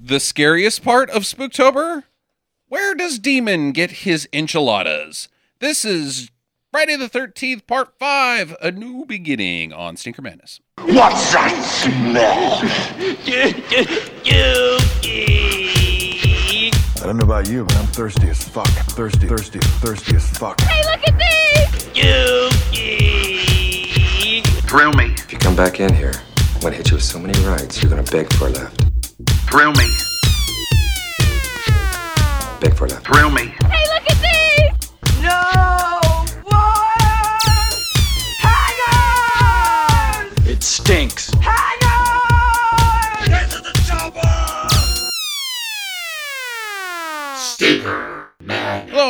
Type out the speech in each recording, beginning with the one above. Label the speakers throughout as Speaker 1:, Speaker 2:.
Speaker 1: the scariest part of Spooktober? Where does Demon get his enchiladas? This is Friday the 13th, Part 5, A New Beginning on Stinker Madness.
Speaker 2: What's that smell?
Speaker 3: I don't know about you, but I'm thirsty as fuck. Thirsty, thirsty, thirsty as fuck.
Speaker 2: Thrill me,
Speaker 4: If you come back in here, I'm gonna hit you with so many rights, you're gonna beg for a left.
Speaker 2: thrill me,
Speaker 4: Beg for a left.
Speaker 2: thrill me.
Speaker 5: It stinks.
Speaker 1: Hello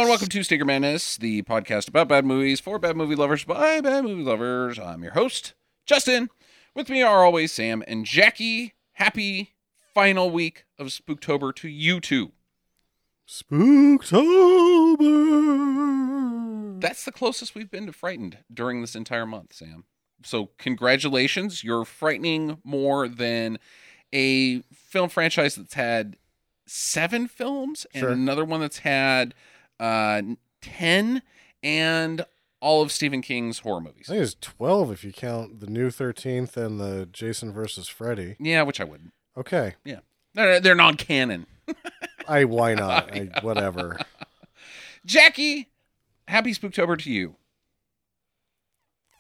Speaker 1: and welcome to Stinker Madness, the podcast about bad movies for bad movie lovers by bad movie lovers. I'm your host, Justin. With me are always Sam and Jackie. Happy final week of Spooktober to you two.
Speaker 6: Spooktober.
Speaker 1: That's the closest we've been to frightened during this entire month, Sam. So congratulations, you're frightening more than a film franchise that's had seven films and
Speaker 6: Sure.
Speaker 1: another one that's had uh, ten and all of Stephen King's horror
Speaker 6: I
Speaker 1: movies.
Speaker 6: think it's 12 if you count the new 13th and the Jason versus Freddy.
Speaker 1: Yeah, which I wouldn't.
Speaker 6: Okay.
Speaker 1: No, no, they're non-canon.
Speaker 6: I why not? I, whatever.
Speaker 1: Jackie, happy Spooktober to you.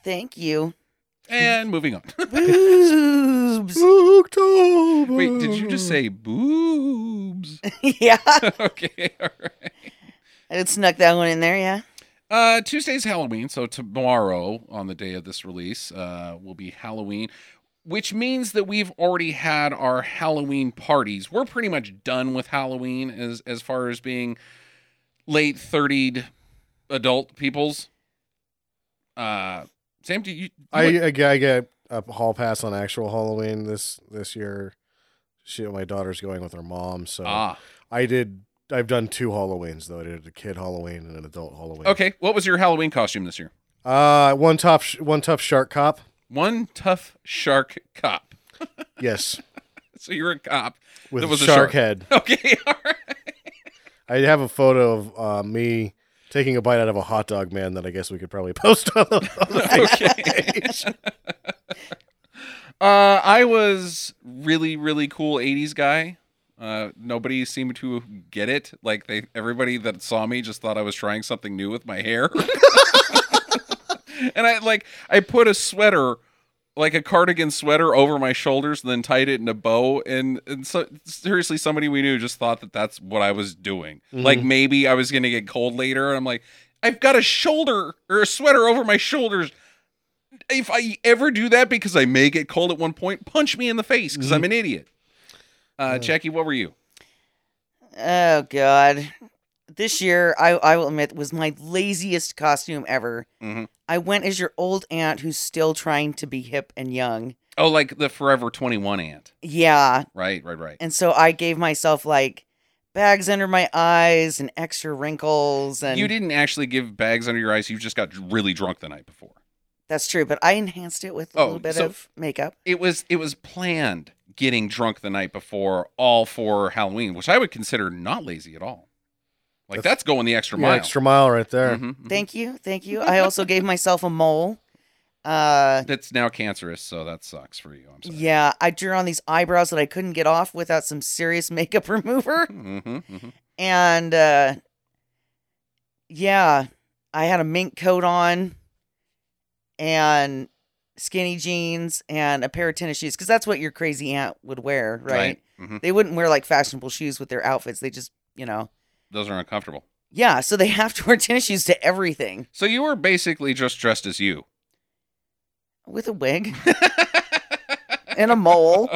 Speaker 7: Thank you.
Speaker 1: And moving on.
Speaker 7: Boobs.
Speaker 6: Spooktober.
Speaker 1: Wait, did you just say boobs?
Speaker 7: yeah.
Speaker 1: okay, all right.
Speaker 7: I had snuck that one in there, yeah.
Speaker 1: Uh, Tuesday's Halloween, so tomorrow on the day of this release uh, will be Halloween, which means that we've already had our Halloween parties. We're pretty much done with Halloween as as far as being late 30 adult peoples. Uh, Sam, do you?
Speaker 6: I, uh, I, get- I get a hall pass on actual Halloween this this year. She, my daughter's going with her mom, so
Speaker 1: ah,
Speaker 6: I did. I've done two Halloweens though. I did a kid Halloween and an adult Halloween.
Speaker 1: okay. What was your Halloween costume this year?
Speaker 6: Uh, one tough, sh- one tough shark cop.
Speaker 1: One tough shark cop.
Speaker 6: Yes,
Speaker 1: So you're a cop.
Speaker 6: with
Speaker 1: That
Speaker 6: a
Speaker 1: was a
Speaker 6: shark,
Speaker 1: shark.
Speaker 6: head.
Speaker 1: Okay, all right.
Speaker 6: I have a photo of uh, me taking a bite out of a hot dog man that I guess we could probably post on the, on the Facebook page.
Speaker 1: Uh, I was really, really cool '80s guy. Uh, nobody seemed to get it. Like they, everybody that saw me just thought I was trying something new with my hair. and I like, I put a sweater, like a cardigan sweater, over my shoulders, and then tied it in a bow. And, and so, seriously, somebody we knew just thought that that's what I was doing. Like maybe I was gonna get cold later, and I'm like, I've got a shoulder or a sweater over my shoulders if I ever do that because I may get cold at one point, punch me in the face because
Speaker 7: Mm-hmm.
Speaker 1: I'm an idiot. Uh, Jackie, what were you?
Speaker 7: Oh god. This year, I, I will admit, was my laziest costume ever.
Speaker 1: Mhm.
Speaker 7: I went as your old aunt who's still trying to be hip and young.
Speaker 1: Oh, like the Forever 21 ant.
Speaker 7: Yeah.
Speaker 1: Right, right, right.
Speaker 7: And so I gave myself like bags under my eyes and extra wrinkles and
Speaker 1: you didn't actually give bags under your eyes. You just got really drunk the night before.
Speaker 7: that's true, but I enhanced it with a
Speaker 1: Oh,
Speaker 7: little bit
Speaker 1: so- Mm-hmm.
Speaker 7: of makeup.
Speaker 1: It was it was planned getting drunk the night before, all for Halloween, which I would consider not lazy at all. Like that's,
Speaker 6: That's-
Speaker 1: going the extra
Speaker 6: Yeah,
Speaker 1: mile.
Speaker 6: extra mile right there.
Speaker 1: Mhm, mhm.
Speaker 7: Thank you. Thank you. I also gave myself a mole. Uh
Speaker 1: That's now cancerous, so that sucks for you. I'm sorry.
Speaker 7: Yeah, I drew on these eyebrows that I couldn't get off without some serious makeup remover.
Speaker 1: hmm
Speaker 7: And uh yeah, I had a mink coat on and skinny jeans and a pair of tennis shoes cuz that's what your crazy aunt would wear, right?
Speaker 1: Mhm.
Speaker 7: They wouldn't wear like fashionable shoes with their outfits. They just, you know.
Speaker 1: Those are uncomfortable.
Speaker 7: Yeah, so they have to wear tennis shoes to everything
Speaker 1: So you were basically just dressed as you.
Speaker 7: with a wig and a mole.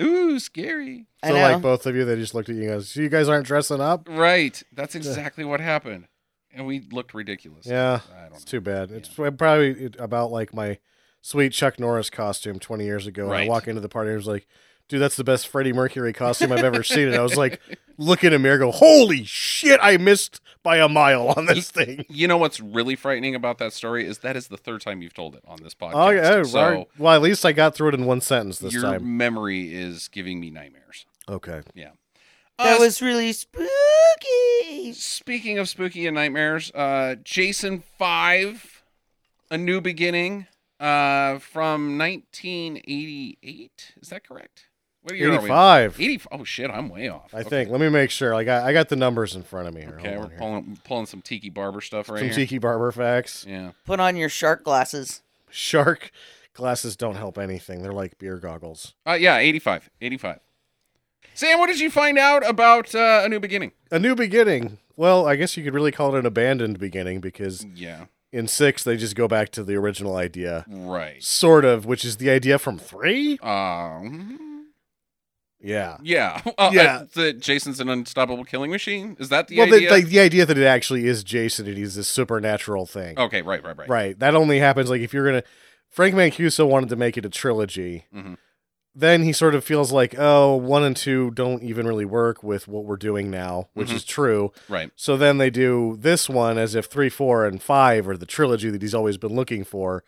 Speaker 1: Ooh, scary.
Speaker 7: I
Speaker 6: So
Speaker 7: know.
Speaker 6: like both of you, they just looked at you guys. So you guys aren't dressing up.
Speaker 1: Right. That's exactly what happened. And we looked ridiculous.
Speaker 6: Yeah,
Speaker 1: I don't
Speaker 6: it's
Speaker 1: know.
Speaker 6: too bad. It's probably it- about like my sweet Chuck Norris costume 20 years ago. And
Speaker 1: Right.
Speaker 6: I walk into the party and was like, dude, that's the best Freddie Mercury costume I've ever seen. And I was like, looking in a mirror, go, holy shit, I missed by a mile on this thing.
Speaker 1: You know what's really frightening about that story is that is the third time you've told it on this podcast.
Speaker 6: Oh, yeah.
Speaker 1: so
Speaker 6: right. Well, at least I got through it in one sentence this
Speaker 1: your
Speaker 6: time.
Speaker 1: memory is giving me nightmares.
Speaker 6: Okay.
Speaker 7: That
Speaker 1: Uh,
Speaker 7: was really spooky.
Speaker 1: Speaking of spooky and nightmares, uh, Jason Five, A New Beginning, uh, from 1988. Is that correct? What year are
Speaker 6: 85.
Speaker 1: we? 85. Oh shit, I'm way off.
Speaker 6: I think. Let me make sure. Like, I, I got the numbers in front of me here.
Speaker 1: Okay,
Speaker 6: Hold
Speaker 1: we're
Speaker 6: on here.
Speaker 1: pulling pulling some Tiki Barber stuff right
Speaker 6: Some
Speaker 1: here.
Speaker 6: Tiki Barber facts.
Speaker 1: Yeah.
Speaker 7: Put on your shark glasses.
Speaker 6: Shark glasses don't help anything. They're like beer goggles.
Speaker 1: Uh, yeah, 85. 85. Sam, what did you find out about uh, A New Beginning?
Speaker 6: A new beginning. Well, I guess you could really call it an abandoned beginning because
Speaker 1: Yeah.
Speaker 6: in six they just go back to the original idea,
Speaker 1: Right.
Speaker 6: sort of, which is the idea from three.
Speaker 1: Um.
Speaker 6: Yeah.
Speaker 1: Yeah. Uh,
Speaker 6: Yeah.
Speaker 1: That Jason's an unstoppable killing machine. Is that the
Speaker 6: well,
Speaker 1: idea?
Speaker 6: The, like the idea that it actually is Jason and he's this supernatural thing.
Speaker 1: okay. Right. Right. Right.
Speaker 6: Right. That only happens like if you're gonna. Frank Mancuso wanted to make it a trilogy.
Speaker 1: Mhm.
Speaker 6: Then he sort of feels like, oh, one and two don't even really work with what we're doing now, which
Speaker 1: Mhm.
Speaker 6: is true.
Speaker 1: Right.
Speaker 6: So then they do this one as if three, four, and five are the trilogy that he's always been looking for.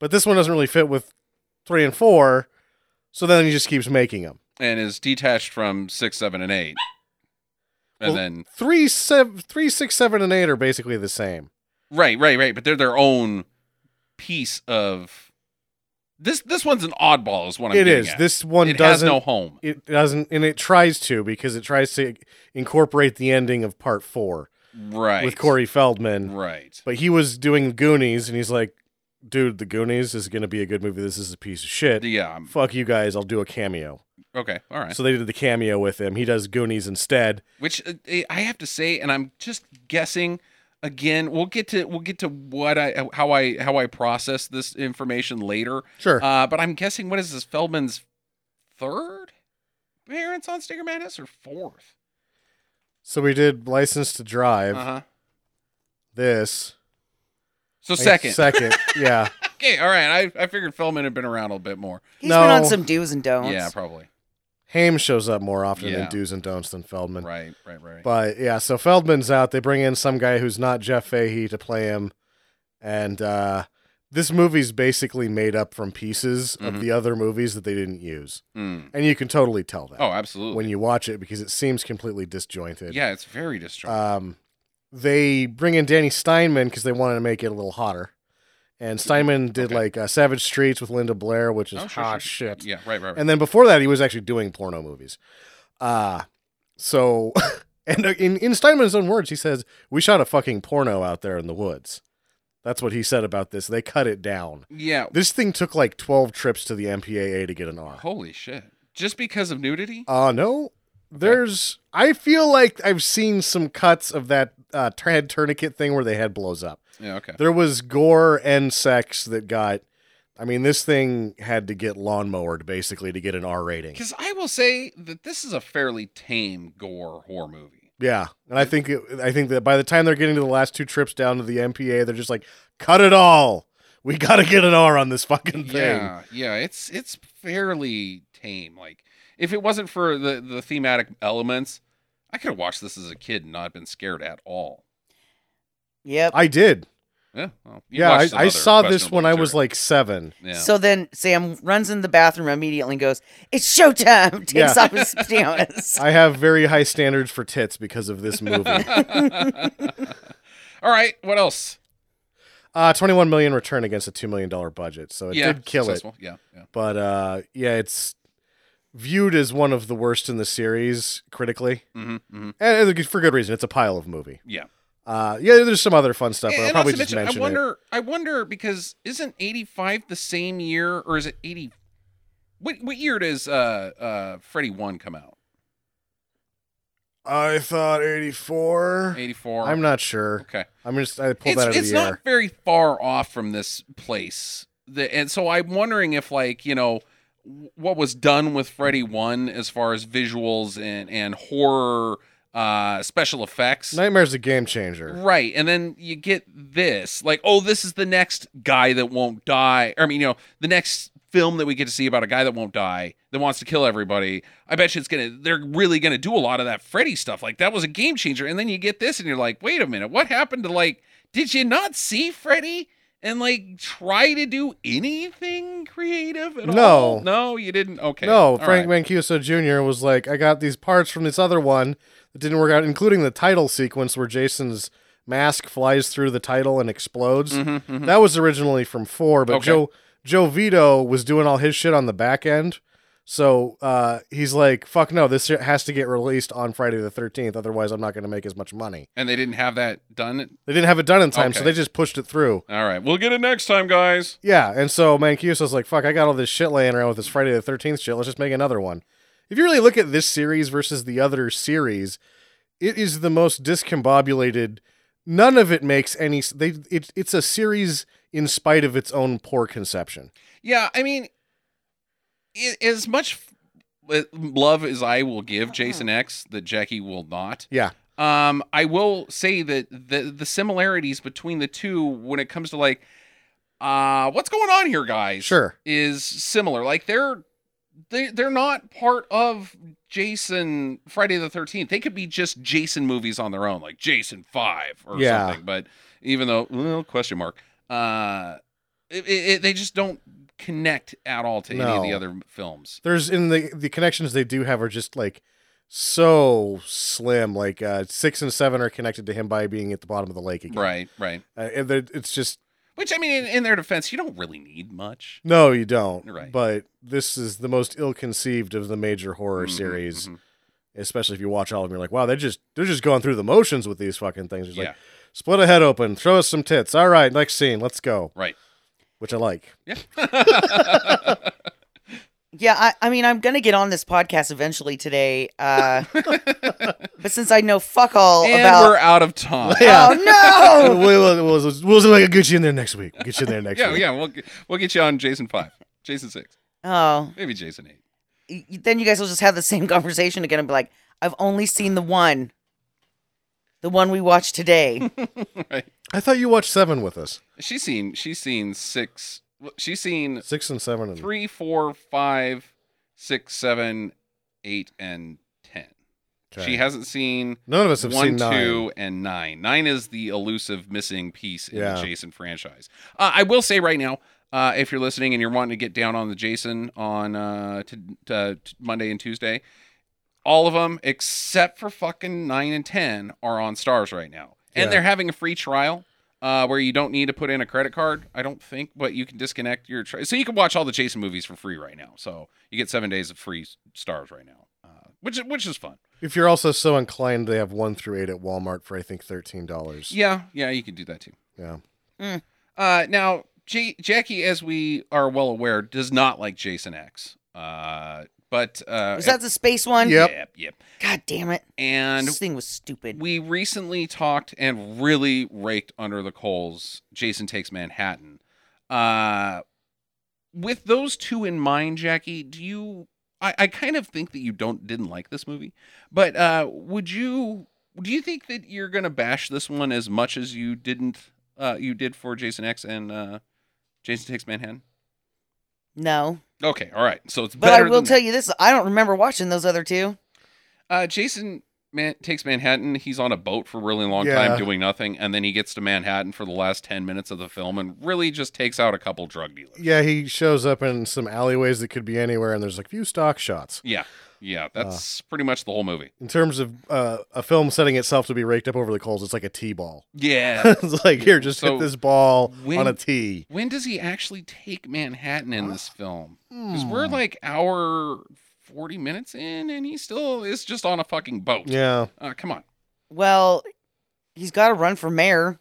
Speaker 6: But this one doesn't really fit with three and four. So then he just keeps making them.
Speaker 1: And is detached from six, seven, and eight. And
Speaker 6: Well-
Speaker 1: then
Speaker 6: Three, seven, three, six, seven, and eight are basically the same.
Speaker 1: right, right, right. But they're their own piece of this. This one's an oddball, is what I'm.
Speaker 6: It
Speaker 1: getting
Speaker 6: is.
Speaker 1: at.
Speaker 6: This one
Speaker 1: it has
Speaker 6: doesn't.
Speaker 1: no home.
Speaker 6: it doesn't, and it tries to because it tries to incorporate the ending of part four
Speaker 1: Right.
Speaker 6: with Corey Feldman.
Speaker 1: Right.
Speaker 6: But he was doing Goonies, and he's like, "Dude, the Goonies is going to be a good movie. This is a piece of shit.
Speaker 1: Yeah. I'm-
Speaker 6: Fuck you guys. I'll do a cameo."
Speaker 1: Okay. All um, right.
Speaker 6: So they did the cameo with him. He does Goonies instead.
Speaker 1: which uh, eh, I have to say, and I'm just guessing. Again, we'll get to we'll get to what I how I how I process this information later.
Speaker 6: Sure.
Speaker 1: Uh, but I'm guessing what is this Feldman's third appearance on Sticker Madness or fourth?
Speaker 6: so we did License to Drive.
Speaker 1: Uh huh.
Speaker 6: This
Speaker 1: So second.
Speaker 6: second, yeah.
Speaker 1: Okay. All right. I I figured Feldman had been around a little bit more.
Speaker 7: He's been on
Speaker 6: No.
Speaker 7: some do's and don'ts.
Speaker 1: Yeah, probably.
Speaker 6: Haim shows up more often
Speaker 1: Yeah.
Speaker 6: in Do's and Don'ts than Feldman.
Speaker 1: Right. Right. Right.
Speaker 6: But yeah, so Feldman's out. They bring in some guy who's not Jeff Fahey to play him, and uh, this movie's basically made up from pieces
Speaker 1: Mhm.
Speaker 6: of the other movies that they didn't use,
Speaker 1: Mm.
Speaker 6: and you can totally tell that
Speaker 1: Oh, absolutely.
Speaker 6: when you watch it because it seems completely disjointed.
Speaker 1: yeah, it's very distracting.
Speaker 6: Um, they bring in Danny Steinman because they wanted to make it a little hotter, and Steinman did
Speaker 1: Okay.
Speaker 6: like uh, Savage Streets with Linda Blair, which is
Speaker 1: Oh, sure,
Speaker 6: hot
Speaker 1: sure, sure.
Speaker 6: shit.
Speaker 1: Yeah. Right. Right. right.
Speaker 6: Uh, And then before that, he was actually doing porno movies. Uh, so, and uh, in, in Steinman's own words, he says, We shot a fucking porno out there in the woods. That's what he said about this. They cut it down.
Speaker 1: yeah.
Speaker 6: This thing took like 12 trips to the MPAA to get an R.
Speaker 1: Holy shit! Just because of nudity?
Speaker 6: Uh, no. There's, I feel like I've seen some cuts of that uh, head tourniquet thing where the head blows up.
Speaker 1: Yeah. Okay.
Speaker 6: There was gore and sex that got, I mean, this thing had to get lawnmowered basically to get an R rating.
Speaker 1: Because I will say that this is a fairly tame gore horror movie.
Speaker 6: Yeah, and I think it, I think that by the time they're getting to the last two trips down to the MPA, they're just like, cut it all. We got to get an R on this fucking thing.
Speaker 1: Yeah, yeah, it's it's fairly tame. Like if it wasn't for the the thematic elements, I could have watched this as a kid and not been scared at all.
Speaker 7: Yep.
Speaker 6: I did.
Speaker 1: Yeah, well, you
Speaker 6: Yeah,
Speaker 1: watched some
Speaker 6: I, I
Speaker 1: other
Speaker 6: saw this
Speaker 1: questionable
Speaker 6: when I was
Speaker 1: material.
Speaker 6: like seven.
Speaker 1: yeah.
Speaker 7: So then Sam runs in the bathroom immediately and goes, It's showtime. Takes
Speaker 6: Yeah.
Speaker 7: off his pajamas.
Speaker 6: I have very high standards for tits because of this movie.
Speaker 1: all right, what else?
Speaker 6: uh, Twenty-one million return against a two million dollar budget, so it
Speaker 1: yeah,
Speaker 6: did kill
Speaker 1: successful. Yeah, yeah.
Speaker 6: it. But uh, yeah, it's viewed as one of the worst in the series critically,
Speaker 1: Mm-hmm, mm-hmm.
Speaker 6: and it's for good reason. It's a pile of movie.
Speaker 1: Yeah.
Speaker 6: Uh, yeah, there's some other fun stuff,
Speaker 1: And-
Speaker 6: but I'll
Speaker 1: and
Speaker 6: probably
Speaker 1: also
Speaker 6: just
Speaker 1: mention-
Speaker 6: mention
Speaker 1: I
Speaker 6: it.
Speaker 1: wonder, I wonder because isn't eighty five the same year, or is it eighty? What what year does uh uh Freddy one come out?
Speaker 6: I thought 84.
Speaker 1: Eighty four.
Speaker 6: I'm not sure.
Speaker 1: okay.
Speaker 6: I'm just I pulled
Speaker 1: It's
Speaker 6: that out of
Speaker 1: it's
Speaker 6: the
Speaker 1: not
Speaker 6: air.
Speaker 1: very far off from this place, the, and so I'm wondering if like you know what was done with Freddy one as far as visuals and and horror uh special effects.
Speaker 6: Nightmare's a game changer.
Speaker 1: Right. And then you get this like, oh, this is the next guy that won't die. Or, I mean, you know, the next film that we get to see about a guy that won't die, that wants to kill everybody. I bet you it's gonna. They're really gonna do a lot of that Freddy stuff. Like that was a game changer. And then you get this, and you're like, wait a minute, what happened to like? Did you not see Freddy? And like try to do anything creative at
Speaker 6: No.
Speaker 1: all? No, you didn't. Okay,
Speaker 6: No,
Speaker 1: All
Speaker 6: Frank
Speaker 1: right.
Speaker 6: Mancuso Jr. was like, I got these parts from this other one that didn't work out, including the title sequence where Jason's mask flies through the title and explodes. That was originally from four, but
Speaker 1: Mm-hmm, Okay.
Speaker 6: Joe Joe Vito was doing all his shit on the back end. So uh, he's like, fuck no, this shit has to get released on Friday the 13th. Otherwise, I'm not going to make as much money.
Speaker 1: and they didn't have that done.
Speaker 6: They didn't have it done in time, so
Speaker 1: Okay.
Speaker 6: they just pushed it through.
Speaker 1: All right, we'll get it next time, guys.
Speaker 6: Yeah, and so Mancuso's like, fuck, I got all this shit laying around with this Friday the 13th shit. Let's just make another one. If you really look at this series versus the other series, it is the most discombobulated. None of it makes any s- they it, it's a series in spite of its own poor conception.
Speaker 1: Yeah, I mean, i as much f- love as I will give Jason X, that Jackie will not.
Speaker 6: Yeah.
Speaker 1: Um, I will say that the the similarities between the two when it comes to like, uh, what's going on here, guys?
Speaker 6: Sure.
Speaker 1: is similar. Like they're they they're not part of Jason Friday the Thirteenth. They could be just Jason movies on their own, like Jason Five or
Speaker 6: Yeah.
Speaker 1: something. But even though well, question mark, uh, it, it, it- they just don't connect at all to any of the
Speaker 6: No.
Speaker 1: other films.
Speaker 6: There's in the the connections they do have are just like so slim. Like uh 6 and 7 are connected to him by being at the bottom of the lake again.
Speaker 1: Right, right.
Speaker 6: Uh, and they're- it's just
Speaker 1: Which I mean, in, in their defense, you don't really need much.
Speaker 6: No, you don't.
Speaker 1: Right.
Speaker 6: But this is the most ill-conceived of the major horror
Speaker 1: Mm-hmm,
Speaker 6: series, especially if you watch all of them. You're like, wow, they're just they're just going through the motions with these fucking things. It's
Speaker 1: Yeah.
Speaker 6: like, split a head open, throw us some tits. All right, next scene, let's go.
Speaker 1: Right.
Speaker 6: Which I like.
Speaker 7: Yeah, I, I mean, I'm gonna get on this podcast eventually today, uh, but since I know fuck all
Speaker 1: And we're
Speaker 7: about,
Speaker 1: out of time.
Speaker 7: oh no,
Speaker 6: we'll, we'll, we'll, we'll, we'll get you in there next week. We'll get you in there next
Speaker 1: yeah,
Speaker 6: week.
Speaker 1: yeah. We'll get- we'll get you on Jason Five, Jason Six,
Speaker 7: oh,
Speaker 1: maybe Jason Eight.
Speaker 7: y- y- then you guys will just have the same conversation again and be like, I've only seen the one, the one we watched today.
Speaker 6: I thought you watched seven with us.
Speaker 1: She's seen she's seen six. well, She's seen
Speaker 6: Six and seven and
Speaker 1: three, four, five, six, seven, eight, and ten.
Speaker 6: Okay.
Speaker 1: She hasn't seen
Speaker 6: None of us have
Speaker 1: one,
Speaker 6: seen nine.
Speaker 1: two, and nine. Nine is the elusive missing piece in
Speaker 6: Yeah.
Speaker 1: the Jason franchise. Uh, I will say right now, uh, if you're listening and you're wanting to get down on the Jason on uh, to, to, to Monday and Tuesday, all of them except for fucking nine and ten are on stars right now, and
Speaker 6: Yeah.
Speaker 1: they're having a free trial. Uh, where you don't need to put in a credit card, I don't think, but you can disconnect your tri- so you can watch all the Jason movies for free right now. So you get seven days of free s- stars right now, uh, which is- which is fun.
Speaker 6: If you're also so inclined, they have one through eight at Walmart for I think thirteen dollars.
Speaker 1: Yeah, yeah, you can do that too.
Speaker 6: yeah.
Speaker 1: Uh, now, J- Jackie, as we are well aware, does not like Jason X. Uh, but uh,
Speaker 7: Was that the space one?
Speaker 6: Yep.
Speaker 1: yep, yep.
Speaker 7: God damn it!
Speaker 1: And
Speaker 7: this thing was stupid.
Speaker 1: we recently talked and really raked under the coals. Jason takes Manhattan. Uh, with those two in mind, Jackie, do you? I, I kind of think that you don't didn't like this movie, but uh, would you? Do you think that you're gonna bash this one as much as you didn't? Uh, you did for Jason X and uh, Jason Takes Manhattan.
Speaker 7: no,
Speaker 1: Okay, all right. So it's
Speaker 7: but I
Speaker 1: better
Speaker 7: will
Speaker 1: than
Speaker 7: tell you this: I don't remember watching those other two.
Speaker 1: Uh, Jason man- takes Manhattan. He's on a boat for a really long
Speaker 6: Yeah.
Speaker 1: time doing nothing, and then he gets to Manhattan for the last ten minutes of the film, and really just takes out a couple drug dealers.
Speaker 6: Yeah, he shows up in some alleyways that could be anywhere, and there's a few stock shots.
Speaker 1: Yeah, yeah, that's pretty much the whole movie.
Speaker 6: In terms of uh, a film setting itself to be raked up over the coals, it's like a tee ball.
Speaker 1: Yeah.
Speaker 6: it's like here, just
Speaker 1: So
Speaker 6: hit this ball
Speaker 1: when-
Speaker 6: on a tee.
Speaker 1: when does he actually take Manhattan in this film? Because we're
Speaker 6: Hmm.
Speaker 2: Hmm.
Speaker 1: like hour forty minutes in, and he still is just on a fucking boat.
Speaker 6: Yeah,
Speaker 1: Uh, come on,
Speaker 7: Well, he's got to run for mayor.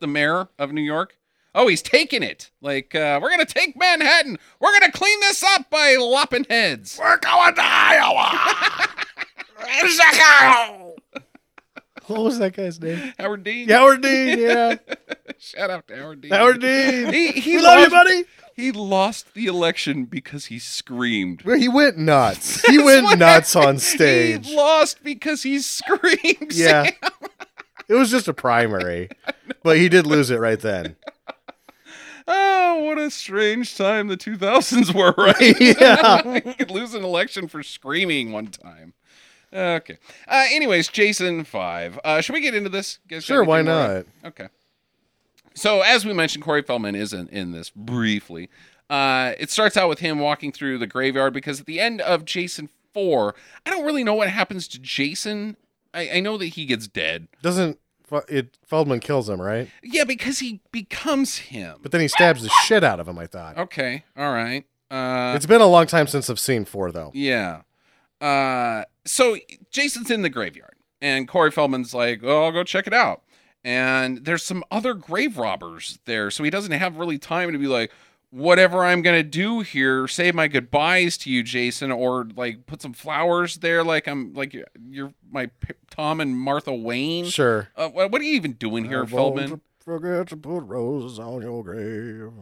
Speaker 1: the mayor of New York. Oh, he's taking it. Like uh, we're gonna take Manhattan. We're gonna clean this up by lopping heads.
Speaker 2: We're going to Iowa! Chicago!
Speaker 6: what was that guy's name?
Speaker 1: Howard Dean.
Speaker 6: Howard Dean. Yeah,
Speaker 1: Shout out to Howard Dean.
Speaker 6: Howard Dean.
Speaker 1: He, he
Speaker 6: we love you,
Speaker 1: lost-
Speaker 6: buddy.
Speaker 1: He lost the election because he screamed.
Speaker 6: Well, He went nuts. He went nuts on stage.
Speaker 1: He lost because he screamed.
Speaker 6: Yeah, it was just a primary, but he did lose it right then.
Speaker 1: oh, what a strange time the 2000s were, right?
Speaker 6: Yeah.
Speaker 1: you could lose an election for screaming one time. Okay. Uh, anyways, Jason 5. Uh, should we get into this? Guys got
Speaker 6: Sure, why
Speaker 1: anything more?
Speaker 6: not?
Speaker 1: Okay. So, as we mentioned, Corey Feldman is in, in this briefly. Uh, it starts out with him walking through the graveyard because at the end of Jason 4, I don't really know what happens to Jason. I, I know that he gets dead.
Speaker 6: Doesn't Fe- it Feldman kills him, right?
Speaker 1: Yeah, because he becomes him.
Speaker 6: But then he stabs the shit out of him, I thought.
Speaker 1: Okay. All right. Uh,
Speaker 6: It's been a long time since I've seen 4 though.
Speaker 1: Yeah. Uh, so Jason's in the graveyard, and Corey Feldman's like, "Oh, I'll go check it out." And there's some other grave robbers there, so he doesn't have really time to be like, "Whatever I'm gonna do here, say my goodbyes to you, Jason," or like put some flowers there, like I'm like you're, you're my P- Tom and Martha Wayne.
Speaker 6: Sure.
Speaker 1: Uh, what what are you even doing here,
Speaker 6: I
Speaker 1: Feldman?
Speaker 6: won't Forget to put roses on your grave.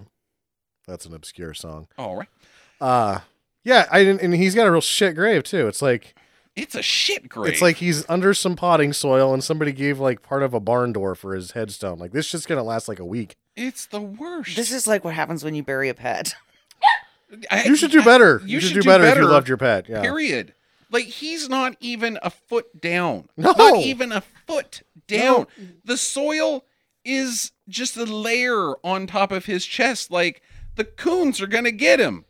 Speaker 6: That's an obscure song.
Speaker 1: All right,
Speaker 6: Uh yeah, I didn't, and he's got a real shit grave too. It's like
Speaker 1: it's a shit grave.
Speaker 6: it's like he's under some potting soil, and somebody gave like part of a barn door for his headstone. Like this shit's gonna last like a week.
Speaker 1: it's the worst.
Speaker 7: This is like what happens when you bury a pet.
Speaker 1: I-
Speaker 6: You should do
Speaker 1: I-
Speaker 6: better. You, should, do, better, if you loved your pet. Yeah.
Speaker 1: Period. Like he's not even a foot down.
Speaker 6: No.
Speaker 1: Not even a foot down. The soil is just a layer on top of his chest. Like the coons are gonna get him.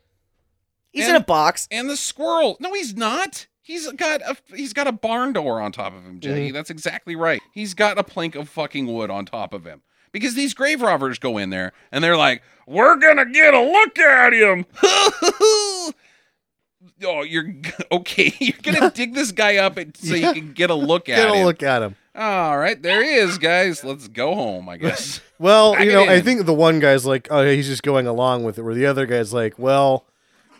Speaker 7: He's in
Speaker 1: And-
Speaker 7: a box.
Speaker 1: And the squirrel. No, he's not. He's got a he's got a barn door on top of him,
Speaker 6: Mm-hmm.
Speaker 1: Jenny. That's exactly right. He's got a plank of fucking wood on top of him. Because these grave robbers go in there and they're like, "We're gonna get a look at him." oh, you're g- okay. You're gonna dig this guy up and, so you can get a look at
Speaker 6: Get a
Speaker 1: him.
Speaker 6: look at him.
Speaker 1: All right, there he is, guys. Let's go home. I guess.
Speaker 6: Well,
Speaker 1: Back
Speaker 6: you
Speaker 1: it
Speaker 6: know, I
Speaker 1: in.
Speaker 6: think the one guy's like, oh, he's just going along with it, where the other guy's like, well,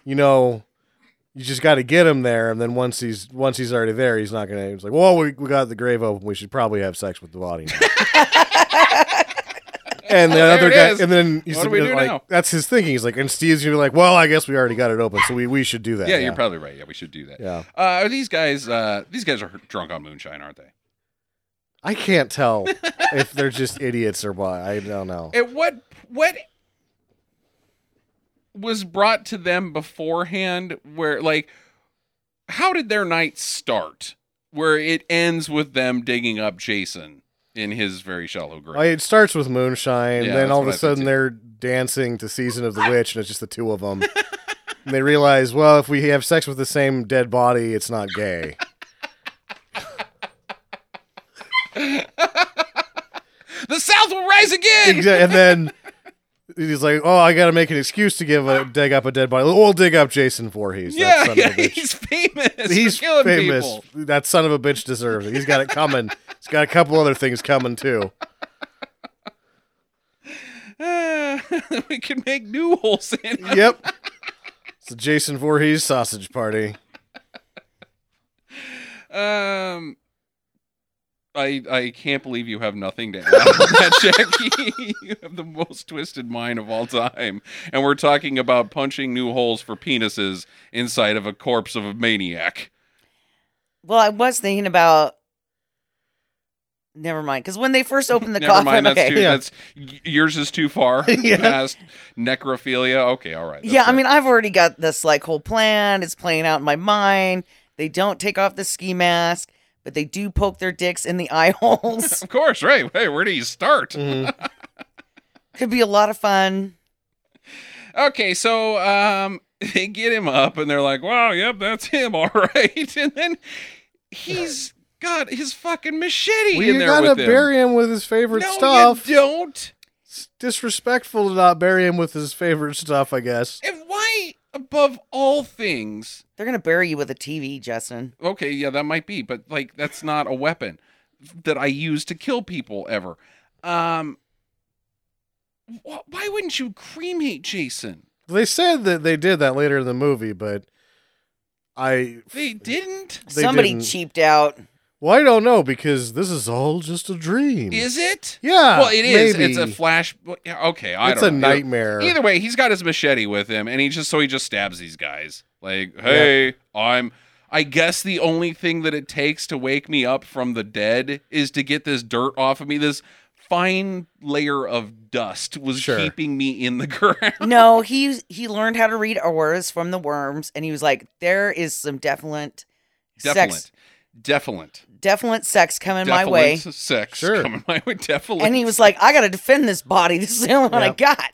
Speaker 6: you know, you just got to get him there, and then once he's once he's already there, he's not gonna. He's like, well, we, we got the grave open, we should probably have sex with the body. now." and the
Speaker 1: There
Speaker 6: other
Speaker 1: it
Speaker 6: guy,
Speaker 1: is.
Speaker 6: and then he's
Speaker 1: What do we do
Speaker 6: like,
Speaker 1: now?
Speaker 6: that's his thinking. He's like, and Steve's gonna be like, well, I guess we already got it open, so we we should do that.
Speaker 1: yeah, you're probably right. Yeah, we should do that.
Speaker 6: Yeah.
Speaker 1: Uh, are these guys? Uh, these guys are drunk on moonshine, aren't they?
Speaker 6: I can't tell if they're just idiots or what. I don't know.
Speaker 1: At what what was brought to them beforehand? Where like, how did their night start? Where it ends with them digging up Jason in his very shallow grave.
Speaker 6: Oh, it starts with moonshine,
Speaker 1: Yeah,
Speaker 6: then
Speaker 1: that's
Speaker 6: all of
Speaker 1: what
Speaker 6: a
Speaker 1: I
Speaker 6: sudden
Speaker 1: figured.
Speaker 6: they're dancing to "Season of the Witch," and it's just the two of them. and they realize, well, if we have sex with the same dead body, it's not gay.
Speaker 1: the South will rise again.
Speaker 6: Exa- and then he's like, "Oh, I got to make an excuse to give a dig up a dead body. We'll dig up Jason Voorhees. that
Speaker 1: Yeah,
Speaker 6: son of a
Speaker 1: yeah,
Speaker 6: bitch.
Speaker 1: he's famous. for
Speaker 6: He's
Speaker 1: killing
Speaker 6: famous.
Speaker 1: people.
Speaker 6: That son of a bitch deserves it. He's got it coming. he's got a couple other things coming too.
Speaker 1: Ah, we can make new holes in. him.
Speaker 6: Yep." It's the Jason Voorhees sausage party.
Speaker 1: Um, I I can't believe you have nothing to add on that, Jackie. you have the most twisted mind of all time, and we're talking about punching new holes for penises inside of a corpse of a maniac.
Speaker 7: Well, I was thinking about. Never mind, because when they first opened the
Speaker 1: Never
Speaker 7: coffin,
Speaker 1: mind. That's
Speaker 7: okay,
Speaker 1: too.
Speaker 6: Yeah.
Speaker 1: That's y- yours is too far
Speaker 6: Yeah.
Speaker 1: past necrophilia. Okay, all right. that's
Speaker 7: yeah, I
Speaker 1: fair.
Speaker 7: mean, I've already got this like whole plan. It's playing out in my mind. They don't take off the ski mask, but they do poke their dicks in the eye holes.
Speaker 1: of course, right? Hey, where do you start?
Speaker 6: Mhm.
Speaker 7: Could be a lot of fun.
Speaker 1: Okay, so um they get him up and they're like, "Wow, yep, that's him, all right." And then he's got his fucking machete
Speaker 6: Well,
Speaker 1: in
Speaker 6: you
Speaker 1: there
Speaker 6: gotta
Speaker 1: with him.
Speaker 6: bury him with his favorite
Speaker 1: no,
Speaker 6: stuff.
Speaker 1: you don't.
Speaker 6: It's disrespectful to not bury him with his favorite stuff, I guess.
Speaker 1: And why above all things?
Speaker 7: They're gonna bury you with a TV, Justin.
Speaker 1: Okay, yeah, that might be, but like that's not a weapon that I use to kill people ever. Um wh- why wouldn't you cremate Jason?
Speaker 6: They said that they did that later in the movie, but I
Speaker 1: They didn't.
Speaker 6: They
Speaker 7: Somebody
Speaker 6: didn't.
Speaker 7: cheaped out.
Speaker 6: well, I don't know because this is all just a dream.
Speaker 1: Is it?
Speaker 6: yeah,
Speaker 1: well, it is. It's a
Speaker 6: maybe.
Speaker 1: flash. well, yeah, Okay, I
Speaker 6: It's a
Speaker 1: don't know. Either-
Speaker 6: nightmare.
Speaker 1: Either way, he's got his machete with him, and he just so he just stabs these guys. Like, hey, I'm. I guess the only thing that it takes to wake me up from the dead is to get this dirt off of me. This fine layer of dust was
Speaker 6: Sure.
Speaker 1: keeping me in the ground.
Speaker 7: no, he he learned how to read auras from the worms, and he was like, "There is some definite,
Speaker 1: Defilant.
Speaker 7: sex,
Speaker 1: Defilant.
Speaker 7: definite sex coming my
Speaker 1: Defilant
Speaker 7: way."
Speaker 1: Sex
Speaker 6: Sure.
Speaker 1: coming my way. Defilant.
Speaker 7: And he was like, "I got to defend this body. This is the only one I
Speaker 6: Yep.
Speaker 7: got."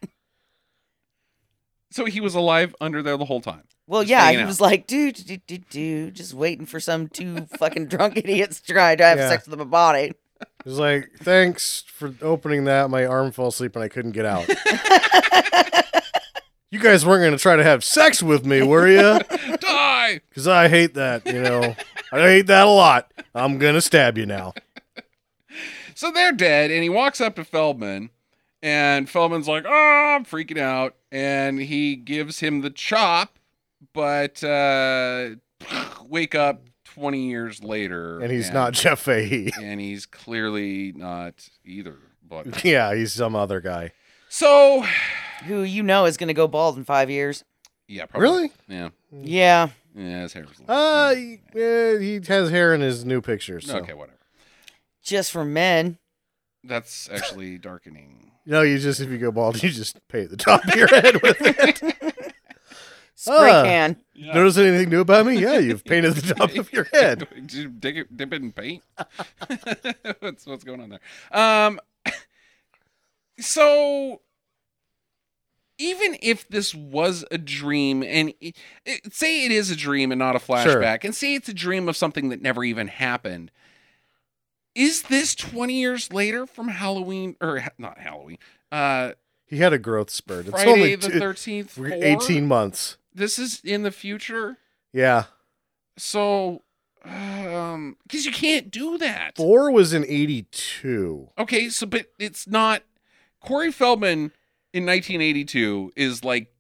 Speaker 1: so he was alive under there the whole time.
Speaker 7: Well,
Speaker 1: Just
Speaker 7: yeah,
Speaker 1: hanging
Speaker 7: he
Speaker 1: out.
Speaker 7: was like, dude, dude, dude, dude, just waiting for some two fucking drunk idiots to try to have
Speaker 6: Yeah.
Speaker 7: sex with my body.
Speaker 6: It was like, thanks for opening that. My arm fell asleep and I couldn't get out. you guys weren't going to try to have sex with me, were you?
Speaker 1: Die.
Speaker 6: Because I hate that, you know. I hate that a lot. I'm going to stab you now.
Speaker 1: So they're dead, and he walks up to Feldman, and Feldman's like, "Oh, I'm freaking out," and he gives him the chop, but uh, wake up twenty years later,
Speaker 6: And he's not Jeff Fahey.
Speaker 1: and he's clearly not either. But
Speaker 6: yeah, he's some other guy.
Speaker 1: so,
Speaker 7: Who you know is going to go bald in five years.
Speaker 1: yeah, probably.
Speaker 6: Really?
Speaker 1: yeah,
Speaker 7: Yeah.
Speaker 1: yeah, his hair was long.
Speaker 6: Uh, he, eh, he has hair in his new pictures. So.
Speaker 1: okay, whatever.
Speaker 7: Just for men.
Speaker 1: That's actually darkening.
Speaker 6: No, you just, if you go bald, you just paint the top of your head with it.
Speaker 7: Spray
Speaker 6: Ah.
Speaker 7: can.
Speaker 6: Notice anything new about me? Yeah, you've painted the top of your head.
Speaker 1: Did you dig it, dip it in paint? what's what's going on there? Um, so even if this was a dream, and it, it- say it is a dream and not a flashback, and say it's a dream of something that never even happened. Is this 20 years later from Halloween or ha- not Halloween? Uh
Speaker 6: He had a growth spurt. It's
Speaker 1: Friday
Speaker 6: only
Speaker 1: the
Speaker 6: two-
Speaker 1: 13th,
Speaker 6: We're
Speaker 1: four?
Speaker 6: 18 months.
Speaker 1: This is in the future.
Speaker 6: Yeah.
Speaker 1: So um cuz you can't do that.
Speaker 6: Four was in 82.
Speaker 1: Okay, so but it's not Corey Feldman in 1982 is like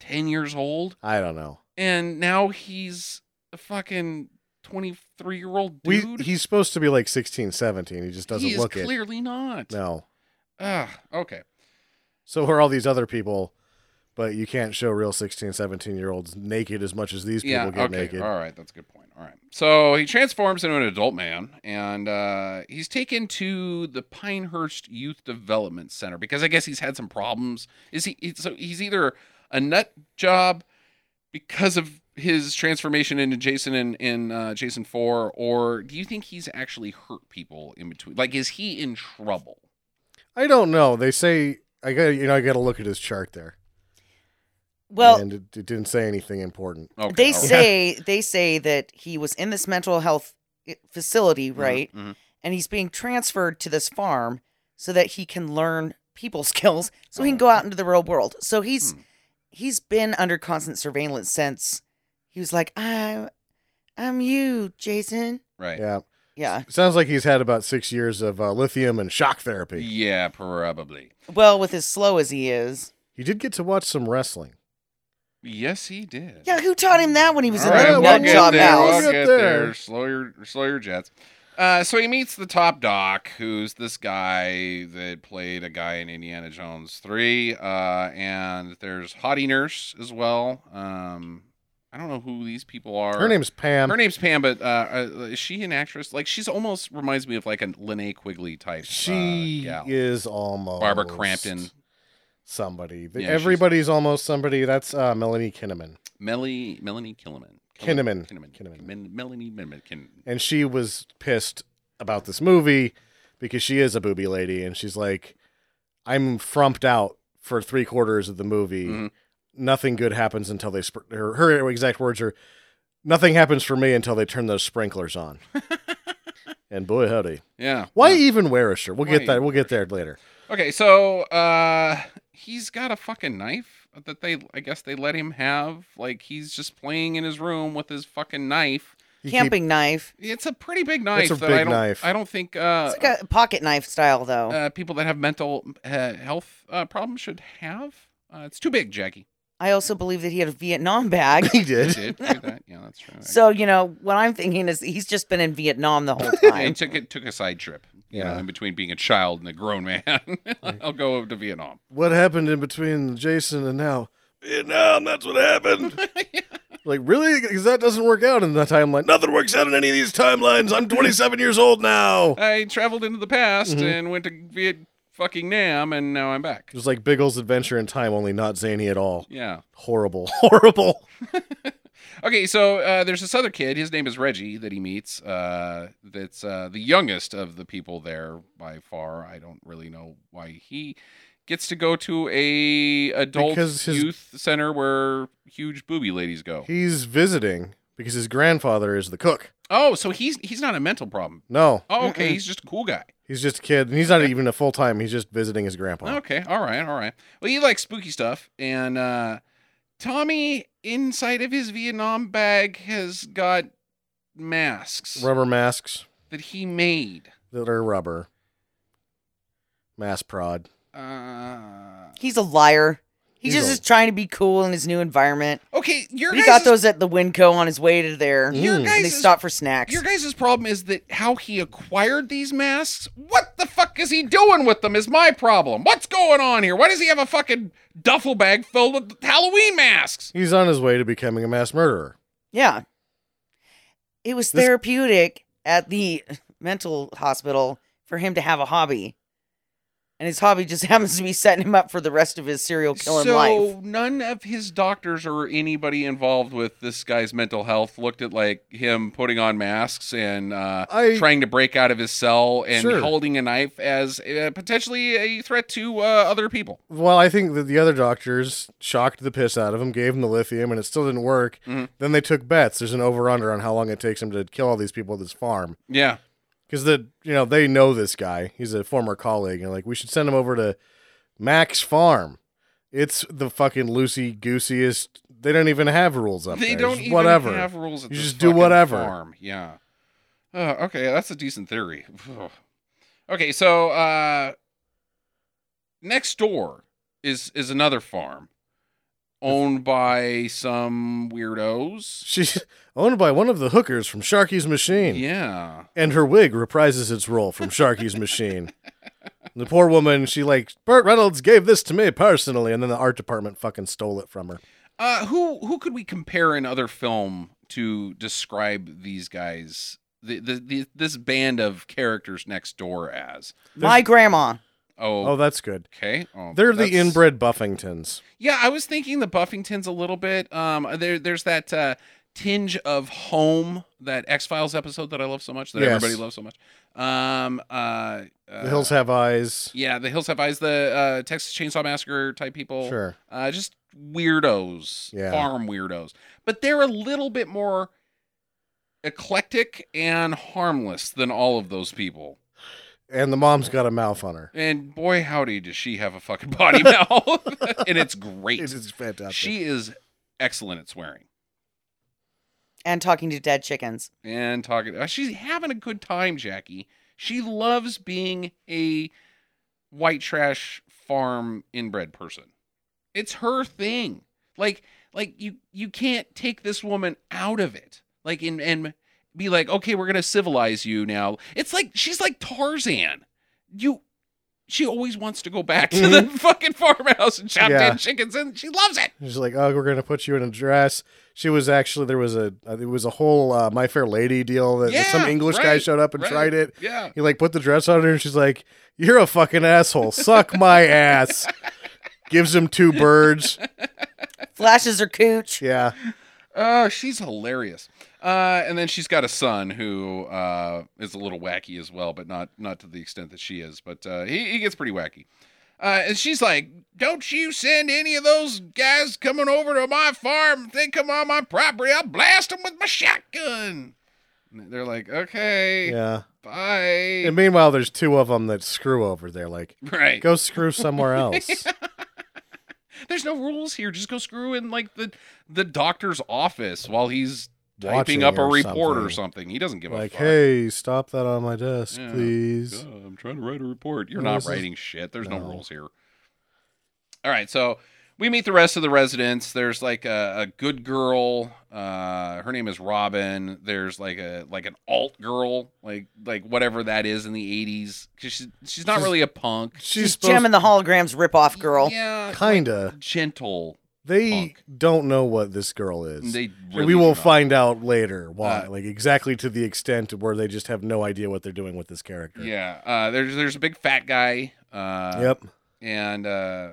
Speaker 1: 10 years old
Speaker 6: I don't know.
Speaker 1: and now he's a fucking 23-year-old
Speaker 6: We,
Speaker 1: dude.
Speaker 6: he's supposed to be like 16, 17. He just doesn't
Speaker 1: He is
Speaker 6: look it.
Speaker 1: clearly not.
Speaker 6: No.
Speaker 1: Ah, okay.
Speaker 6: So are all these other people, but you can't show real 16, 17 year olds naked as much as these people
Speaker 1: Yeah,
Speaker 6: get
Speaker 1: okay.
Speaker 6: naked.
Speaker 1: All right, that's a good point. All right. So he transforms into an adult man and uh he's taken to the Pinehurst Youth Development Center because I guess he's had some problems. Is he he- so he's either a nut job because of his transformation into Jason and in uh, Jason 4 or do you think he's actually hurt people in between? Like is he in trouble?
Speaker 6: I don't know. They say I got you know I got to look at his chart there.
Speaker 7: Well,
Speaker 6: and it, it didn't say anything important.
Speaker 1: Okay,
Speaker 7: they
Speaker 1: all right.
Speaker 7: say they say that he was in this mental health i- facility,
Speaker 1: Mhm,
Speaker 7: right?
Speaker 1: mhm.
Speaker 7: And he's being transferred to this farm so that he can learn people skills so he can go out into the real world. So he's
Speaker 1: Oh. Hmm.
Speaker 7: he's been under constant surveillance since he was like, "I'm I'm you, Jason."
Speaker 1: Right.
Speaker 6: Yeah,
Speaker 7: Yeah.
Speaker 6: sounds like he's had about six years of uh, lithium and shock therapy.
Speaker 1: yeah, probably.
Speaker 7: Well, with as slow as he is.
Speaker 6: He did get to watch some wrestling.
Speaker 1: Yes, he did.
Speaker 7: Yeah, who taught him that when he was
Speaker 1: All
Speaker 7: in
Speaker 1: right,
Speaker 7: that
Speaker 6: we'll
Speaker 7: nut
Speaker 1: get
Speaker 7: job
Speaker 1: there,
Speaker 7: house?
Speaker 1: We'll
Speaker 6: We'll
Speaker 1: get
Speaker 6: get
Speaker 1: there.
Speaker 6: there.
Speaker 1: Slow your, slow your jets. Uh, so he meets the top doc, who's this guy that played a guy in Indiana Jones three, uh, and there's Hottie Nurse as well. Um, I don't know who these people are.
Speaker 6: Her name's Pam.
Speaker 1: her name's Pam, but uh, uh, is she an actress? Like she's almost reminds me of like a Lene Quigley type.
Speaker 6: she
Speaker 1: uh, gal.
Speaker 6: is almost
Speaker 1: Barbara Crampton,
Speaker 6: Somebody.
Speaker 1: Yeah, she's-
Speaker 6: Everybody's almost somebody. That's uh, Melanie Kinnaman.
Speaker 1: Melanie Melanie Kinnaman,
Speaker 6: Kinnaman.
Speaker 1: Kinnaman,
Speaker 6: Kinnaman.
Speaker 1: Min- Melanie Kinnaman. Kin-
Speaker 6: and she was pissed about this movie because she is a booby lady and she's like i'm frumped out for three quarters of the movie
Speaker 1: Mhm.
Speaker 6: nothing good happens until they spr- her, her exact words are nothing happens for me until they turn those sprinklers on and boy howdy
Speaker 1: Yeah.
Speaker 6: why
Speaker 1: yeah.
Speaker 6: even wear a shirt we'll
Speaker 1: Why
Speaker 6: get that we'll get there later
Speaker 1: Okay, so uh he's got a fucking knife that they I guess they let him have. Like he's just playing in his room with his fucking knife.
Speaker 6: You keep-
Speaker 7: Camping knife.
Speaker 1: It's a pretty big knife
Speaker 6: a
Speaker 1: that
Speaker 6: big
Speaker 1: I don't
Speaker 6: knife.
Speaker 1: I don't think uh,
Speaker 7: It's like a pocket knife style though.
Speaker 1: uh people that have mental uh, health uh problems should have. Uh, it's too big, Jackie.
Speaker 7: I also believe that he had a Vietnam bag.
Speaker 6: he
Speaker 1: They
Speaker 6: did
Speaker 1: did do that. Yeah, that's true.
Speaker 7: So, you know, what I'm thinking is he's just been in Vietnam the whole
Speaker 1: Yeah, he
Speaker 7: time.
Speaker 1: took it took a side trip. You know,
Speaker 6: Yeah.
Speaker 1: in between being a child and a grown man. I'll go to Vietnam.
Speaker 6: what happened in between jason and now vietnam that's what happened Like, really? Because that doesn't work out in the timeline. Nothing works out in any of these timelines. I'm 27 years old now. It
Speaker 1: I traveled into the past
Speaker 6: Mhm.
Speaker 1: and went to Viet fucking Nam, and now I'm back.
Speaker 6: was like Biggles' Adventure in Time, only not zany at all.
Speaker 1: Yeah.
Speaker 6: Horrible. Horrible.
Speaker 1: Okay, so uh, there's this other kid. His name is Reggie that he meets. Uh, that's uh, the youngest of the people there by far. I don't really know why he gets to go to a adult
Speaker 6: Because his-
Speaker 1: youth center where huge booby ladies go.
Speaker 6: He's visiting because his grandfather is the cook.
Speaker 1: Oh, so he's he's not a mental problem.
Speaker 6: No,
Speaker 1: Oh, okay, he's just a cool guy.
Speaker 6: he's just a kid, and he's not even a full time. He's just visiting his grandpa.
Speaker 1: Okay, all right, all right. Well, he likes spooky stuff, and uh, Tommy inside of his Vietnam bag has got masks
Speaker 6: Rubber masks
Speaker 1: that he made.
Speaker 6: that are rubber. Mass prod.
Speaker 1: Uh,
Speaker 7: He's a liar. He
Speaker 6: He's
Speaker 7: just
Speaker 6: a-
Speaker 7: is trying to be cool in his new environment.
Speaker 1: okay, your
Speaker 7: He got
Speaker 1: guys'
Speaker 7: those at the Winco on his way to there.
Speaker 6: Your
Speaker 7: and they
Speaker 1: guys'
Speaker 7: stopped for snacks.
Speaker 1: Your guys' problem is that how he acquired these masks. What the fuck is he doing with them? Is my problem. What's going on here? Why does he have a fucking duffel bag filled with Halloween masks?
Speaker 6: He's on his way to becoming a mass murderer.
Speaker 7: Yeah. It was
Speaker 6: This-
Speaker 7: therapeutic at the mental hospital for him to have a hobby. And his hobby just happens to be setting him up for the rest of his serial killing
Speaker 1: so
Speaker 7: life.
Speaker 1: none of his doctors or anybody involved with this guy's mental health looked at like him putting on masks and uh,
Speaker 6: I-
Speaker 1: trying to break out of his cell and
Speaker 6: Sure.
Speaker 1: holding a knife as uh, potentially a threat to uh, other people.
Speaker 6: Well, I think that the other doctors shocked the piss out of him, gave him the lithium, and it still didn't work.
Speaker 1: Mhm.
Speaker 6: Then they took bets. There's an over under on how long it takes him to kill all these people at this farm.
Speaker 1: Yeah,
Speaker 6: Because the you know they know this guy. He's a former colleague, and like we should send him over to Max Farm. It's the fucking loosey gooseyest. They don't even have rules up
Speaker 1: they
Speaker 6: there.
Speaker 1: don't
Speaker 6: It's
Speaker 1: even
Speaker 6: whatever.
Speaker 1: have rules. At
Speaker 6: You
Speaker 1: this
Speaker 6: just do
Speaker 1: fucking
Speaker 6: whatever.
Speaker 1: Farm. Yeah. Uh, okay, that's a decent theory. okay, so uh, next door is is another farm owned by some weirdos.
Speaker 6: She's owned by one of the hookers from Sharky's Machine,
Speaker 1: Yeah.
Speaker 6: and her wig reprises its role from Sharky's Machine. The poor woman, she like Burt Reynolds gave this to me personally, and then the art department fucking stole it from her.
Speaker 1: Uh, who who could we compare in other film to describe these guys, the, the, the this band of characters next door as?
Speaker 7: My grandma.
Speaker 1: Oh,
Speaker 6: Oh, that's good.
Speaker 1: okay. Oh,
Speaker 6: They're the
Speaker 1: that's-
Speaker 6: inbred Buffingtons.
Speaker 1: Yeah, I was thinking the Buffingtons a little bit. Um, there there's that uh, tinge of home that X Files episode that I love so much that
Speaker 6: Yes.
Speaker 1: everybody loves so much. Um, uh, uh,
Speaker 6: The hills have eyes.
Speaker 1: Yeah, the Hills Have Eyes, the uh, Texas Chainsaw Massacre type people.
Speaker 6: Sure.
Speaker 1: uh, just weirdos,
Speaker 6: Yeah.
Speaker 1: farm weirdos. But they're a little bit more eclectic and harmless than all of those people.
Speaker 6: And the mom's got a mouth on her.
Speaker 1: And boy, howdy, does she have a fucking body mouth, and it's great.
Speaker 6: It is fantastic.
Speaker 1: she is excellent at swearing
Speaker 7: And talking to dead chickens.
Speaker 1: and talking. uh, She's having a good time, Jackie. She loves being a white trash farm inbred person. It's her thing. Like like you you can't take this woman out of it. Like and and be like, "Okay, we're going to civilize you now." It's like she's like Tarzan. You she always wants to go back to the fucking farmhouse and chop
Speaker 6: Mm-hmm. Yeah.
Speaker 1: dead chickens and she loves it.
Speaker 6: She's like, oh, we're gonna put you in a dress. She was actually there was a it was a whole uh, My Fair Lady deal that that some
Speaker 1: Yeah,
Speaker 6: English guy
Speaker 1: right,
Speaker 6: showed up and
Speaker 1: right.
Speaker 6: tried it.
Speaker 1: Yeah.
Speaker 6: He like put the dress on her, and she's like, "You're a fucking asshole. Suck my ass." Gives him two birds.
Speaker 7: Flashes her cooch.
Speaker 6: Yeah,
Speaker 1: Oh, she's hilarious. Uh, and then she's got a son who uh, is a little wacky as well, but not not to the extent that she is. But uh, he, he gets pretty wacky. Uh, and she's like, "Don't you send any of those guys coming over to my farm? If they come on my property, I'll blast them with my shotgun." And they're like, "Okay,
Speaker 6: yeah.
Speaker 1: bye."
Speaker 6: And meanwhile, there's two of them that screw over there. Like,
Speaker 1: right.
Speaker 6: go screw somewhere else.
Speaker 1: There's no rules here. Just go screw in like the the doctor's office while he's typing
Speaker 6: Watching
Speaker 1: up a
Speaker 6: or
Speaker 1: report or
Speaker 6: something.
Speaker 1: something. He doesn't give
Speaker 6: like,
Speaker 1: a fuck.
Speaker 6: hey, stop that on my desk,
Speaker 1: Yeah.
Speaker 6: please.
Speaker 1: Yeah, I'm trying to write a report. You're
Speaker 6: No,
Speaker 1: not
Speaker 6: this is-
Speaker 1: writing shit. There's no.
Speaker 6: No.
Speaker 1: rules here. All right, so we meet the rest of the residents. There's like a, a good girl. Uh, her name is Robin. There's like a like an alt girl, like like whatever that is in the '80s. 'Cause she's she's not
Speaker 6: She's-
Speaker 1: really a punk.
Speaker 6: She's
Speaker 7: Jim
Speaker 6: supposed
Speaker 7: and the holograms ripoff girl.
Speaker 1: Yeah,
Speaker 6: kinda.
Speaker 1: gentle.
Speaker 6: They
Speaker 1: Punk.
Speaker 6: don't know what this girl is.
Speaker 1: They
Speaker 6: And
Speaker 1: really
Speaker 6: we will
Speaker 1: do not.
Speaker 6: find out later why,
Speaker 1: Uh,
Speaker 6: like exactly to the extent where they just have no idea what they're doing with this character.
Speaker 1: Yeah. Uh, there's there's a big fat guy. Uh,
Speaker 6: Yep.
Speaker 1: And uh,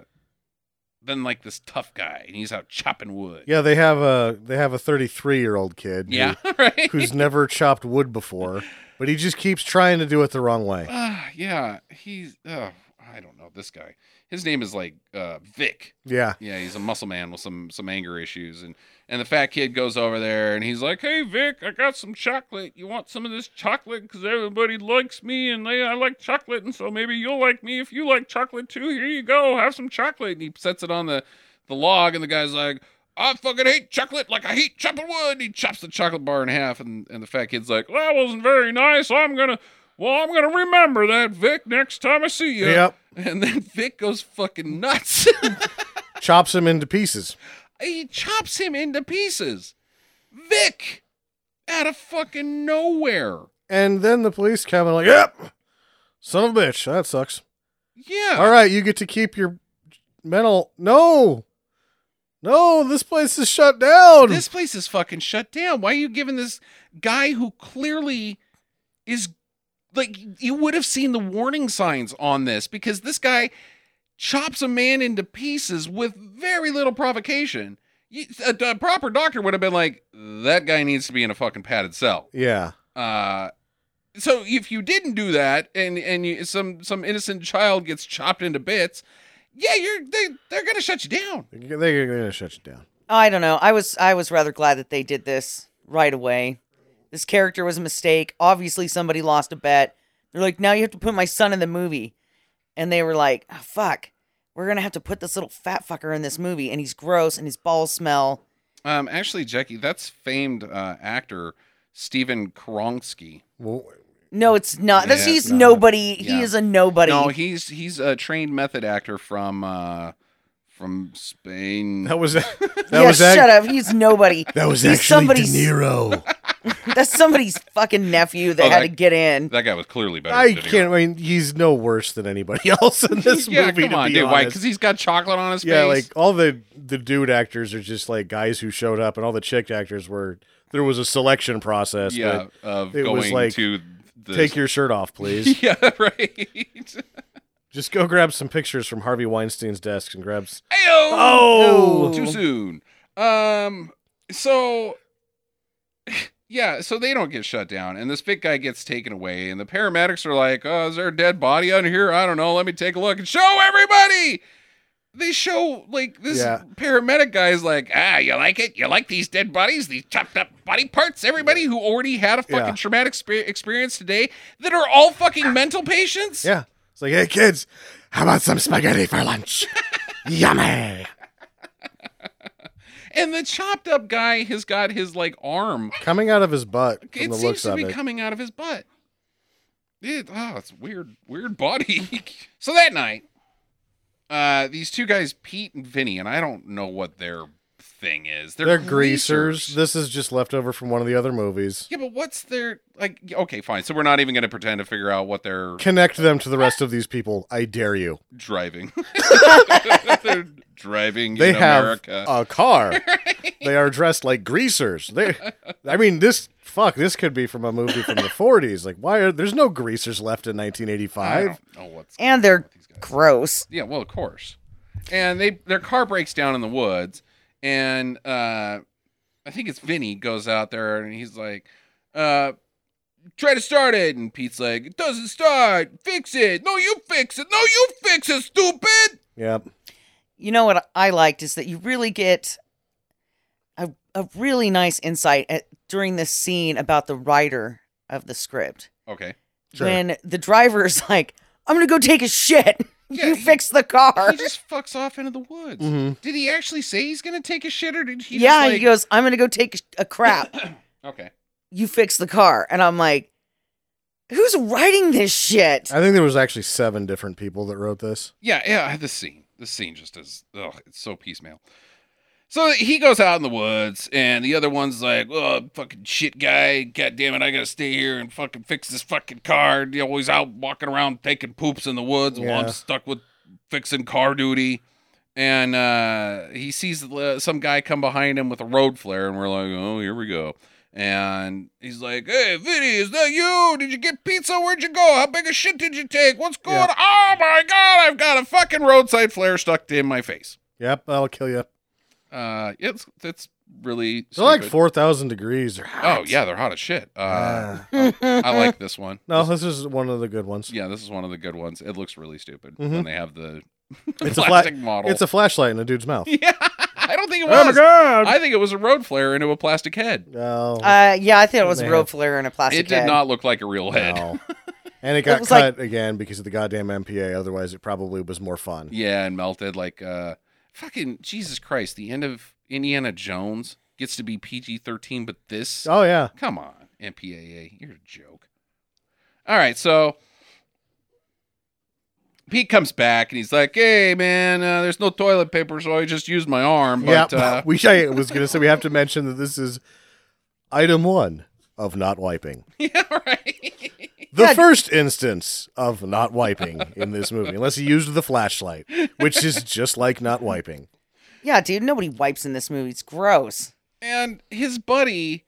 Speaker 1: then like this tough guy, and he's out chopping wood.
Speaker 6: Yeah, they have a they have a 33 year old kid. who-
Speaker 1: Yeah. Right.
Speaker 6: who's never chopped wood before, but he just keeps trying to do it the wrong way.
Speaker 1: Ah, yeah. He's. Uh, I don't know this guy. His name is like uh, Vic.
Speaker 6: Yeah.
Speaker 1: Yeah, he's a muscle man with some some anger issues, and and the fat kid goes over there and he's like, "Hey Vic, I got some chocolate. You want some of this chocolate? Because everybody likes me, and they I like chocolate, and so maybe you'll like me if you like chocolate too. Here you go, have some chocolate." And he sets it on the the log, and the guy's like, "I fucking hate chocolate like I hate chopping wood." And he chops the chocolate bar in half, and and the fat kid's like, "Well, that wasn't very nice. I'm gonna." Well, I'm gonna remember that, Vic, next time I see you.
Speaker 6: Yep.
Speaker 1: And then Vic goes fucking nuts.
Speaker 6: Chops him into pieces.
Speaker 1: he chops him into pieces. Vic, out of fucking nowhere.
Speaker 6: And then the police come and like, yep, son of a bitch, that sucks.
Speaker 1: Yeah.
Speaker 6: All right, you get to keep your mental. No, no, this place is shut down.
Speaker 1: This place is fucking shut down. Why are you giving this guy who clearly is like you would have seen the warning signs on this because this guy chops a man into pieces with very little provocation. You- A, a proper doctor would have been like, that guy needs to be in a fucking padded cell.
Speaker 6: yeah,
Speaker 1: Uh, so if you didn't do that and and you, some some innocent child gets chopped into bits yeah you're they, they're gonna shut you down
Speaker 6: they're gonna shut you down.
Speaker 7: I don't know. I was I was rather glad that they did this right away. This character was a mistake. Obviously, somebody lost a bet. They're like, now you have to put my son in the movie, and they were like, oh, fuck, we're gonna have to put this little fat fucker in this movie, and he's gross, and his balls smell.
Speaker 1: um actually jackie that's famed uh actor stephen kronsky
Speaker 6: Well,
Speaker 7: No, it's not. That's
Speaker 1: Yeah,
Speaker 7: he's
Speaker 6: no.
Speaker 7: nobody.
Speaker 1: Yeah.
Speaker 7: He is a nobody.
Speaker 1: no he's he's a trained method actor from uh from spain
Speaker 6: that was that
Speaker 7: yeah,
Speaker 6: was
Speaker 7: shut
Speaker 6: ac-
Speaker 7: up. He's nobody.
Speaker 6: that was
Speaker 7: He's
Speaker 6: actually De
Speaker 7: somebody's-
Speaker 6: Niro.
Speaker 7: That's somebody's fucking nephew that
Speaker 1: Oh,
Speaker 7: had
Speaker 1: that-
Speaker 7: to get in.
Speaker 1: that guy was clearly better
Speaker 6: I
Speaker 1: than De Niro.
Speaker 6: can't. I mean, he's no worse than anybody else in this
Speaker 1: yeah,
Speaker 6: movie.
Speaker 1: come
Speaker 6: to
Speaker 1: on,
Speaker 6: be
Speaker 1: dude. Why?
Speaker 6: honest.
Speaker 1: Because he's got chocolate on his
Speaker 6: Yeah,
Speaker 1: face.
Speaker 6: like all the the dude actors are just like guys who showed up, and all the chick actors were. There was a selection process.
Speaker 1: yeah,
Speaker 6: but
Speaker 1: of
Speaker 6: it was
Speaker 1: going
Speaker 6: like,
Speaker 1: to the
Speaker 6: take your shirt off, please.
Speaker 1: yeah, right.
Speaker 6: just go grab some pictures from Harvey Weinstein's desk and grab. s-
Speaker 1: Ayo!
Speaker 6: Oh!
Speaker 1: too soon. Um, so yeah, so they don't get shut down, and this big guy gets taken away, and the paramedics are like, "Oh, is there a dead body under here? I don't know. Let me take a look and show everybody." They show like this
Speaker 6: Yeah.
Speaker 1: paramedic guy is like, "Ah, you like it? You like these dead bodies, these chopped up body parts? Everybody who already had a fucking
Speaker 6: Yeah.
Speaker 1: traumatic spe- experience today that are all fucking mental patients."
Speaker 6: Yeah, it's like, hey kids, how about some spaghetti for lunch? Yummy.
Speaker 1: And the chopped up guy has got his like arm
Speaker 6: Coming out of his butt from
Speaker 1: it
Speaker 6: the
Speaker 1: seems
Speaker 6: looks
Speaker 1: to
Speaker 6: of
Speaker 1: be
Speaker 6: it.
Speaker 1: coming out of his butt. It, oh, it's weird, weird body. so that night, uh, these two guys, Pete and Vinny, and I don't know what their thing is. They're,
Speaker 6: They're greasers. This is just leftover from one of the other movies.
Speaker 1: yeah, but what's their like? Okay, fine. So we're not even going to pretend to figure out what they're
Speaker 6: Connect them to the rest of these people. I dare you.
Speaker 1: driving. they're driving
Speaker 6: They
Speaker 1: in
Speaker 6: have
Speaker 1: America.
Speaker 6: a car. They are dressed like greasers. They, I mean, this fuck. This could be from a movie from the forties. Like, why are there's no greasers left in
Speaker 1: I
Speaker 6: 1985?
Speaker 1: don't know what's
Speaker 7: and they're gross.
Speaker 1: Yeah, well, of course. And they their car breaks down in the woods, and uh, I think it's Vinny goes out there and he's like, uh, "Try to start it," and Pete's like, "It doesn't start. Fix it. No, you fix it. No, you fix it. Stupid."
Speaker 6: Yep.
Speaker 7: You know what I liked is that you really get a, a really nice insight at, during this scene about the writer of the script.
Speaker 1: Okay.
Speaker 6: Sure.
Speaker 7: When the driver is like, I'm going to go take a shit.
Speaker 1: Yeah,
Speaker 7: you
Speaker 1: he-
Speaker 7: fix the car.
Speaker 1: He just fucks off into the woods.
Speaker 6: Mhm.
Speaker 1: Did he actually say he's gonna take a shit, or did he?
Speaker 7: Mm-hmm. yeah,
Speaker 1: just like,
Speaker 7: he goes, I'm going to go take a crap.
Speaker 1: Okay.
Speaker 7: you fix the car. And I'm like, who's writing this shit?
Speaker 6: I think there was actually seven different people that wrote this.
Speaker 1: Yeah, yeah, this scene. This scene just is ugh, it's so piecemeal. So he goes out in the woods and the other one's like, Oh fucking shit guy, god damn it, I gotta stay here and fucking fix this fucking car. You know, he's out walking around taking poops in the woods while
Speaker 6: Yeah.
Speaker 1: I'm stuck with fixing car duty. and uh, he sees uh, some guy come behind him with a road flare, and we're like, oh, here we go. And he's like, hey, Vinny, is that you? Did you get pizza? Where'd you go? How big a shit did you take? What's going
Speaker 6: Yeah.
Speaker 1: on? Oh my God, I've got a fucking roadside flare stuck in my face.
Speaker 6: Yep, that'll kill you.
Speaker 1: Uh, it's, it's really.
Speaker 6: They're like
Speaker 1: stupid.
Speaker 6: 4,000 degrees. They're hot.
Speaker 1: Oh, yeah, they're hot as shit. Uh, I like this one.
Speaker 6: No, this is one of the good ones.
Speaker 1: Yeah, this is one of the good ones. It looks really stupid
Speaker 6: Mhm.
Speaker 1: when they have the
Speaker 6: It's a fla-
Speaker 1: plastic model.
Speaker 6: It's a flashlight in a dude's mouth.
Speaker 1: yeah, I don't think it
Speaker 6: Oh
Speaker 1: was.
Speaker 6: my god!
Speaker 1: I think it was a road flare into a plastic head.
Speaker 6: no,
Speaker 7: Uh, yeah, I thought it was a
Speaker 6: Man.
Speaker 7: rope flare and a plastic.
Speaker 1: It did
Speaker 7: head.
Speaker 1: not look like a real head.
Speaker 6: no. And it
Speaker 7: It
Speaker 6: got
Speaker 7: was like-
Speaker 6: cut again because of the goddamn MPA. Otherwise, it probably was more fun.
Speaker 1: Yeah, and melted like uh fucking Jesus Christ, the end of Indiana Jones gets to be PG thirteen, but this
Speaker 6: Oh yeah,
Speaker 1: come on, MPAA, you're a joke. All right, so Pete comes back and he's like, "Hey man, uh, there's no toilet paper, so I just used my arm." But
Speaker 6: yeah.
Speaker 1: uh,
Speaker 6: we I was gonna say we have to mention that this is item one of not wiping.
Speaker 1: yeah, right.
Speaker 6: The
Speaker 7: Yeah.
Speaker 6: first instance of not wiping in this movie, unless he used the flashlight, which is just like not wiping.
Speaker 7: Yeah, dude, nobody wipes in this movie. It's gross.
Speaker 1: and his buddy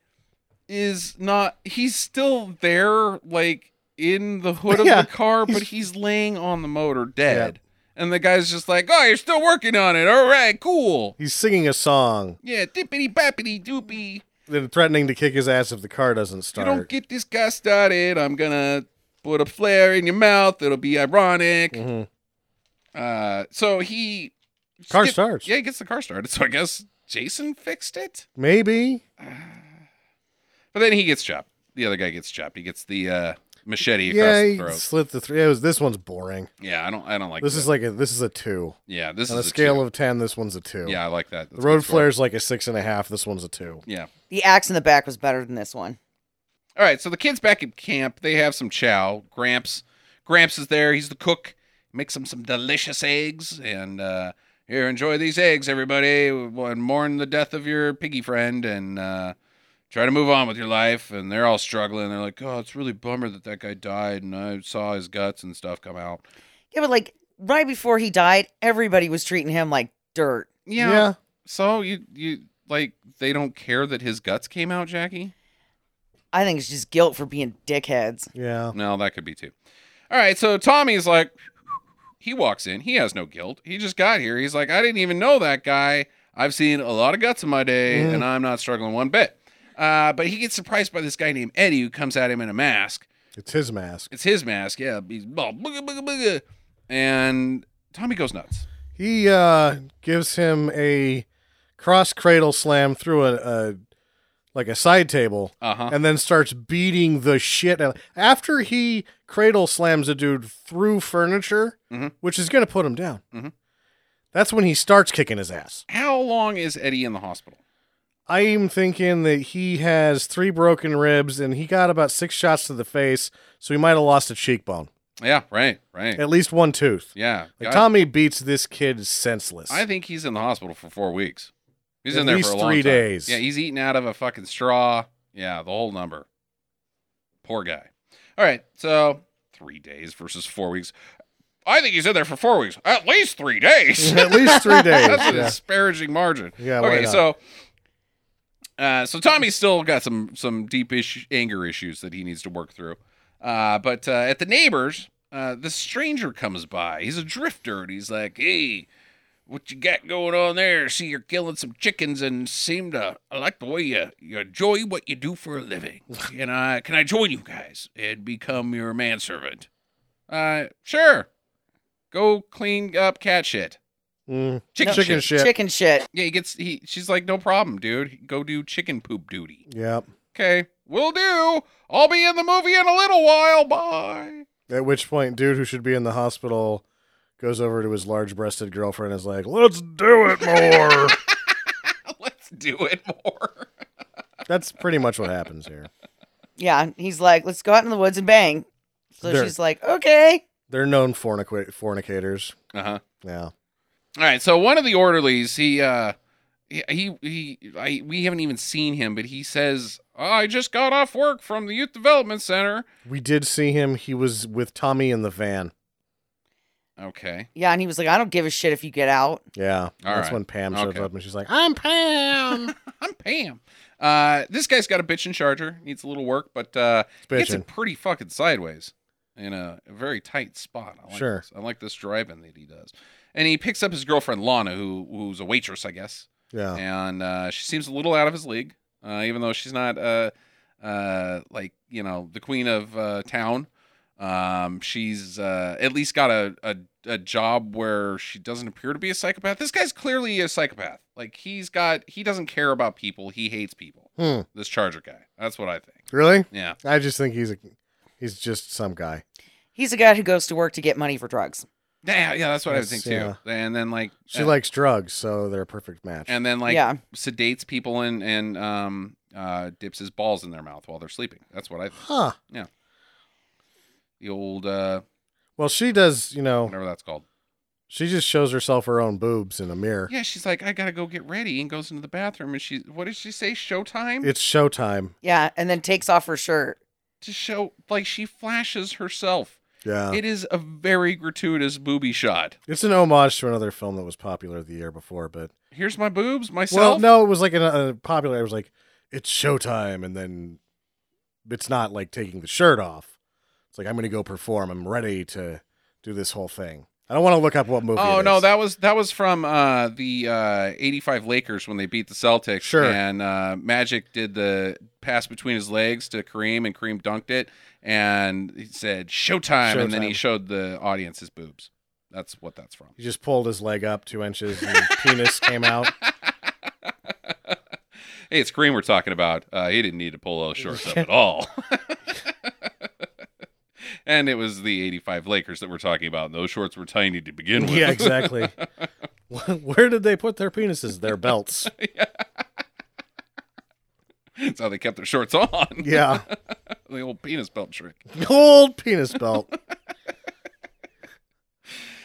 Speaker 1: is not he's still there like in the hood of
Speaker 6: Yeah,
Speaker 1: the car but
Speaker 6: he's-
Speaker 1: he's laying on the motor dead and the guy's just like oh you're still working on it all right cool
Speaker 6: He's singing a song,
Speaker 1: yeah dippity bappity doopy
Speaker 6: then threatening to kick his ass if the car doesn't
Speaker 1: you
Speaker 6: start.
Speaker 1: don't get this guy started i'm gonna put a flare in your mouth it'll be ironic
Speaker 6: Mhm.
Speaker 1: uh so he
Speaker 6: Car
Speaker 1: skip-
Speaker 6: starts.
Speaker 1: yeah he gets the car started so i guess jason fixed it
Speaker 6: Maybe.
Speaker 1: but then he gets chopped the other guy gets chopped he gets the uh machete across
Speaker 6: Yeah,
Speaker 1: the
Speaker 6: he
Speaker 1: throat
Speaker 6: slit the three. It was this one's boring.
Speaker 1: Yeah, I don't. I don't like
Speaker 6: This
Speaker 1: that.
Speaker 6: is like a this is a two
Speaker 1: Yeah, this
Speaker 6: on a
Speaker 1: is
Speaker 6: scale
Speaker 1: two.
Speaker 6: of ten. This one's a two.
Speaker 1: Yeah, I like that.
Speaker 6: the
Speaker 1: That's a
Speaker 6: road
Speaker 1: good score.
Speaker 6: flare's like a six and a half. This one's a two.
Speaker 1: Yeah.
Speaker 7: The axe in the back was better than this one.
Speaker 1: All right. So the kids back at camp, they have some chow. Gramps, Gramps is there. He's the cook. Makes them some delicious eggs, and uh, here, enjoy these eggs, everybody, and mourn the death of your piggy friend, and uh, try to move on with your life. And they're all struggling. They're like, oh, it's really bummer that that guy died, and I saw his guts and stuff come out.
Speaker 7: Yeah, but like right before he died, everybody was treating him like dirt.
Speaker 1: Yeah. So you you like they don't care that his guts came out, Jackie.
Speaker 7: I think it's just guilt for being dickheads.
Speaker 6: yeah.
Speaker 1: No, that could be too. All right, so Tommy's like, he walks in. He has no guilt. He just got here. He's like, I didn't even know that guy. I've seen a lot of guts in my day, and I'm not struggling one bit. Uh, but he gets surprised by this guy named Eddie who comes at him in a mask.
Speaker 6: It's his mask.
Speaker 1: It's his mask. Yeah, he's blah, booga, booga, booga. And Tommy goes nuts.
Speaker 6: He uh gives him a cross cradle slam through a, a like a side table.
Speaker 1: Uh huh.
Speaker 6: And then starts beating the shit out. After he cradle slams a dude through furniture,
Speaker 1: Mhm.
Speaker 6: which is going to put him down,
Speaker 1: Mhm.
Speaker 6: that's when he starts kicking his ass.
Speaker 1: How long is Eddie in the hospital?
Speaker 6: I'm thinking that he has three broken ribs and he got about six shots to the face, so he might have lost a cheekbone,
Speaker 1: Yeah, right, right.
Speaker 6: at least one tooth.
Speaker 1: Yeah.
Speaker 6: Like
Speaker 1: I-
Speaker 6: Tommy beats this kid senseless.
Speaker 1: I think he's in the hospital for four weeks. He's
Speaker 6: At
Speaker 1: in there
Speaker 6: least
Speaker 1: for a long
Speaker 6: three
Speaker 1: time.
Speaker 6: days.
Speaker 1: Yeah, he's eating out of a fucking straw. Yeah, the whole number. Poor guy. All right, so three days versus four weeks. I think he's in there for four weeks. At least three days.
Speaker 6: at least three days.
Speaker 1: That's a
Speaker 6: yeah.
Speaker 1: disparaging margin.
Speaker 6: Yeah, why
Speaker 1: Okay,
Speaker 6: not?
Speaker 1: so. Uh, so Tommy's still got some some deep issue, anger issues that he needs to work through. Uh, but uh, at the neighbors, uh, the stranger comes by. He's a drifter, and he's like, "Hey, what you got going on there? See, you're killing some chickens, and seem to I like the way you you enjoy what you do for a living. Can I can I join you guys and become your manservant? Uh, sure. Go clean up cat shit,
Speaker 6: Mm,
Speaker 1: chicken,
Speaker 6: chicken
Speaker 1: shit.
Speaker 6: shit.
Speaker 7: Chicken shit.
Speaker 1: Yeah, he gets he. She's like, no problem, dude. Go do chicken poop duty.
Speaker 6: Yep.
Speaker 1: Okay, will do. I'll be in the movie in a little while. Bye.
Speaker 6: At which point, dude who should be in the hospital goes over to his large breasted girlfriend and is like, let's do it more.
Speaker 1: Let's do it more.
Speaker 6: That's pretty much what happens here.
Speaker 7: Yeah, he's like, let's go out in the woods and bang. So
Speaker 6: Dirt.
Speaker 7: she's like, okay.
Speaker 6: They're known fornic- fornicators.
Speaker 1: Uh huh.
Speaker 6: Yeah.
Speaker 1: All right, so one of the orderlies, he uh he he, he I, we haven't even seen him, but he says, "I just got off work from the youth development center."
Speaker 6: We did see him. He was with Tommy in the van.
Speaker 1: Okay.
Speaker 7: Yeah, and he was like, I don't give a shit if you get out.
Speaker 6: Yeah. that's
Speaker 1: right.
Speaker 6: when Pam shows
Speaker 1: Okay.
Speaker 6: up and she's like, I'm Pam.
Speaker 1: I'm Pam. Uh, this guy's got a bitchin' charger. Needs a little work, but uh, gets
Speaker 6: bitchin'.
Speaker 1: it pretty fucking sideways in a, a very tight spot. I like
Speaker 6: Sure.
Speaker 1: This. I like this driving that he does. And he picks up his girlfriend Lana, who who's a waitress, I guess.
Speaker 6: yeah.
Speaker 1: and uh, she seems a little out of his league, uh, even though she's not uh, uh, like you know the queen of uh, town. Um, she's uh, at least got a, a a job where she doesn't appear to be a psychopath. This guy's clearly a psychopath. Like he's got he doesn't care about people. He hates people.
Speaker 6: Hmm.
Speaker 1: This Charger guy. That's what I think.
Speaker 6: Really?
Speaker 1: Yeah.
Speaker 6: I just think he's a he's just some guy.
Speaker 7: He's a guy who goes to work to get money for drugs.
Speaker 1: Yeah, yeah, that's what I would think
Speaker 6: That's,
Speaker 1: too.
Speaker 6: yeah.
Speaker 1: And then like
Speaker 6: She
Speaker 1: uh,
Speaker 6: likes drugs, so they're a perfect match.
Speaker 1: and then like
Speaker 7: Yeah.
Speaker 1: sedates people and and um uh dips his balls in their mouth while they're sleeping. That's what I think.
Speaker 6: huh.
Speaker 1: the old uh
Speaker 6: Well, she does, you know,
Speaker 1: whatever that's called.
Speaker 6: she just shows herself her own boobs in a mirror.
Speaker 1: Yeah, she's like, I gotta go get ready, and goes into the bathroom, and she, what did she say? Showtime
Speaker 6: It's showtime.
Speaker 7: Yeah, and then takes off her shirt.
Speaker 1: to show, like she flashes herself.
Speaker 6: Yeah.
Speaker 1: It is a very gratuitous booby shot.
Speaker 6: it's an homage to another film that was popular the year before, but
Speaker 1: Here's my boobs,
Speaker 6: well,
Speaker 1: myself.
Speaker 6: no, it was like a, a popular. It was like it's showtime, and then it's not like taking the shirt off. It's like I'm going to go perform. I'm ready to do this whole thing. I don't want to look up what movie.
Speaker 1: Oh
Speaker 6: it
Speaker 1: no,
Speaker 6: is.
Speaker 1: that was that was from uh, the uh, '85 Lakers when they beat the Celtics.
Speaker 6: Sure.
Speaker 1: And uh, Magic did the pass between his legs to Kareem, and Kareem dunked it, and he said "Showtime," and then he
Speaker 6: Showtime.
Speaker 1: showed the audience his boobs. That's what that's from.
Speaker 6: he just pulled his leg up two inches, and penis came out.
Speaker 1: Hey, it's Kareem we're talking about. Uh, he didn't need to pull those shorts up at all. and it was the 85 Lakers that we're talking about. and Those shorts were tiny to begin with.
Speaker 6: Yeah, exactly. Where did they put their penises? Their belts.
Speaker 1: That's how they kept their shorts on.
Speaker 6: Yeah,
Speaker 1: the old penis belt trick.
Speaker 6: old penis belt.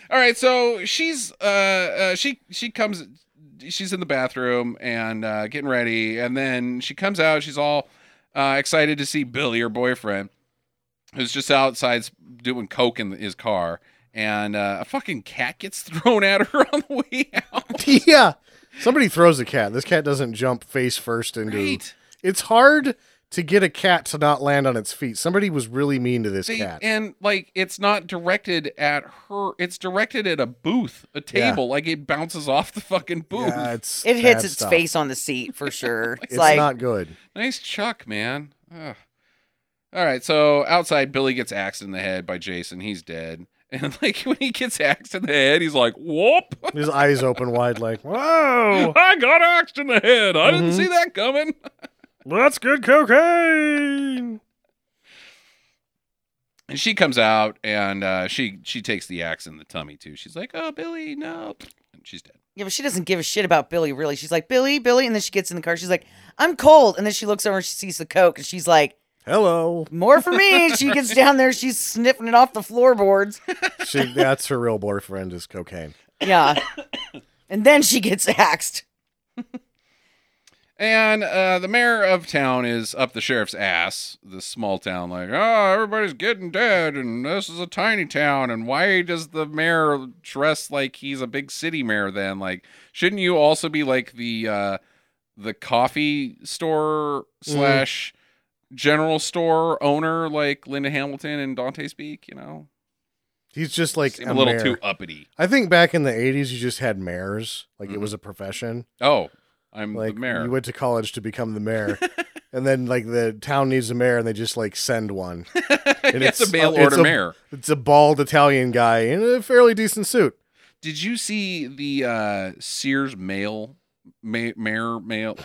Speaker 1: All right, so she's uh, uh she she comes she's in the bathroom and uh getting ready and then she comes out, she's all uh excited to see Billy her boyfriend who's just outside doing coke in his car and uh, a fucking cat gets thrown at her on the way out.
Speaker 6: yeah, somebody throws a cat. This cat doesn't jump face first into.
Speaker 1: Right.
Speaker 6: It's hard to get a cat to not land on its feet. Somebody was really mean to this
Speaker 1: They-
Speaker 6: cat.
Speaker 1: and like it's not directed at her, it's directed at a booth, a
Speaker 6: Yeah.
Speaker 1: table. Like it bounces off the fucking booth.
Speaker 6: Yeah, it's
Speaker 7: It hits
Speaker 6: bad
Speaker 7: its
Speaker 6: stuff.
Speaker 7: face on the seat for sure. It's,
Speaker 6: It's
Speaker 7: like
Speaker 6: not good.
Speaker 1: Nice chuck, man. Ugh. All right, so outside, Billy gets axed in the head by Jason. He's dead. And like when he gets axed in the head, he's like, "Whoop!
Speaker 6: His eyes open wide, like, whoa,
Speaker 1: I got axed in the head. I didn't see that coming."
Speaker 6: that's good cocaine.
Speaker 1: And she comes out, and uh, she she takes the axe in the tummy too. She's like, "Oh, Billy, no!" And she's dead.
Speaker 7: Yeah, but she doesn't give a shit about Billy, really. She's like, Billy, Billy. And then she gets in the car. She's like, I'm cold. And then she looks over and she sees the Coke and she's like,
Speaker 6: Hello.
Speaker 7: More for me. And she gets down there. She's sniffing it off the floorboards.
Speaker 6: She, that's her real boyfriend is cocaine.
Speaker 7: Yeah. And then she gets axed.
Speaker 1: And uh, the mayor of town is up the sheriff's ass, this small town, like, oh, everybody's getting dead, and this is a tiny town, and why does the mayor dress like he's a big city mayor then? Like, shouldn't you also be like the uh, the coffee store
Speaker 6: Mm.
Speaker 1: slash general store owner like Linda Hamilton and Dante Speak, you know?
Speaker 6: He's just like
Speaker 1: Seem a
Speaker 6: a,
Speaker 1: little
Speaker 6: mayor.
Speaker 1: too uppity.
Speaker 6: I think back in the '80s, you just had mayors. Like it
Speaker 1: Mm-hmm.
Speaker 6: was a profession.
Speaker 1: Oh, I'm
Speaker 6: Like
Speaker 1: the mayor.
Speaker 6: you went to college to become the mayor, and then like the town needs a mayor, and they just like send one. And
Speaker 1: it's, a mail
Speaker 6: it's
Speaker 1: order
Speaker 6: a-
Speaker 1: mayor.
Speaker 6: It's a bald Italian guy in a fairly decent suit.
Speaker 1: Did you see the uh, Sears mail? Ma- mayor mail.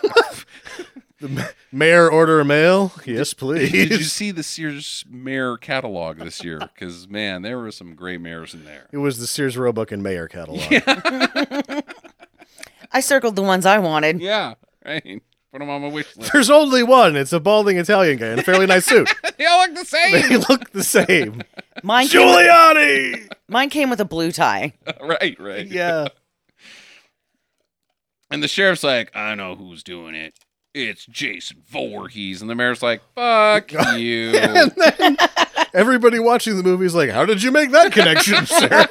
Speaker 6: Mayor order a mail? Yes, please.
Speaker 1: Did you see the Sears mayor catalog this year? Because man, there were some great mayors in there.
Speaker 6: It was the Sears Roebuck and Mayor catalog.
Speaker 7: I circled the ones I wanted.
Speaker 1: Yeah, right. Put them on my wish list.
Speaker 6: There's only one. It's a balding Italian guy in a fairly nice suit.
Speaker 1: they all look the same,
Speaker 6: They look the same.
Speaker 7: Mine came, with,
Speaker 6: Giuliani.
Speaker 7: mine came with a blue tie.
Speaker 1: right? Right.
Speaker 6: Yeah.
Speaker 1: And the sheriff's like, I know who's doing it. It's Jason Voorhees, and the mayor's like, "Fuck you."
Speaker 6: Everybody watching the movie is like, "How did you make that connection, sir?"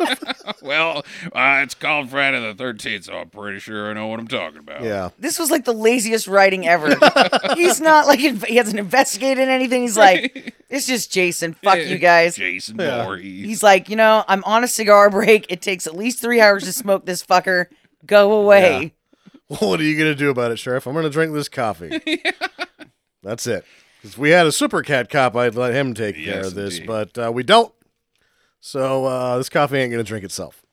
Speaker 1: well, uh, it's called Friday the 13th, so I'm pretty sure I know what I'm talking about.
Speaker 6: Yeah.
Speaker 7: This was like the laziest writing ever. He's not like inv- he hasn't investigated anything. He's like, it's just Jason. Fuck you guys.
Speaker 1: Jason
Speaker 6: Yeah.
Speaker 1: Voorhees.
Speaker 7: He's like, you know, I'm on a cigar break. It takes at least three hours to smoke this fucker. Go away.
Speaker 6: What are you going to do about it, Sheriff? I'm going to drink this coffee. That's it. If we had a super cat cop, I'd let him take care
Speaker 1: Yes,
Speaker 6: of this,
Speaker 1: indeed.
Speaker 6: but uh, we don't. So uh, this coffee ain't going to drink itself.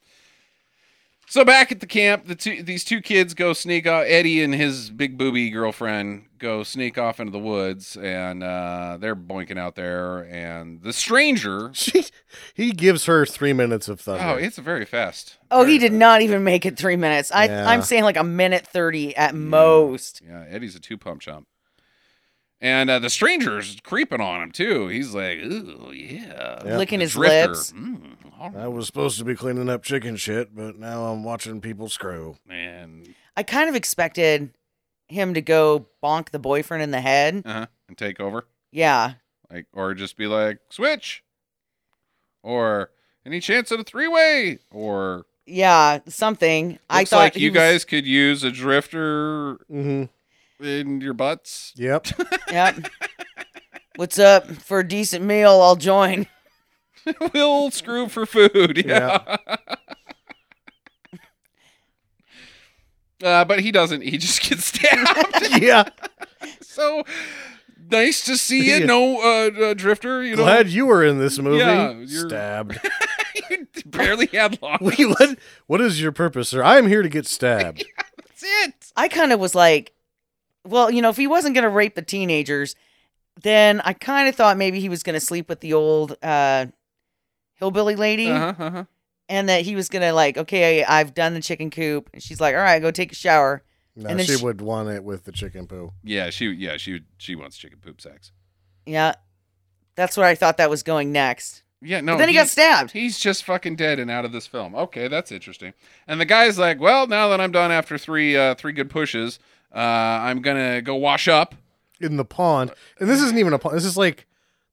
Speaker 1: So back at the camp, the two these two kids go sneak off. Eddie and his big booby girlfriend go sneak off into the woods, and uh, they're boinking out there. And the stranger,
Speaker 6: She, he gives her three minutes of thunder.
Speaker 1: oh, it's very fast.
Speaker 7: Oh, he did not even make it three minutes. I,
Speaker 6: Yeah.
Speaker 7: I'm saying like a minute 30 at most.
Speaker 1: Yeah, Eddie's a two pump chump. And uh, the stranger's creeping on him too. He's like, "Ooh, yeah."
Speaker 6: Yeah.
Speaker 7: Licking
Speaker 1: The
Speaker 7: his
Speaker 1: drifter.
Speaker 7: lips.
Speaker 1: Mm, all right,
Speaker 6: I was supposed to be cleaning up chicken shit, but now I'm watching people screw.
Speaker 1: man.
Speaker 7: I kind of expected him to go bonk the boyfriend in the head.
Speaker 1: Uh-huh. And take over,
Speaker 7: Yeah.
Speaker 1: like, or just be like, switch, or any chance at a three way, or
Speaker 7: Yeah. Something. I
Speaker 1: Looks
Speaker 7: thought
Speaker 1: like
Speaker 7: he
Speaker 1: you
Speaker 7: was-
Speaker 1: guys could use a drifter
Speaker 6: Mm-hmm.
Speaker 1: in your butts.
Speaker 6: Yep.
Speaker 7: Yep. What's up? For a decent meal, I'll join.
Speaker 1: we'll screw for food. Yeah. Uh, but he doesn't. He just gets stabbed.
Speaker 6: yeah.
Speaker 1: so nice to see you.
Speaker 6: Yeah.
Speaker 1: No uh, uh, drifter. You know,
Speaker 6: Glad you were in this movie.
Speaker 1: Yeah, you're-
Speaker 6: Stabbed.
Speaker 1: you barely had long.
Speaker 6: Wait, what? What is your purpose, sir? I am here to get stabbed.
Speaker 1: That's it.
Speaker 7: I kind of was like, well, you know, if he wasn't going to rape the teenagers, then I kind of thought maybe he was going to sleep with the old uh, hillbilly lady
Speaker 1: Uh-huh, uh-huh.
Speaker 7: and that he was going to, like, okay, I've done the chicken coop. And she's like, all right, go take a shower.
Speaker 6: No,
Speaker 7: And then
Speaker 6: she
Speaker 7: she-
Speaker 6: would want it with the chicken poo.
Speaker 1: Yeah, she. Yeah, she. She wants chicken poop sex.
Speaker 7: Yeah. That's where I thought that was going next.
Speaker 1: Yeah, no.
Speaker 7: but then he, got stabbed.
Speaker 1: He's just fucking dead and out of this film. Okay, that's interesting. And the guy's like, "Well, now that I'm done after three uh, three good pushes, uh, I'm gonna go wash up."
Speaker 6: in the pond. And this isn't even a pond. This is like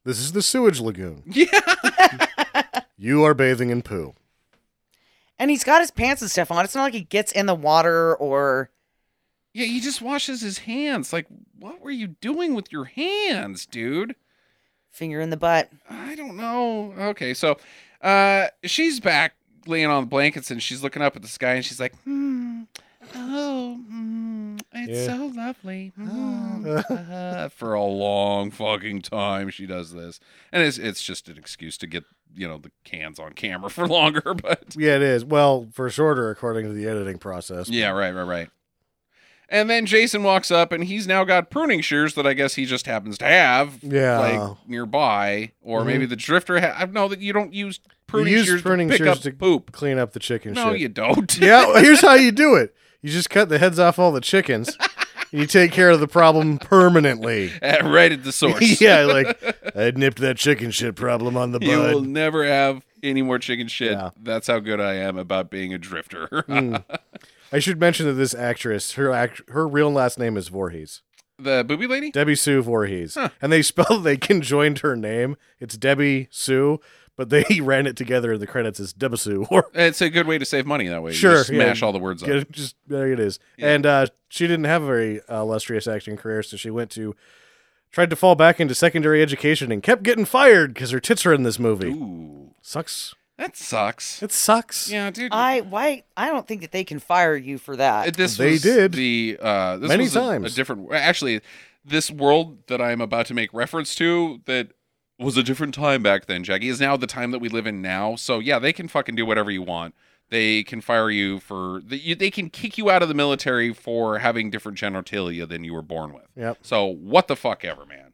Speaker 6: this is the sewage lagoon. Yeah. you are bathing in poo.
Speaker 7: And he's got his pants and stuff on. It's not like he gets in the water or.
Speaker 1: Yeah, he just washes his hands. Like, what were you doing with your hands, dude?
Speaker 7: Finger in the butt.
Speaker 1: I don't know. Okay, so uh, she's back laying on the blankets and she's looking up at the sky and she's like, "Hmm, oh, hmm, it's
Speaker 6: Yeah.
Speaker 1: so lovely." hmm, uh-huh," for a long fucking time, she does this, and it's it's just an excuse to get you know the cans on camera for longer, but
Speaker 6: Yeah, it is. Well, for shorter according to the editing process.
Speaker 1: yeah, right, right, right. And then Jason walks up and he's now got pruning shears that I guess he just happens to have.
Speaker 6: Yeah.
Speaker 1: Like nearby. Or
Speaker 6: Mhm.
Speaker 1: maybe the drifter ha- I know that you don't use
Speaker 6: You
Speaker 1: pruning
Speaker 6: use
Speaker 1: shears
Speaker 6: pruning
Speaker 1: to pick
Speaker 6: shears
Speaker 1: up
Speaker 6: to
Speaker 1: poop.
Speaker 6: clean up the chicken
Speaker 1: No,
Speaker 6: shit.
Speaker 1: you don't.
Speaker 6: yeah, well, here's how you do it. You just cut the heads off all the chickens. and you take care of the problem permanently.
Speaker 1: Uh, right at the source.
Speaker 6: yeah, like I nipped that chicken shit problem on the
Speaker 1: You will
Speaker 6: bud.
Speaker 1: never have any more chicken shit.
Speaker 6: Yeah. Mm.
Speaker 1: That's how good I am about being a drifter.
Speaker 6: Hmm. I should mention that this actress, her act, her real last name is Voorhees.
Speaker 1: the booby lady?
Speaker 6: Debbie Sue Voorhees. And they spelled they conjoined her name. It's Debbie Sue, but they ran it together in the credits as Debbie Sue. Or
Speaker 1: It's a good way to save money that way. You
Speaker 6: Sure,
Speaker 1: just smash
Speaker 6: yeah.
Speaker 1: all the words up.
Speaker 6: get it- just there it is. And uh, she didn't have a very uh, illustrious acting career, so she went to tried to fall back into secondary education and kept getting fired because her tits are in this movie.
Speaker 1: Ooh.
Speaker 6: Sucks.
Speaker 1: That sucks.
Speaker 6: It sucks.
Speaker 1: Yeah, dude.
Speaker 7: I why I don't think that they can fire you for that.
Speaker 1: Uh, This
Speaker 6: They
Speaker 1: was
Speaker 6: did.
Speaker 1: the uh, this
Speaker 6: Many
Speaker 1: was a-
Speaker 6: times.
Speaker 1: A, different actually. This world that I'm about to make reference to that was a different time back then. Jackie is now the time that we live in now. So yeah, they can fucking do whatever you want. They can fire you for the, you, they can kick you out of the military for having different genitalia than you were born with.
Speaker 6: Yep.
Speaker 1: So what the fuck ever, man.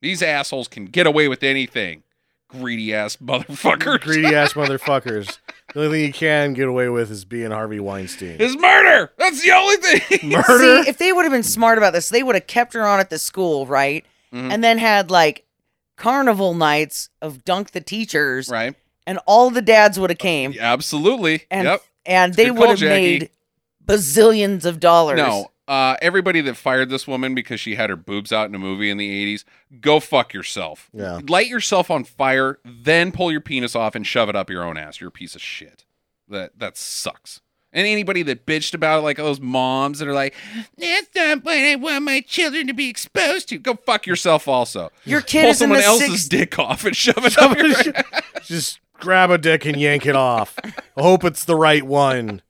Speaker 1: These assholes can get away with anything. Greedy ass motherfuckers.
Speaker 6: Greedy ass motherfuckers. The only thing you can get away with is being Harvey Weinstein.
Speaker 1: is murder. That's the only thing.
Speaker 6: Murder.
Speaker 7: See, if they would have been smart about this, they would have kept her on at the school, right?
Speaker 1: Mhm.
Speaker 7: And then had like carnival nights of dunk the teachers,
Speaker 1: right.
Speaker 7: and all the dads would have came,
Speaker 1: Absolutely.
Speaker 7: and
Speaker 1: yep.
Speaker 7: and they
Speaker 1: Good
Speaker 7: would
Speaker 1: call,
Speaker 7: have
Speaker 1: Jackie.
Speaker 7: made bazillions of dollars.
Speaker 1: No, uh, everybody that fired this woman because she had her boobs out in a movie in the 80s, go fuck yourself.
Speaker 6: Yeah.
Speaker 1: Light yourself on fire, then pull your penis off and shove it up your own ass. You're a piece of shit. That that sucks. And anybody that bitched about it, like those moms that are like, "That's not what I want my children to be exposed to." Go fuck yourself. Also,
Speaker 7: Your kid
Speaker 1: pull
Speaker 7: is in
Speaker 1: someone
Speaker 7: the
Speaker 1: else's
Speaker 7: sixth.
Speaker 1: dick off and shove it up your
Speaker 6: Just grab a dick and yank it off. I hope it's the right one.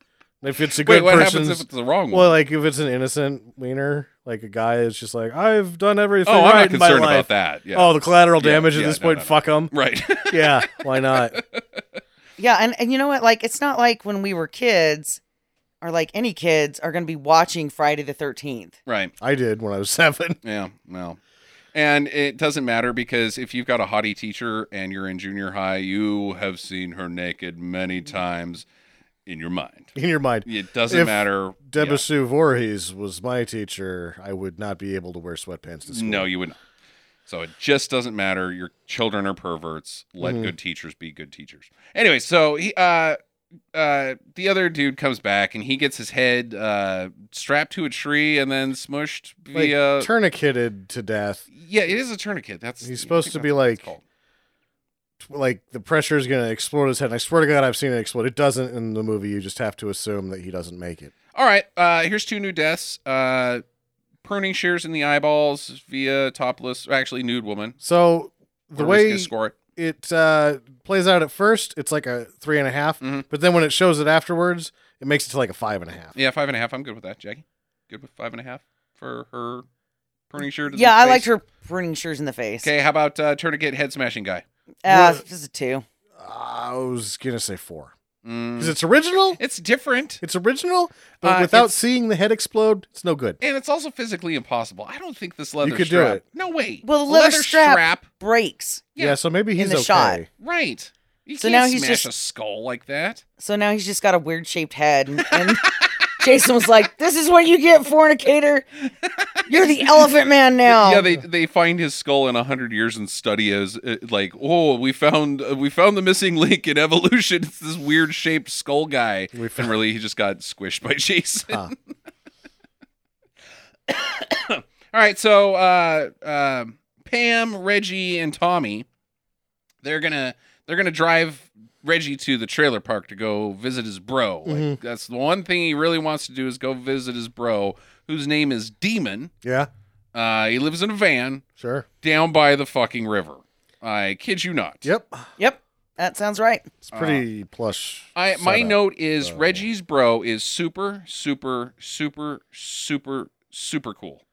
Speaker 6: If it's a
Speaker 1: Wait,
Speaker 6: good
Speaker 1: what
Speaker 6: person's,
Speaker 1: happens if it's the wrong one?
Speaker 6: well, like if it's an innocent wiener, like a guy is just like, I've done everything.
Speaker 1: oh, I'm
Speaker 6: right
Speaker 1: not
Speaker 6: in my
Speaker 1: concerned
Speaker 6: life."
Speaker 1: about that. Yeah.
Speaker 6: Oh, the collateral
Speaker 1: Yeah,
Speaker 6: damage
Speaker 1: yeah,
Speaker 6: at this
Speaker 1: no,
Speaker 6: point.
Speaker 1: no, no.
Speaker 6: Fuck 'em.
Speaker 1: right.
Speaker 6: Yeah, why not?
Speaker 7: Yeah, and, and you know what? Like, it's not like when we were kids, or like any kids are going to be watching Friday the 13th.
Speaker 1: right.
Speaker 6: I did when I was seven.
Speaker 1: Yeah. Well. And it doesn't matter because if you've got a hottie teacher and you're in junior high, you have seen her naked many times in your mind.
Speaker 6: In your mind,
Speaker 1: It doesn't
Speaker 6: Mm-hmm. If
Speaker 1: matter.
Speaker 6: Deba Sue Voorhees was my teacher. I would not be able to wear sweatpants to
Speaker 1: Yeah.
Speaker 6: school.
Speaker 1: No, you would not. So it just doesn't matter. Your children are perverts. Let
Speaker 6: Mm-hmm.
Speaker 1: good teachers be good teachers. Anyway, so he, uh, uh, the other dude comes back and he gets his head uh, strapped to a tree and then smushed
Speaker 6: like,
Speaker 1: via
Speaker 6: tourniqueted to death.
Speaker 1: Yeah, it is a tourniquet. That's
Speaker 6: He's
Speaker 1: I
Speaker 6: supposed
Speaker 1: think
Speaker 6: to
Speaker 1: that's
Speaker 6: be
Speaker 1: what it's
Speaker 6: like-
Speaker 1: called.
Speaker 6: Like the pressure is going to explode his head. And I swear to God, I've seen it explode. It doesn't in the movie. You just have to assume that he doesn't make it.
Speaker 1: All right, uh, here's two new deaths. Uh, pruning shears in the eyeballs via topless, or actually nude woman.
Speaker 6: So the
Speaker 1: Or we just
Speaker 6: way
Speaker 1: gonna score it.
Speaker 6: it uh, plays out at first, it's like a three and a half,
Speaker 1: Mhm.
Speaker 6: But then when it shows it afterwards, it makes it to like a five and a half.
Speaker 1: Yeah, five and a half. I'm good with that, Jackie. Good with five and a half for her pruning shear. to the
Speaker 7: Yeah, I
Speaker 1: face.
Speaker 7: liked her pruning shears in the face.
Speaker 1: Okay, how about uh, tourniquet head smashing guy?
Speaker 7: Uh, this is a two.
Speaker 6: I was gonna say four
Speaker 1: Mm,
Speaker 6: because it's original.
Speaker 1: it's different,
Speaker 6: It's original, but
Speaker 1: Uh,
Speaker 6: without
Speaker 1: it's-
Speaker 6: seeing the head explode, it's no good.
Speaker 1: and it's also physically impossible. I don't think this leather
Speaker 6: could do
Speaker 1: strap.
Speaker 6: it.
Speaker 1: No way.
Speaker 7: Well, the leather, strap,
Speaker 1: strap.
Speaker 7: breaks.
Speaker 6: Yeah,
Speaker 1: Yeah.
Speaker 6: so maybe he's
Speaker 7: the
Speaker 6: okay.
Speaker 7: shot.
Speaker 1: Right. You
Speaker 7: So
Speaker 1: can't
Speaker 7: now he's
Speaker 1: smash
Speaker 7: just-
Speaker 1: a skull like that.
Speaker 7: So now he's just got a weird shaped head. And, and Jason was like, This is what you get, fornicator. You're the elephant man now.
Speaker 1: Yeah, they they find his skull in a hundred years and study as uh, like, oh, we found uh, we found the missing link in evolution. It's this weird shaped skull guy,
Speaker 6: We found-
Speaker 1: and really he just got squished by Jason.
Speaker 6: Ah.
Speaker 1: All right, so uh, um Pam, Reggie, and Tommy, they're gonna they're gonna drive Reggie to the trailer park to go visit his bro. Like,
Speaker 6: Mm-hmm.
Speaker 1: that's the one thing he really wants to do is go visit his bro, whose name is Demon.
Speaker 6: Yeah,
Speaker 1: Uh, he lives in a van
Speaker 6: sure.
Speaker 1: down by the fucking river. I kid you not.
Speaker 6: Yep,
Speaker 7: Yep, that sounds right.
Speaker 6: it's pretty plush.
Speaker 1: Uh, I my
Speaker 6: setup.
Speaker 1: note is
Speaker 6: Oh,
Speaker 1: Reggie's bro is super super super super super cool.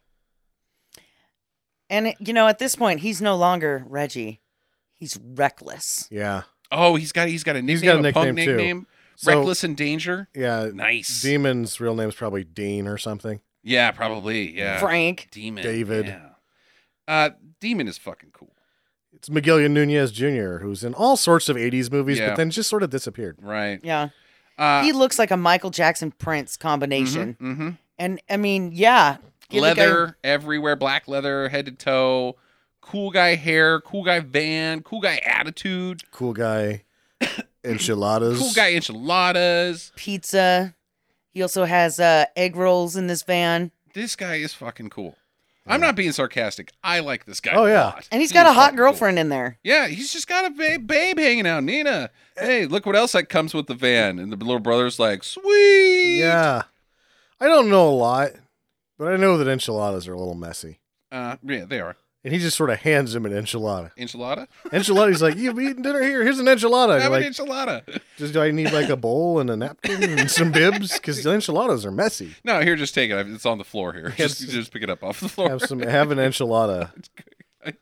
Speaker 7: And, it, you know, at this point, he's no longer Reggie, he's reckless.
Speaker 6: Yeah,
Speaker 1: Oh, he's got he's got a nickname,
Speaker 6: He's got a
Speaker 1: punk
Speaker 6: nickname, too.
Speaker 1: nickname.
Speaker 6: So-
Speaker 1: Reckless and danger.
Speaker 6: yeah.
Speaker 1: Nice.
Speaker 6: Demon's real name's probably Dean or something.
Speaker 1: yeah, probably. Yeah.
Speaker 7: Frank.
Speaker 1: Demon.
Speaker 6: David.
Speaker 1: Yeah. Uh, Demon is fucking cool.
Speaker 6: It's Miguel Nunez Jr., who's in all sorts of '80s movies,
Speaker 1: Yeah.
Speaker 6: but then just sort of disappeared.
Speaker 1: Right.
Speaker 7: Yeah.
Speaker 1: Uh,
Speaker 7: he looks like a Michael Jackson Prince combination.
Speaker 1: hmm
Speaker 7: And, I mean, yeah. Give the guy-
Speaker 1: leather everywhere, black leather, head to toe. Cool guy hair, cool guy van, cool guy attitude,
Speaker 6: Cool guy, enchiladas.
Speaker 1: cool guy enchiladas.
Speaker 7: pizza. He also has uh, egg rolls in this van,
Speaker 1: this guy is fucking cool. I'm not being sarcastic. I like this guy.
Speaker 6: Oh,
Speaker 1: a
Speaker 6: yeah.
Speaker 1: lot.
Speaker 7: and he's
Speaker 1: He
Speaker 7: got
Speaker 1: is
Speaker 7: a hot
Speaker 1: fucking cool.
Speaker 7: girlfriend in there.
Speaker 1: Yeah, he's just got a babe, babe hanging out. Nina,
Speaker 6: Eh.
Speaker 1: hey, look what else that comes with the van. And the little brother's like, sweet.
Speaker 6: Yeah, I don't know a lot, but I know that enchiladas are a little messy.
Speaker 1: uh, yeah, they are
Speaker 6: And he just sort of hands him an enchilada.
Speaker 1: enchilada.
Speaker 6: Enchilada, he's like, "You've eaten dinner here. Here's an enchilada." And
Speaker 1: Have
Speaker 6: you're
Speaker 1: an
Speaker 6: like,
Speaker 1: enchilada.
Speaker 6: Does do I need like a bowl and a napkin and some bibs? Because the enchiladas are messy.
Speaker 1: No, here, just take it. It's on the floor here. Just,
Speaker 6: Yes.
Speaker 1: just pick it up off the floor.
Speaker 6: Have some. Have an enchilada.
Speaker 1: I,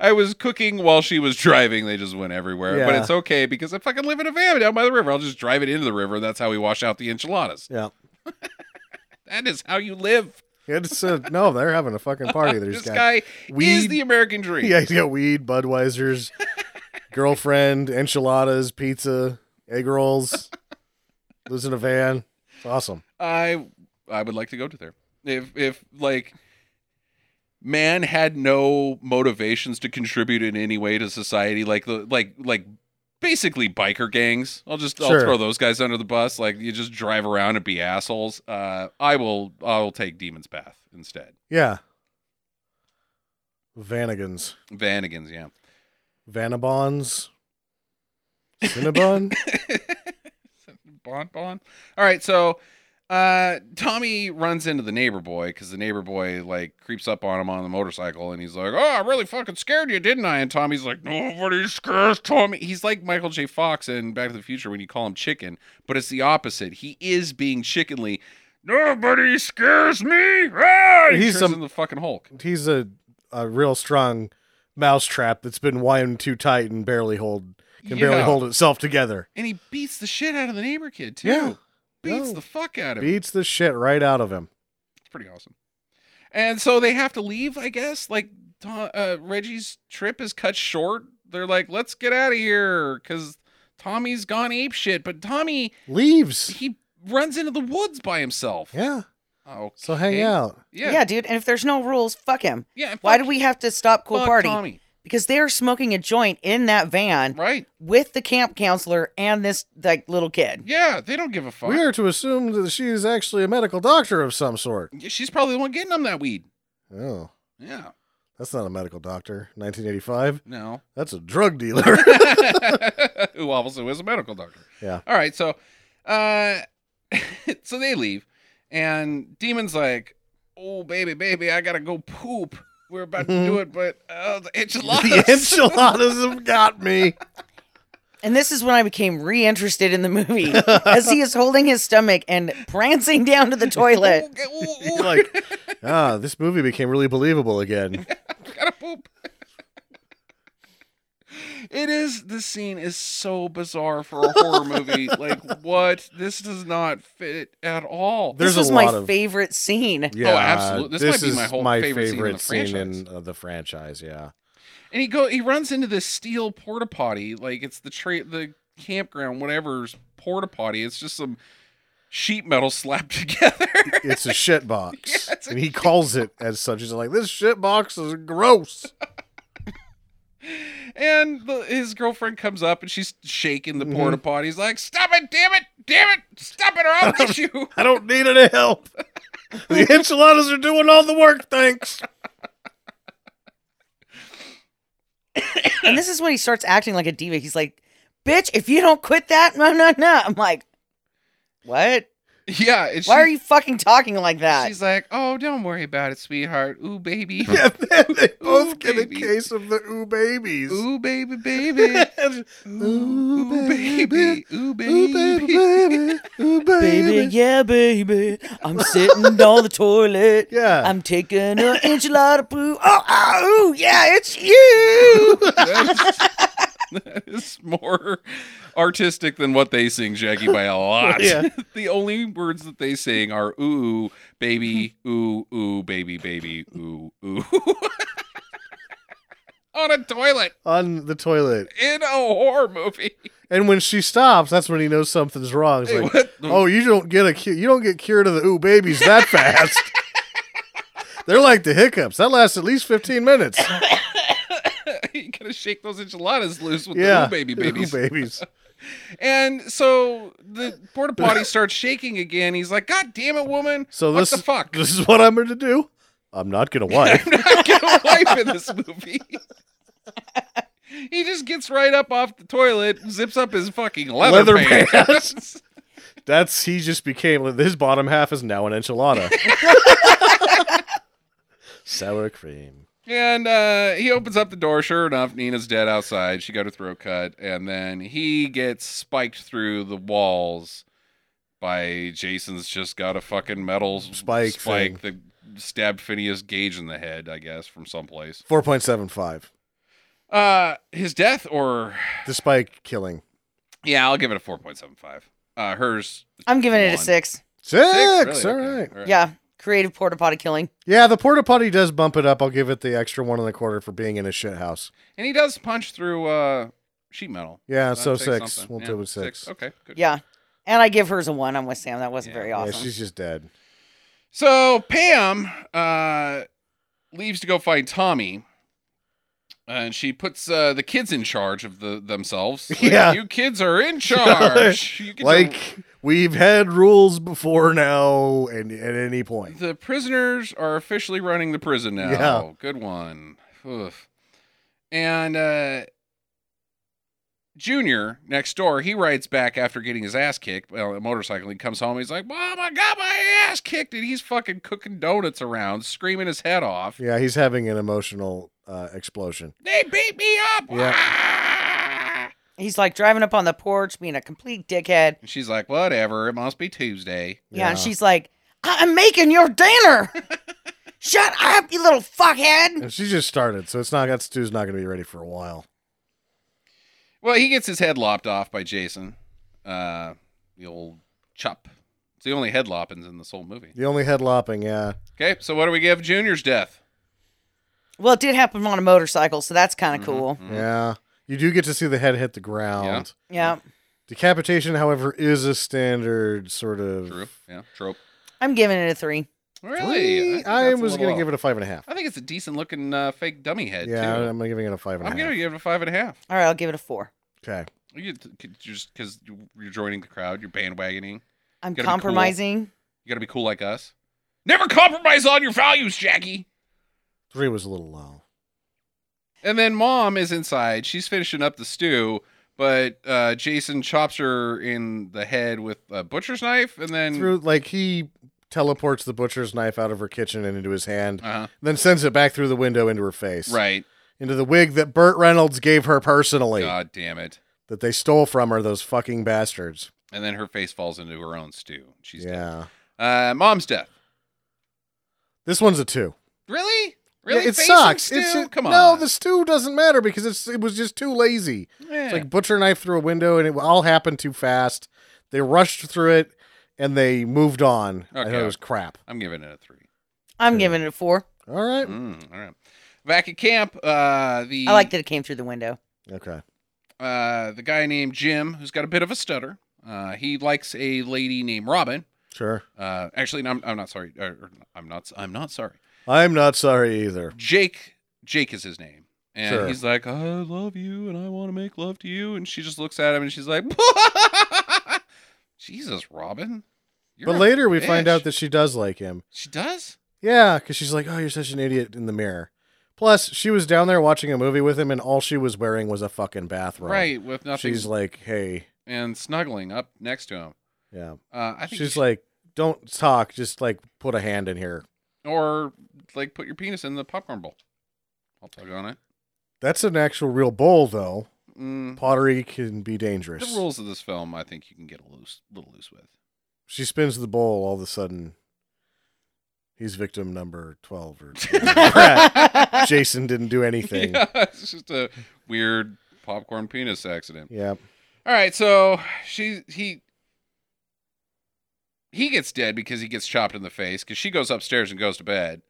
Speaker 1: I was cooking while she was driving. They just went everywhere. But
Speaker 6: Yeah.
Speaker 1: it's okay because I fucking live in a van down by the river. I'll just drive it into the river. That's how we wash out the enchiladas.
Speaker 6: Yeah.
Speaker 1: That is how you live.
Speaker 6: It's uh, no, they're having a fucking party. There's
Speaker 1: This guy is
Speaker 6: weed.
Speaker 1: the American dream.
Speaker 6: Yeah, he's got weed, Budweisers, girlfriend, enchiladas, pizza, egg rolls. Lives in a van. It's awesome.
Speaker 1: I I would like to go to there. If if like man had no motivations to contribute in any way to society, like the like like basically biker gangs. I'll just I'll
Speaker 6: Sure.
Speaker 1: throw those guys under the bus. Like you just drive around and be assholes. Uh, I will I'll take Demon's Path instead.
Speaker 6: Yeah. Vanagons,
Speaker 1: Vanagons, yeah.
Speaker 6: Vanabons, Cinnabon.
Speaker 1: bon, bon. All right, so uh, Tommy runs into the neighbor boy because the neighbor boy like creeps up on him on the motorcycle, and he's like, "Oh, I really fucking scared you, didn't I?" And Tommy's like, "Nobody scares Tommy." He's like Michael J. Fox in Back to the Future when you call him chicken, but it's the opposite. He is being chickenly. Nobody scares me. Ah! He
Speaker 6: He's
Speaker 1: turns
Speaker 6: some-
Speaker 1: into the fucking Hulk.
Speaker 6: He's a, a real strong mousetrap that's been wound too tight and barely hold can barely
Speaker 1: Yeah.
Speaker 6: hold itself together.
Speaker 1: and he beats the shit out of the neighbor kid too.
Speaker 6: Yeah.
Speaker 1: Beats
Speaker 6: No.
Speaker 1: the fuck out of him.
Speaker 6: Beats the shit right out of him.
Speaker 1: It's pretty awesome. And so they have to leave, I guess. Like Tom- uh, Reggie's trip is cut short. They're like, "Let's get out of here," because Tommy's gone ape shit. But Tommy,
Speaker 6: Leaves.
Speaker 1: he runs into the woods by himself.
Speaker 6: Yeah.
Speaker 1: Oh,
Speaker 6: So hang out.
Speaker 1: Yeah,
Speaker 7: Yeah, dude. And if there's no rules, fuck him.
Speaker 1: yeah. and
Speaker 7: Why
Speaker 1: fuck-
Speaker 7: do we have to stop cool
Speaker 1: fuck
Speaker 7: party?
Speaker 1: Tommy?
Speaker 7: Because they are smoking a joint in that van
Speaker 1: Right?
Speaker 7: with the camp counselor and this like little kid.
Speaker 1: Yeah, they don't give a fuck.
Speaker 6: We are to assume that she is actually a medical doctor of some sort.
Speaker 1: Yeah, She's probably the one getting them that weed.
Speaker 6: Oh,
Speaker 1: Yeah.
Speaker 6: that's not a medical doctor. 1985.
Speaker 1: No.
Speaker 6: That's a drug dealer.
Speaker 1: who also is a medical doctor.
Speaker 6: Yeah.
Speaker 1: All right. So, uh, so they leave, and Demon's like, "Oh, baby, baby, I gotta go poop. We're about to do it, but uh, the enchiladas."
Speaker 6: Mm-hmm. the enchiladas have got me.
Speaker 7: And this is when I became reinterested in the movie as he is holding his stomach and prancing down to the toilet.
Speaker 1: Ooh, ooh, ooh,
Speaker 6: like, ah, this movie became really believable
Speaker 1: Oh,
Speaker 6: again.
Speaker 1: gotta poop. It is. This scene is so bizarre for a horror movie. like, what? This does not fit at all.
Speaker 6: There's
Speaker 7: this was
Speaker 6: a
Speaker 7: my
Speaker 6: lot of
Speaker 7: favorite scene.
Speaker 6: Yeah,
Speaker 1: absolute- this might be
Speaker 6: is
Speaker 1: my whole favorite scene in the franchise.
Speaker 6: in, uh, the franchise. Yeah,
Speaker 1: And he go he runs into this steel porta potty, like it's the tra- the campground, whatever's porta potty. It's just some sheet metal slapped together.
Speaker 6: it's a shit box,
Speaker 1: Yeah, it's a
Speaker 6: and he calls it as such. He's like, "This shit box is gross."
Speaker 1: and the, his girlfriend comes up and she's shaking the porta potty. He's like, "Stop it, damn it, damn it, stop it, or I'll get you."
Speaker 6: I don't need any help. The enchiladas are doing all the work. Thanks.
Speaker 7: And this is when he starts acting like a diva. He's like, "Bitch, if you don't quit that, no, no, no." I'm like, "What?
Speaker 1: Yeah, and
Speaker 7: Why
Speaker 1: she-
Speaker 7: are you fucking talking like that?"
Speaker 1: She's like, "Oh, don't worry about it, sweetheart. Ooh, baby.
Speaker 6: And then they both get
Speaker 1: baby.
Speaker 6: a case of the ooh babies.
Speaker 1: Ooh, baby, baby. Ooh, ooh, baby. Ooh,
Speaker 6: Ooh, baby, baby. Ooh,
Speaker 7: Baby,
Speaker 6: baby.
Speaker 7: yeah, baby. I'm sitting on the toilet.
Speaker 6: Yeah.
Speaker 7: I'm taking an enchilada poo. Oh, oh, ooh, yeah, it's you.
Speaker 1: that is more artistic than what they sing, Jackie, by a lot.
Speaker 6: Yeah.
Speaker 1: the only words that they sing are ooh, baby,
Speaker 6: Hmm.
Speaker 1: ooh, ooh, baby, baby, ooh, ooh. On a toilet
Speaker 6: On the toilet.
Speaker 1: in a horror movie.
Speaker 6: And when she stops, that's when he knows something's wrong. He's
Speaker 1: Hey,
Speaker 6: like,
Speaker 1: what the-
Speaker 6: "Oh, you don't get a cu- you don't get cured of the ooh babies that fast." They're like the hiccups. That lasts at least fifteen minutes.
Speaker 1: you gotta shake those enchiladas loose with the
Speaker 6: yeah,
Speaker 1: ooh, baby,
Speaker 6: Ooh
Speaker 1: babies.
Speaker 6: babies.
Speaker 1: And so the porta potty starts shaking again. He's like, "God damn it, woman!
Speaker 6: So
Speaker 1: what
Speaker 6: this
Speaker 1: the fuck?
Speaker 6: This is what I'm going to do. I'm not going to wipe.
Speaker 1: get a wife in this movie. he just gets right up off the toilet, zips up his fucking leather,
Speaker 6: Leather
Speaker 1: pants.
Speaker 6: That's he just became. His bottom half is now an enchilada. Sour cream.
Speaker 1: and uh, he opens up the door. Sure enough, Nina's dead outside. She got her throat cut, and then he gets spiked through the walls by Jason's just got a fucking metal
Speaker 6: Spike
Speaker 1: spike that stabbed Phineas Gage in the head, I guess, from someplace.
Speaker 6: Four point seven five.
Speaker 1: Uh, his death, or
Speaker 6: Despite killing
Speaker 1: yeah, I'll give it a four point seven five. Uh, hers
Speaker 7: I'm giving it a
Speaker 1: One.
Speaker 7: six.
Speaker 6: six.
Speaker 1: Six,
Speaker 6: All
Speaker 1: really? Okay,
Speaker 6: right.
Speaker 1: all right.
Speaker 7: Yeah, creative porta potty killing.
Speaker 6: Yeah, the porta potty does bump it up. I'll give it the extra one and a quarter for being in a shit house.
Speaker 1: And he does punch through uh sheet metal.
Speaker 6: Yeah,
Speaker 1: That
Speaker 6: so
Speaker 1: takes
Speaker 6: six.
Speaker 1: something.
Speaker 6: We'll
Speaker 1: Yeah,
Speaker 6: do it six.
Speaker 1: Okay, good.
Speaker 7: Yeah, and I give hers a one. I'm with Sam. That wasn't
Speaker 1: Yeah.
Speaker 7: very
Speaker 1: Yeah,
Speaker 6: Yeah,
Speaker 7: awesome.
Speaker 6: she's just dead.
Speaker 1: So Pam uh leaves to go find Tommy. And she puts uh, the kids in charge of the themselves. Like,
Speaker 6: Yeah.
Speaker 1: you kids are in charge. You get to-
Speaker 6: Like we've had rules before now, and at any point,
Speaker 1: the prisoners are officially running the prison now.
Speaker 6: Yeah.
Speaker 1: Good one. Oof. And uh, Junior next door, he rides back after getting his ass kicked. Well, a motorcycle. He comes home. He's like, "Mom, I got my ass kicked," and he's fucking cooking donuts around, screaming his head off.
Speaker 6: Yeah, he's having an emotional uh, explosion.
Speaker 1: They beat me up. Ah!
Speaker 7: He's like driving up on the porch, being a complete dickhead.
Speaker 1: And she's like, "Whatever. It must be Tuesday."
Speaker 7: Yeah, and she's like, I- am making your dinner. Shut up, you little fuckhead.
Speaker 6: And she just started, so it's not that stew's not going to be ready for a while.
Speaker 1: Well, he gets his head lopped off by Jason, uh, the old chop. It's the only head loppings in this whole movie.
Speaker 6: The only head lopping, yeah.
Speaker 1: Okay, so what do we give Junior's death?
Speaker 7: Well, it did happen on a motorcycle, so that's
Speaker 1: Mm-hmm.
Speaker 7: kind of cool.
Speaker 6: Yeah. You do get to see the head hit the ground.
Speaker 1: Yeah.
Speaker 7: Yeah.
Speaker 6: Decapitation, however, is a standard sort of.
Speaker 1: True. Yeah. Trope.
Speaker 7: I'm giving it a three.
Speaker 1: Really? think
Speaker 6: I
Speaker 1: that's a
Speaker 6: was
Speaker 1: little
Speaker 6: going to give
Speaker 1: off.
Speaker 6: it a five and a half.
Speaker 1: I think it's a decent looking uh, fake dummy head
Speaker 6: Yeah,
Speaker 1: too.
Speaker 6: I'm giving it a five and a
Speaker 1: I'm
Speaker 6: half.
Speaker 1: gonna give it a five and a half.
Speaker 7: All right, I'll give it a four.
Speaker 6: Okay.
Speaker 1: You get- could you just because you're joining the crowd, you're bandwagoning.
Speaker 7: I'm
Speaker 1: Gotta be cool.
Speaker 7: compromising.
Speaker 1: You gotta be cool like us. Never compromise on your values, Jackie.
Speaker 6: Three was a little low.
Speaker 1: And then mom is inside. She's finishing up the stew, but uh, Jason chops her in the head with a butcher's knife, and then
Speaker 6: Through, like, he teleports the butcher's knife out of her kitchen and into his hand,
Speaker 1: uh-huh.
Speaker 6: then sends it back through the window into her face.
Speaker 1: right.
Speaker 6: Into the wig that Burt Reynolds gave her personally,
Speaker 1: God damn it.
Speaker 6: that they stole from her, those fucking bastards.
Speaker 1: And then her face falls into her own stew. She's
Speaker 6: yeah.
Speaker 1: dead. Uh, mom's death.
Speaker 6: This one's a two.
Speaker 1: Really?
Speaker 6: Yeah,
Speaker 1: Really?
Speaker 6: it
Speaker 1: Face and
Speaker 6: sucks.
Speaker 1: Stew?
Speaker 6: It's
Speaker 1: Come on.
Speaker 6: No, the stew doesn't matter because it's it was just too lazy.
Speaker 1: Yeah.
Speaker 6: It's like butcher knife through a window, and it all happened too fast. They rushed through it, and they moved on. I thought
Speaker 1: Okay.
Speaker 6: it was crap.
Speaker 1: I'm giving it a three.
Speaker 7: I'm giving it a four.
Speaker 6: All right.
Speaker 1: Mm, all right. Back at camp, uh, the
Speaker 7: I like that it came through the window.
Speaker 1: Mm-hmm.
Speaker 6: Okay.
Speaker 1: uh, the guy named Jim, who's got a bit of a stutter. Uh, he likes a lady named Robin.
Speaker 6: Sure.
Speaker 1: Uh, actually, no, I'm, I'm not sorry. Or, or I'm not. I'm not sorry.
Speaker 6: I'm not sorry either.
Speaker 1: Jake. Jake is his name, and
Speaker 6: Sure.
Speaker 1: he's like, "I love you, and I want to make love to you." And she just looks at him, and she's like, "Jesus, Robin." You're
Speaker 6: but
Speaker 1: a
Speaker 6: later we find
Speaker 1: bitch."
Speaker 6: out that she does like him.
Speaker 1: she does.
Speaker 6: Yeah, because she's like, "Oh, you're such an idiot" in the mirror. Plus, she was down there watching a movie with him, and all she was wearing was a fucking bathrobe.
Speaker 1: Right, with nothing
Speaker 6: She's like, "Hey,
Speaker 1: and snuggling up next to him.
Speaker 6: yeah."
Speaker 1: Uh, I think you
Speaker 6: She's
Speaker 1: should-
Speaker 6: like, "Don't talk. Just like put a hand in here."
Speaker 1: or like put your penis in the popcorn bowl. I'll tug on it.
Speaker 6: That's an actual real bowl, though.
Speaker 1: Mm.
Speaker 6: Pottery can be dangerous.
Speaker 1: The rules of this film, I think you can get a loose, little loose with.
Speaker 6: She spins the bowl. All of a sudden, he's victim number twelve or Jason didn't do anything.
Speaker 1: Yeah, it's just a weird popcorn penis accident.
Speaker 6: Yeah.
Speaker 1: All right, so she he he gets dead because he gets chopped in the face because she goes upstairs and goes to bed,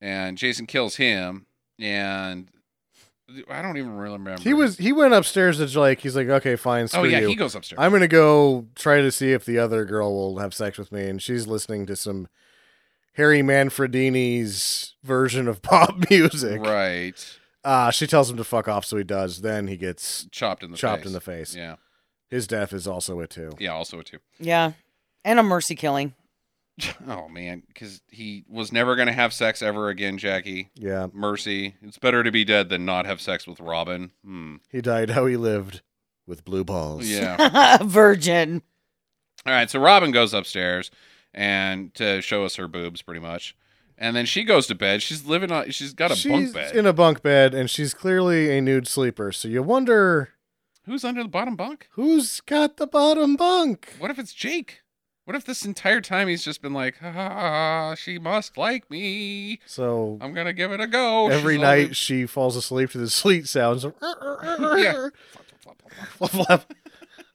Speaker 1: and Jason kills him, and I don't even really remember.
Speaker 6: He was. He went upstairs. It's like he's like, okay, fine, screw
Speaker 1: Oh yeah,
Speaker 6: you.
Speaker 1: he goes upstairs.
Speaker 6: I'm gonna go try to see if the other girl will have sex with me, and she's listening to some Harry Manfredini's version of pop music.
Speaker 1: right,
Speaker 6: Uh, she tells him to fuck off, so he does. Then he gets
Speaker 1: chopped in the
Speaker 6: chopped
Speaker 1: face.
Speaker 6: in the face.
Speaker 1: Yeah,
Speaker 6: His death is also a two.
Speaker 1: yeah, also a two.
Speaker 7: yeah. And a mercy killing.
Speaker 1: Oh man, because he was never gonna have sex ever again, Jackie.
Speaker 6: Yeah,
Speaker 1: Mercy, it's better to be dead than not have sex with Robin. Hmm.
Speaker 6: he died how he lived with blue balls.
Speaker 1: Yeah.
Speaker 7: Virgin.
Speaker 1: All right. So Robin goes upstairs and to show us her boobs, pretty much, and then she goes to bed. She's living on. She's got a
Speaker 6: she's
Speaker 1: bunk bed.
Speaker 6: in a bunk bed, and she's clearly a nude sleeper. So you wonder
Speaker 1: Who's under the bottom bunk?
Speaker 6: who's got the bottom bunk.
Speaker 1: What if it's Jake? What if this entire time he's just been like, "Ha, ha, ha, she must like me.
Speaker 6: So
Speaker 1: I'm gonna give it a go.
Speaker 6: every
Speaker 1: Oh, She's
Speaker 6: night
Speaker 1: only-
Speaker 6: she falls asleep to the sleet sounds of
Speaker 1: Yeah.
Speaker 6: flap, flap.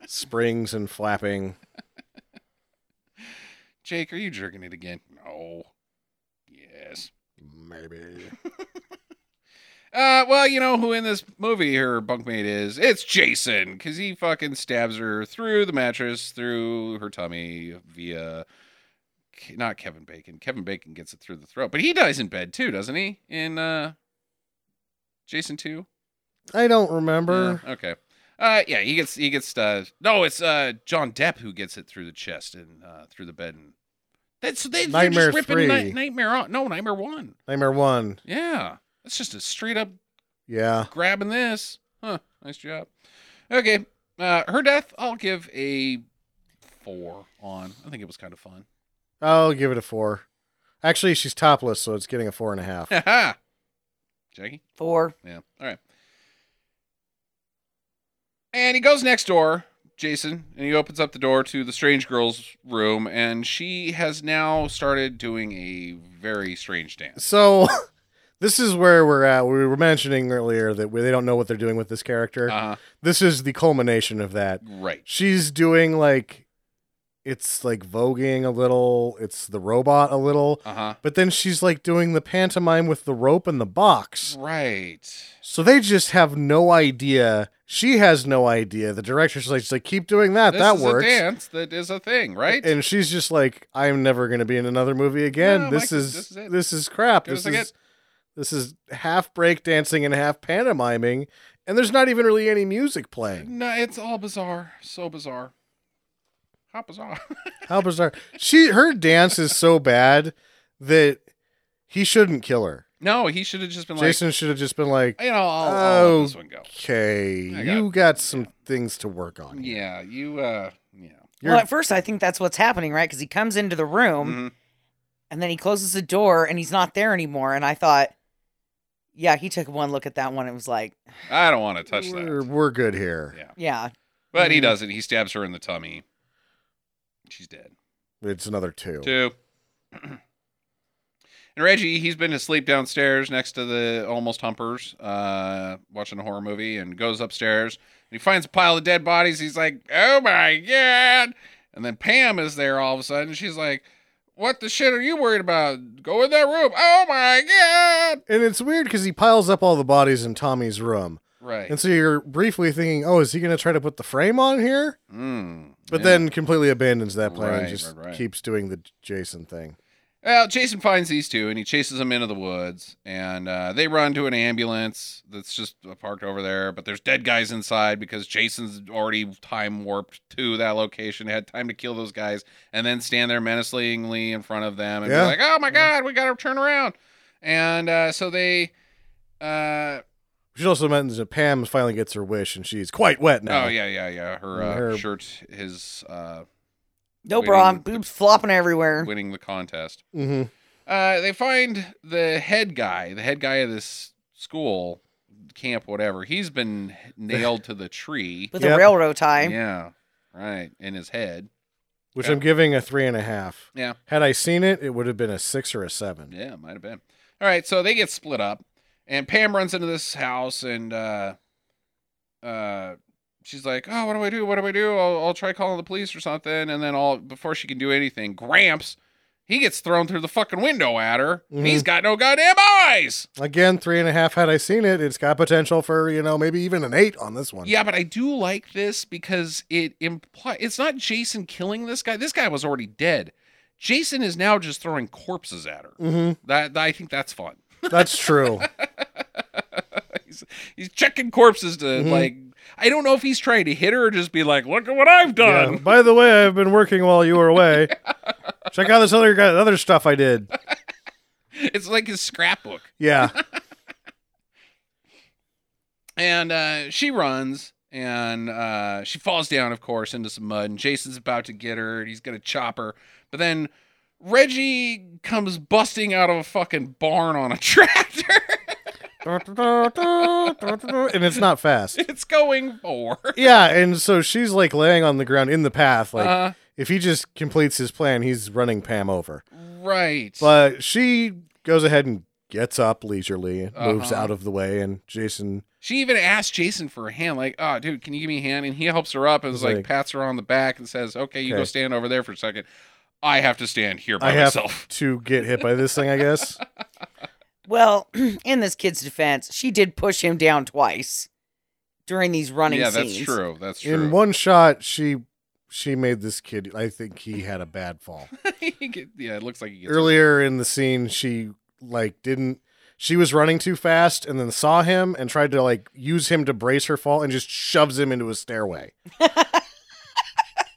Speaker 6: springs and flapping.
Speaker 1: Jake, are you jerking it again? No. Yes.
Speaker 6: Maybe
Speaker 1: Uh, well, you know who in this movie her bunkmate is? It's Jason, because he fucking stabs her through the mattress, through her tummy, via Ke- not Kevin Bacon. Kevin Bacon gets it through the throat, but he dies in bed too, doesn't he? In uh, Jason Two.
Speaker 6: I don't remember.
Speaker 1: Yeah, okay. Uh, yeah, he gets he gets uh no, it's uh John Depp who gets it through the chest and uh through the bed and that's they they're
Speaker 6: Nightmare
Speaker 1: just ripping Ni-
Speaker 6: three.
Speaker 1: nightmare on no nightmare one
Speaker 6: Nightmare one.
Speaker 1: yeah that's just a straight up
Speaker 6: Yeah,
Speaker 1: grabbing this. Huh, nice job. Okay. Uh, her death, I'll give a four on. I think it was kind of fun.
Speaker 6: I'll give it a four. Actually, she's topless, so it's getting a four and a half.
Speaker 1: Haha. Jackie?
Speaker 7: Four.
Speaker 1: Yeah. All right. And he goes next door, Jason, and he opens up the door to the strange girl's room, and she has now started doing a very strange dance.
Speaker 6: so this is where we're at. We were mentioning earlier that we, they don't know what they're doing with this character.
Speaker 1: Uh,
Speaker 6: this is the culmination of that.
Speaker 1: right.
Speaker 6: She's doing like it's like voguing a little, it's the robot a little,
Speaker 1: Uh huh.
Speaker 6: but then she's like doing the pantomime with the rope and the box.
Speaker 1: Right.
Speaker 6: So they just have no idea. She has no idea. The director's like, she's like keep doing that.
Speaker 1: This
Speaker 6: that
Speaker 1: is
Speaker 6: works.
Speaker 1: a dance that is a thing, right?
Speaker 6: And she's just like, I'm never going to be in another movie again.
Speaker 1: No,
Speaker 6: this
Speaker 1: Mike,
Speaker 6: is
Speaker 1: this is it.
Speaker 6: this is crap.
Speaker 1: Go
Speaker 6: This
Speaker 1: sing
Speaker 6: is
Speaker 1: it.
Speaker 6: this is half break dancing and half pantomiming, and there's not even really any music playing.
Speaker 1: no, it's all bizarre. So bizarre. How bizarre.
Speaker 6: How bizarre! she her dance is so bad that he shouldn't kill her.
Speaker 1: no, he should have just been
Speaker 6: Jason Oh. should have just been like,
Speaker 1: like, you know, I'll, I'll let this one go.
Speaker 6: okay,
Speaker 1: I got-
Speaker 6: you got some things to work on. here."
Speaker 1: Yeah, you, uh, yeah.
Speaker 6: You're-
Speaker 7: Well, at first I think that's what's happening, right? Because he comes into the room
Speaker 6: Um,
Speaker 1: Mhm.
Speaker 7: and then he closes the door and he's not there anymore. And I thought, yeah, he took one look at that one. It was like,
Speaker 1: Mm-hmm. I don't want to touch
Speaker 6: we're,
Speaker 1: that.
Speaker 6: we're good here.
Speaker 1: Yeah.
Speaker 7: yeah,
Speaker 1: But
Speaker 6: Mm-hmm.
Speaker 1: he doesn't. He stabs her in the tummy. She's dead.
Speaker 6: It's another two.
Speaker 1: Two. And Reggie, he's been asleep downstairs next to the almost humpers, uh, watching a horror movie, and goes upstairs and he finds a pile of dead bodies. He's like, "Oh my god!" And then Pam is there all of a sudden. She's like, "What the shit are you worried about? Go in that room." Oh my god!
Speaker 6: And it's weird because he piles up all the bodies in Tommy's room.
Speaker 1: Right.
Speaker 6: And so you're briefly thinking, oh, is he going to try to put the frame on here?
Speaker 1: Mm,
Speaker 6: But
Speaker 1: yeah.
Speaker 6: then completely abandons that plan and
Speaker 1: Right,
Speaker 6: just
Speaker 1: right, right.
Speaker 6: keeps doing the Jason thing.
Speaker 1: Well, Jason finds these two and he chases them into the woods, and uh, they run to an ambulance that's just uh, parked over there. But there's dead guys inside because Jason's already time warped to that location, had time to kill those guys, and then stand there menacingly in front of them and
Speaker 6: Yeah.
Speaker 1: be like, "Oh my god, we gotta turn around!" And uh, so they, uh,
Speaker 6: We should also mention that Pam finally gets her wish and she's quite wet now.
Speaker 1: oh yeah, yeah, yeah, her, uh,
Speaker 6: Her-
Speaker 1: shirt, his uh,
Speaker 7: no
Speaker 1: Waiting
Speaker 7: bra,
Speaker 1: with the-
Speaker 7: boobs flopping everywhere.
Speaker 1: winning the contest.
Speaker 6: hmm
Speaker 1: Uh, they find the head guy, the head guy of this school camp, whatever. He's been nailed to the tree.
Speaker 7: with
Speaker 6: Yep.
Speaker 7: a railroad tie.
Speaker 1: Yeah, right in his head.
Speaker 6: Which
Speaker 1: Yeah.
Speaker 6: I'm giving a three and a half.
Speaker 1: Yeah.
Speaker 6: Had I seen it, it would have been a six or a seven.
Speaker 1: Yeah, might have been. All right, so they get split up, and Pam runs into this house, and uh, uh, she's like, "Oh, what do I do? What do I do? I'll, I'll try calling the police or something." And then all before she can do anything, Gramps, he gets thrown through the fucking window at her.
Speaker 6: Mhm.
Speaker 1: He's got no goddamn eyes.
Speaker 6: Again, three and a half. Had I seen it, it's got potential for, you know, maybe even an eight on this one.
Speaker 1: Yeah, but I do like this because it implies it's not Jason killing this guy. This guy was already dead. Jason is now just throwing corpses at her.
Speaker 6: hmm
Speaker 1: That, that- I think that's fun.
Speaker 6: That's true.
Speaker 1: he's, he's checking corpses to
Speaker 6: Mhm.
Speaker 1: like. I don't know if he's trying to hit her or just be like, "Look at what I've
Speaker 6: Yeah.
Speaker 1: done."
Speaker 6: By the way, I've been working while you were away. Check out this other guy, other stuff I did.
Speaker 1: It's like his scrapbook.
Speaker 6: Yeah.
Speaker 1: And uh, she runs and uh, she falls down, of course, into some mud. And Jason's about to get her and he's going to chop her. But then Reggie comes busting out of a fucking barn on a tractor.
Speaker 6: and it's not fast.
Speaker 1: it's going for.
Speaker 6: Yeah, and so she's like laying on the ground in the path. Like
Speaker 1: uh,
Speaker 6: if he just completes his plan, he's running Pam over.
Speaker 1: right.
Speaker 6: But she goes ahead and gets up leisurely, moves
Speaker 1: Uh-huh.
Speaker 6: out of the way, and Jason
Speaker 1: she even asked Jason for a hand, like, oh, dude, can you give me a hand? And he helps her up and is
Speaker 6: He's
Speaker 1: like,
Speaker 6: like-
Speaker 1: pats her on the back and says, okay, you go
Speaker 6: Okay.
Speaker 1: stand over there for a second. I have to stand here by
Speaker 6: I have
Speaker 1: myself.
Speaker 6: to get hit by this thing, I guess.
Speaker 7: Well, in this kid's defense, she did push him down twice during these running
Speaker 1: Yeah,
Speaker 7: scenes.
Speaker 1: that's true. That's true.
Speaker 6: in one shot, she she made this kid I think he had a bad fall.
Speaker 1: He get- yeah, it looks like he gets
Speaker 6: earlier in the scene she like didn't she was running too fast and then saw him and tried to like use him to brace her fall and just shoves him into a stairway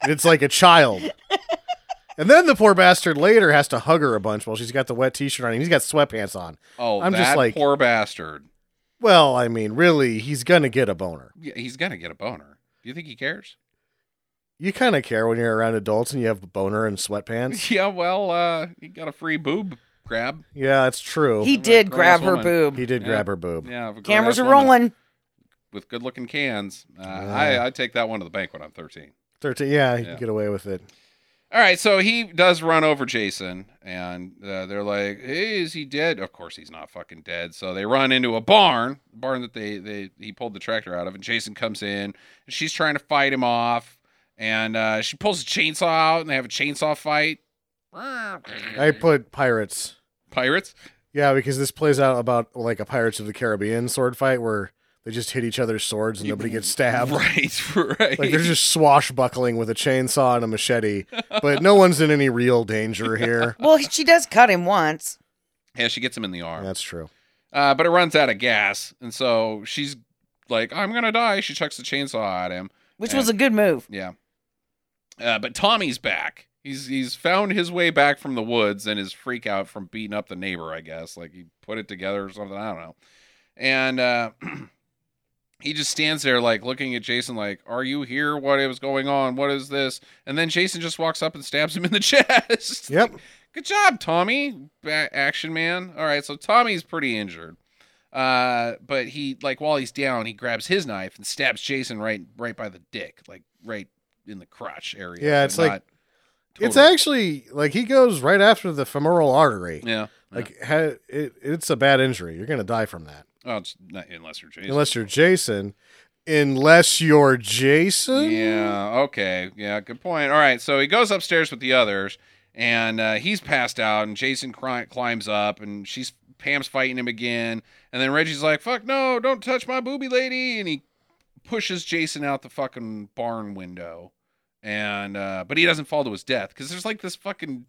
Speaker 6: it's like a child and then the poor bastard later has to hug her a bunch while she's got the wet t-shirt on and he's got sweatpants on
Speaker 1: Oh,
Speaker 6: I'm
Speaker 1: that
Speaker 6: just like-
Speaker 1: poor bastard.
Speaker 6: well i mean really he's gonna get a boner
Speaker 1: Yeah, he's gonna get a boner. Do you think he cares?
Speaker 6: You kind of care when you're around adults and you have a boner and sweatpants.
Speaker 1: Yeah, well, uh, he got a free boob grab.
Speaker 6: yeah, that's true.
Speaker 7: He
Speaker 6: He,
Speaker 7: did
Speaker 1: grown-ass
Speaker 7: grab her
Speaker 1: woman.
Speaker 7: boob.
Speaker 6: did
Speaker 1: Yeah.
Speaker 6: grab her boob.
Speaker 1: Yeah, of a grown-ass
Speaker 7: Cameras are
Speaker 1: woman
Speaker 7: rolling.
Speaker 1: with good looking cans. Uh,
Speaker 6: Yeah.
Speaker 1: I I take that one to the bank when I'm 13.
Speaker 6: Thirteen. Yeah, he
Speaker 1: Yeah.
Speaker 6: can get away with it.
Speaker 1: All right, so he does run over Jason, and uh, they're like, hey, "Is he dead?" Of course, he's not fucking dead. So they run into a barn, barn that they they he pulled the tractor out of, and Jason comes in, and she's trying to fight him off, and uh, she pulls a chainsaw out, and they have a chainsaw fight.
Speaker 6: I put pirates.
Speaker 1: Pirates.
Speaker 6: Yeah, because this plays out about like a Pirates of the Caribbean sword fight where they just hit each other's swords and nobody gets stabbed.
Speaker 1: Right, right.
Speaker 6: Like they're just swashbuckling with a chainsaw and a machete, but no one's in any real danger here.
Speaker 7: Well, she does cut him once.
Speaker 1: yeah, she gets him in the arm.
Speaker 6: That's true.
Speaker 1: Uh, but it runs out of gas, and so she's like, "I'm gonna die." She chucks the chainsaw at him.
Speaker 7: Which
Speaker 1: Yeah.
Speaker 7: was a good move.
Speaker 1: Yeah. Uh, but Tommy's back. He's he's found his way back from the woods and his freak out from beating up the neighbor. I guess like he put it together or something. I don't know. And uh, he just stands there like looking at Jason like, "Are you here? What is going on? What is this?" And then Jason just walks up and stabs him in the chest.
Speaker 6: Yep.
Speaker 1: Good job, Tommy, ba- action man. All right, so Tommy's pretty injured, uh, but he like while he's down, he grabs his knife and stabs Jason right right by the dick, like right in the crotch area.
Speaker 6: Yeah, it's
Speaker 1: but
Speaker 6: like-
Speaker 1: not
Speaker 6: It's
Speaker 1: totally.
Speaker 6: actually like he goes right after the femoral artery.
Speaker 1: yeah, like
Speaker 6: Like ha- it, it's a bad injury. You're gonna die from that
Speaker 1: oh, it's not, unless you're Jason.
Speaker 6: unless you're Jason. Unless you're Jason.
Speaker 1: Yeah. Okay. Yeah. Good point. All right. So he goes upstairs with the others, and uh, he's passed out, and Jason cri- climbs up, and she's Pam's fighting him again, and then Reggie's like, "Fuck no! Don't touch my booby lady!" And he pushes Jason out the fucking barn window, and uh, but he doesn't fall to his death because there's like this fucking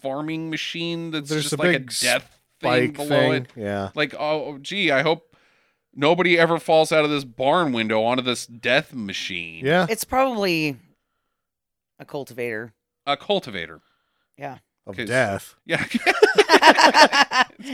Speaker 1: farming machine that's
Speaker 6: There's
Speaker 1: just
Speaker 6: a
Speaker 1: like a
Speaker 6: big
Speaker 1: death thing
Speaker 6: Bike
Speaker 1: below
Speaker 6: thing.
Speaker 1: it
Speaker 6: Yeah.
Speaker 1: like oh gee i hope nobody ever falls out of this barn window onto this death machine
Speaker 6: Yeah.
Speaker 7: It's probably a cultivator.
Speaker 1: a cultivator
Speaker 7: Yeah.
Speaker 6: Of
Speaker 1: 'cause-
Speaker 6: death.
Speaker 1: yeah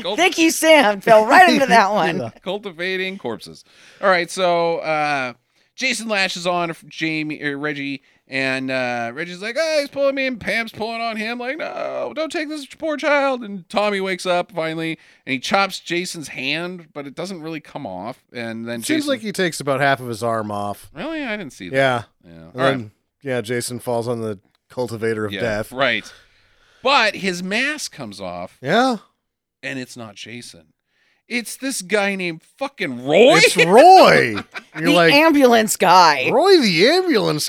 Speaker 1: cult-
Speaker 7: Thank you, Sam. Fell right into that one.
Speaker 1: cultivating corpses all right so uh jason lashes on jamie or reggie and uh reggie's like oh he's pulling me and pam's pulling on him like no don't take this poor child and tommy wakes up finally and he chops jason's hand but it doesn't really come off and then
Speaker 6: It seems
Speaker 1: Jason-
Speaker 6: like he takes about half of his arm off.
Speaker 1: really i didn't see that
Speaker 6: Yeah.
Speaker 1: yeah all
Speaker 6: And
Speaker 1: right
Speaker 6: then, yeah, Jason falls on the cultivator of
Speaker 1: yeah,
Speaker 6: death.
Speaker 1: Right. But his mask comes off
Speaker 6: Yeah.
Speaker 1: and it's not Jason. It's this guy named fucking Roy
Speaker 6: It's Roy. You're
Speaker 7: the
Speaker 6: like
Speaker 7: ambulance guy.
Speaker 6: Roy the ambulance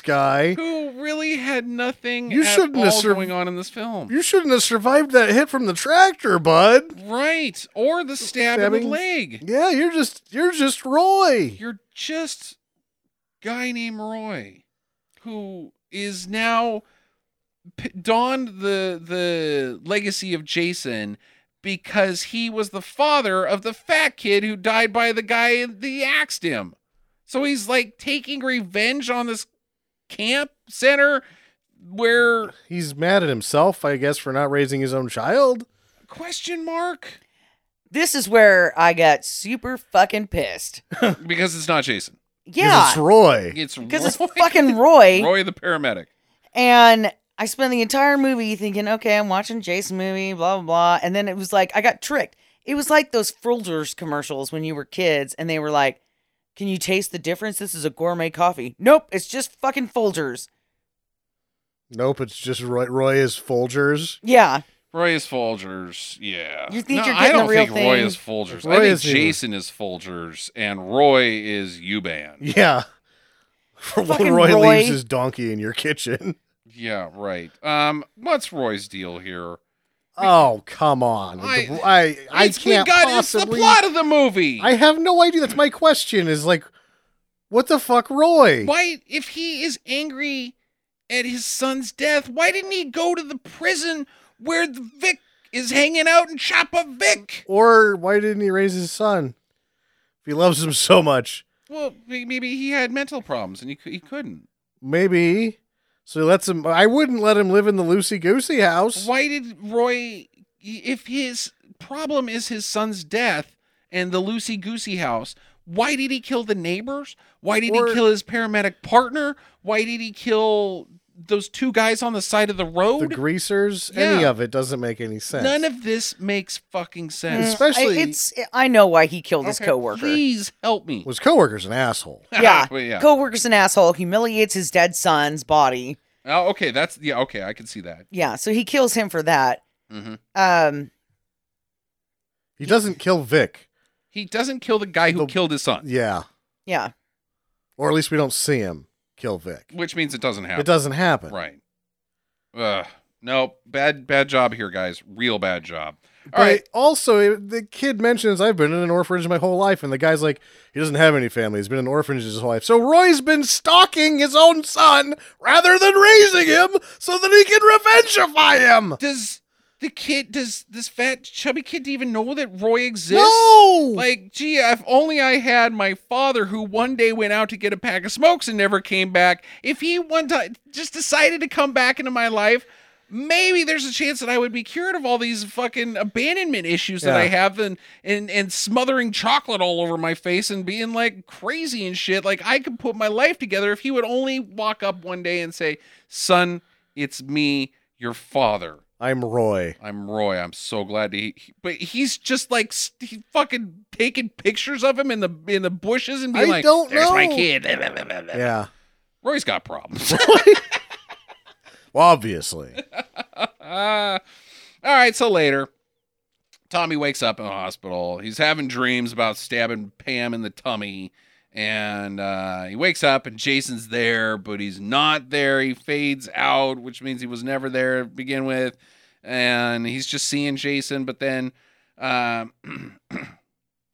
Speaker 6: guy.
Speaker 1: who really had nothing
Speaker 6: You
Speaker 1: at
Speaker 6: shouldn't
Speaker 1: all
Speaker 6: have sur-
Speaker 1: going on in this film.
Speaker 6: You shouldn't have survived that hit from the tractor, bud.
Speaker 1: Right. Or the stab in the
Speaker 6: Stabbing-
Speaker 1: leg.
Speaker 6: Yeah, you're just you're just Roy.
Speaker 1: You're just guy named Roy who is now p- donned the the legacy of Jason because he was the father of the fat kid who died by the guy that axed him. So he's like taking revenge on this camp center where
Speaker 6: He's mad at himself, I guess, for not raising his own child.
Speaker 1: question mark
Speaker 7: This is where I got super fucking pissed.
Speaker 1: because it's not Jason.
Speaker 6: 'Cause
Speaker 7: Yeah.
Speaker 6: It's Roy.
Speaker 1: It's
Speaker 7: Because it's
Speaker 1: Roy-
Speaker 7: fucking Roy.
Speaker 1: Roy the paramedic.
Speaker 7: And I spent the entire movie thinking, okay, I'm watching Jason movie, blah, blah, blah. And then it was like, I got tricked. It was like those Folgers commercials when you were kids and they were like, can you taste the difference? This is a gourmet coffee. Nope, it's just fucking Folgers.
Speaker 6: Nope, it's just Roy. Roy is Folgers.
Speaker 7: Yeah.
Speaker 1: Roy is Folgers, yeah.
Speaker 7: You think
Speaker 1: no,
Speaker 7: you're
Speaker 1: I
Speaker 7: getting the
Speaker 1: don't
Speaker 7: real
Speaker 1: think Roy
Speaker 7: thing?
Speaker 1: is Folgers.
Speaker 6: Roy
Speaker 1: I think
Speaker 6: is who?
Speaker 1: Jason is Folgers, and Roy is Euban.
Speaker 6: Yeah. For
Speaker 7: Fucking
Speaker 6: when Roy,
Speaker 7: Roy.
Speaker 6: leaves his donkey in your kitchen.
Speaker 1: Yeah, right. Um, what's Roy's deal here?
Speaker 6: Oh, come on.
Speaker 1: I-
Speaker 6: The- I, I,
Speaker 1: It's- we
Speaker 6: can't
Speaker 1: got- It's the
Speaker 6: possibly.
Speaker 1: plot of the movie.
Speaker 6: I have no idea. That's my question is like, what the fuck, Roy?
Speaker 1: why, if he is angry at his son's death, why didn't he go to the prison where the Vic is hanging out and chop up Vic?
Speaker 6: Or why didn't he raise his son? If he loves him so much,
Speaker 1: Well, may- maybe he had mental problems and he, c- he couldn't.
Speaker 6: maybe. So he lets him. I wouldn't let him live in the loosey goosey house.
Speaker 1: Why did Roy, if his problem is his son's death and the loosey goosey house, why did he kill the neighbors? Why did
Speaker 6: Or-
Speaker 1: he kill his paramedic partner? Why did he kill those two guys on the side of the
Speaker 6: The
Speaker 1: road?
Speaker 6: greasers, any
Speaker 1: Yeah.
Speaker 6: of it doesn't make any sense. Mm.
Speaker 1: None of this makes fucking sense.
Speaker 6: especially
Speaker 7: Mm. I, it's I know why he killed his
Speaker 1: Okay,
Speaker 7: coworker.
Speaker 1: Please help me.
Speaker 6: was coworker's an asshole.
Speaker 7: Yeah.
Speaker 1: Well, yeah.
Speaker 7: coworker's an asshole. Humiliates his dead son's body.
Speaker 1: Oh, okay, that's yeah, okay, I can see that.
Speaker 7: Yeah, so he kills him for that.
Speaker 1: hmm
Speaker 7: Um,
Speaker 6: He doesn't kill Vic.
Speaker 1: He doesn't kill the guy who
Speaker 6: The-
Speaker 1: killed his son,
Speaker 6: Yeah,
Speaker 7: yeah,
Speaker 6: or at least we don't see him kill Vic.
Speaker 1: which means it doesn't happen.
Speaker 6: It doesn't happen.
Speaker 1: Right. Ugh. No, bad bad job here, guys. Real bad job.
Speaker 6: But
Speaker 1: All right.
Speaker 6: also, it- the kid mentions I've been in an orphanage my whole life, and the guy's like, he doesn't have any family. He's been in an orphanage his whole life. So Roy's been stalking his own son rather than raising him so that he can revengeify him.
Speaker 1: Does the kid does this fat chubby kid even know that Roy exists?
Speaker 6: No,
Speaker 1: Like, gee, if only I had my father who one day went out to get a pack of smokes and never came back. If he one time just decided to come back into my life, maybe there's a chance that I would be cured of all these fucking abandonment issues that
Speaker 6: Yeah.
Speaker 1: I have and and and smothering chocolate all over my face and being like crazy and shit. Like I could put my life together if he would only walk up one day and say, "Son, it's me, your father."
Speaker 6: I'm Roy.
Speaker 1: I'm Roy. I'm so glad to. He, he- but he's just like st- he fucking taking pictures of him in the in the bushes and
Speaker 6: I
Speaker 1: being like,
Speaker 6: don't
Speaker 1: "There's my
Speaker 6: know."
Speaker 1: kid."
Speaker 6: Yeah,
Speaker 1: Roy's got problems.
Speaker 6: well, obviously.
Speaker 1: Uh, all right, so later, Tommy wakes up in the hospital. He's having dreams about stabbing Pam in the tummy. And uh, he wakes up, and Jason's there, but he's not there. He fades out, which means he was never there to begin with. And he's just seeing Jason, but then um,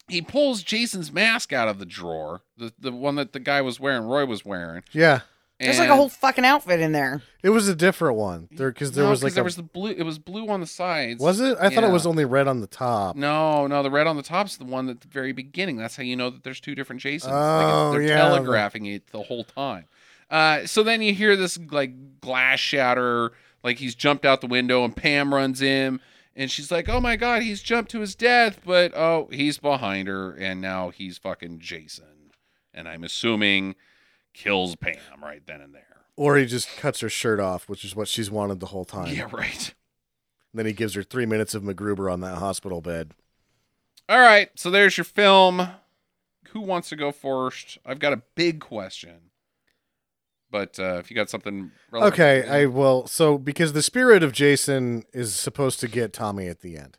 Speaker 1: he pulls Jason's mask out of the drawer, the, the one that the guy was wearing, Roy was wearing.
Speaker 6: Yeah,
Speaker 7: there's like a
Speaker 1: and-
Speaker 7: whole fucking outfit in there.
Speaker 6: it was a different one there because there
Speaker 1: No,
Speaker 6: was
Speaker 1: 'cause
Speaker 6: like
Speaker 1: there
Speaker 6: a,
Speaker 1: was the blue. It was blue on the sides.
Speaker 6: was it? I thought it
Speaker 1: Yeah.
Speaker 6: was only red on the top.
Speaker 1: No, no, the red on the top's the one at the very beginning. That's how you know that there's two different Jasons.
Speaker 6: Oh,
Speaker 1: like it's-
Speaker 6: yeah.
Speaker 1: they're telegraphing it the whole time. Uh, so then you hear this like glass shatter, like he's jumped out the window, and Pam runs in, and she's like, "Oh my god, he's jumped to his death!" But oh, he's behind her, and now he's fucking Jason, and I'm assuming kills Pam right then and there.
Speaker 6: Or he just cuts her shirt off, which is what she's wanted the whole time.
Speaker 1: Yeah, right.
Speaker 6: Then he gives her three minutes of MacGruber on that hospital bed.
Speaker 1: All right, so there's your film. Who wants to go first? I've got a big question, but uh, if you got something, relevant,
Speaker 6: Okay, I will. So, because the spirit of Jason is supposed to get Tommy at the end.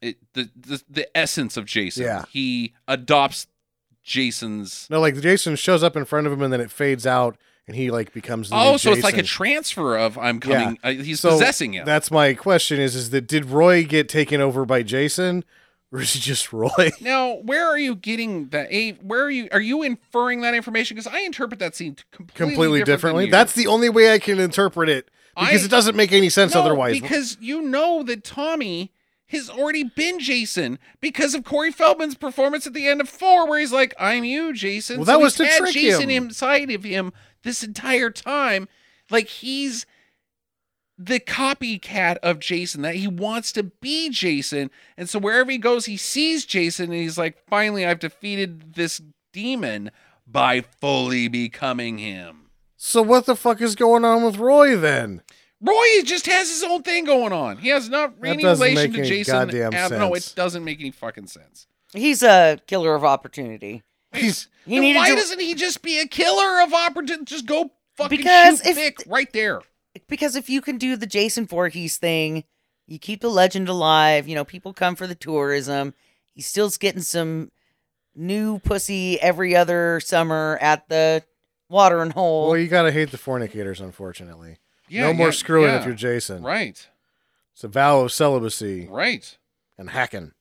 Speaker 1: it, the, the the essence of Jason.
Speaker 6: Yeah.
Speaker 1: he adopts Jason's.
Speaker 6: No, like Jason shows up in front of him and then it fades out and he like becomes the
Speaker 1: Oh,
Speaker 6: new
Speaker 1: so it's like a
Speaker 6: Jason.
Speaker 1: transfer of I'm coming. Uh, he's
Speaker 6: So
Speaker 1: possessing him.
Speaker 6: That's my question is is that did Roy get taken over by Jason or is he just Roy?
Speaker 1: now, where are you getting that? A, where are you? Are you inferring that information? Because I interpret that scene completely,
Speaker 6: Completely
Speaker 1: different than
Speaker 6: differently.
Speaker 1: you.
Speaker 6: That's the only way I can interpret it because
Speaker 1: I-
Speaker 6: it doesn't make any sense
Speaker 1: No,
Speaker 6: otherwise.
Speaker 1: Because you know that Tommy has already been Jason because of Corey Feldman's performance at the end of four, where he's like, "I'm you, Jason."
Speaker 6: Well, that was
Speaker 1: he's
Speaker 6: to
Speaker 1: had
Speaker 6: trick
Speaker 1: Jason
Speaker 6: him.
Speaker 1: inside of him this entire time, like he's the copycat of Jason that he wants to be Jason, and so wherever he goes, he sees Jason, and he's like, "Finally, I've defeated this demon by fully becoming him."
Speaker 6: so what the fuck is going on with Roy then?
Speaker 1: Roy just has his own thing going on. He has not
Speaker 6: That
Speaker 1: any
Speaker 6: doesn't
Speaker 1: relation
Speaker 6: make
Speaker 1: to
Speaker 6: any
Speaker 1: Jason.
Speaker 6: goddamn
Speaker 1: at- No,
Speaker 6: sense.
Speaker 1: it doesn't make any fucking sense.
Speaker 7: He's a killer of opportunity.
Speaker 6: He's
Speaker 7: He
Speaker 1: Then
Speaker 7: needed
Speaker 1: why
Speaker 7: to
Speaker 1: doesn't he just be a killer of opportunity? Just go fucking
Speaker 7: Because
Speaker 1: shoot
Speaker 7: if-
Speaker 1: Vic right there.
Speaker 7: because if you can do the Jason Voorhees thing, you keep the legend alive. You know, people come for the tourism. He's still getting some new pussy every other summer at the watering hole.
Speaker 6: well, you gotta hate the fornicators, unfortunately.
Speaker 1: Yeah,
Speaker 6: no more
Speaker 1: yeah,
Speaker 6: screwing
Speaker 1: yeah.
Speaker 6: if you're Jason.
Speaker 1: Right,
Speaker 6: It's a vow of celibacy
Speaker 1: right.
Speaker 6: and hacking,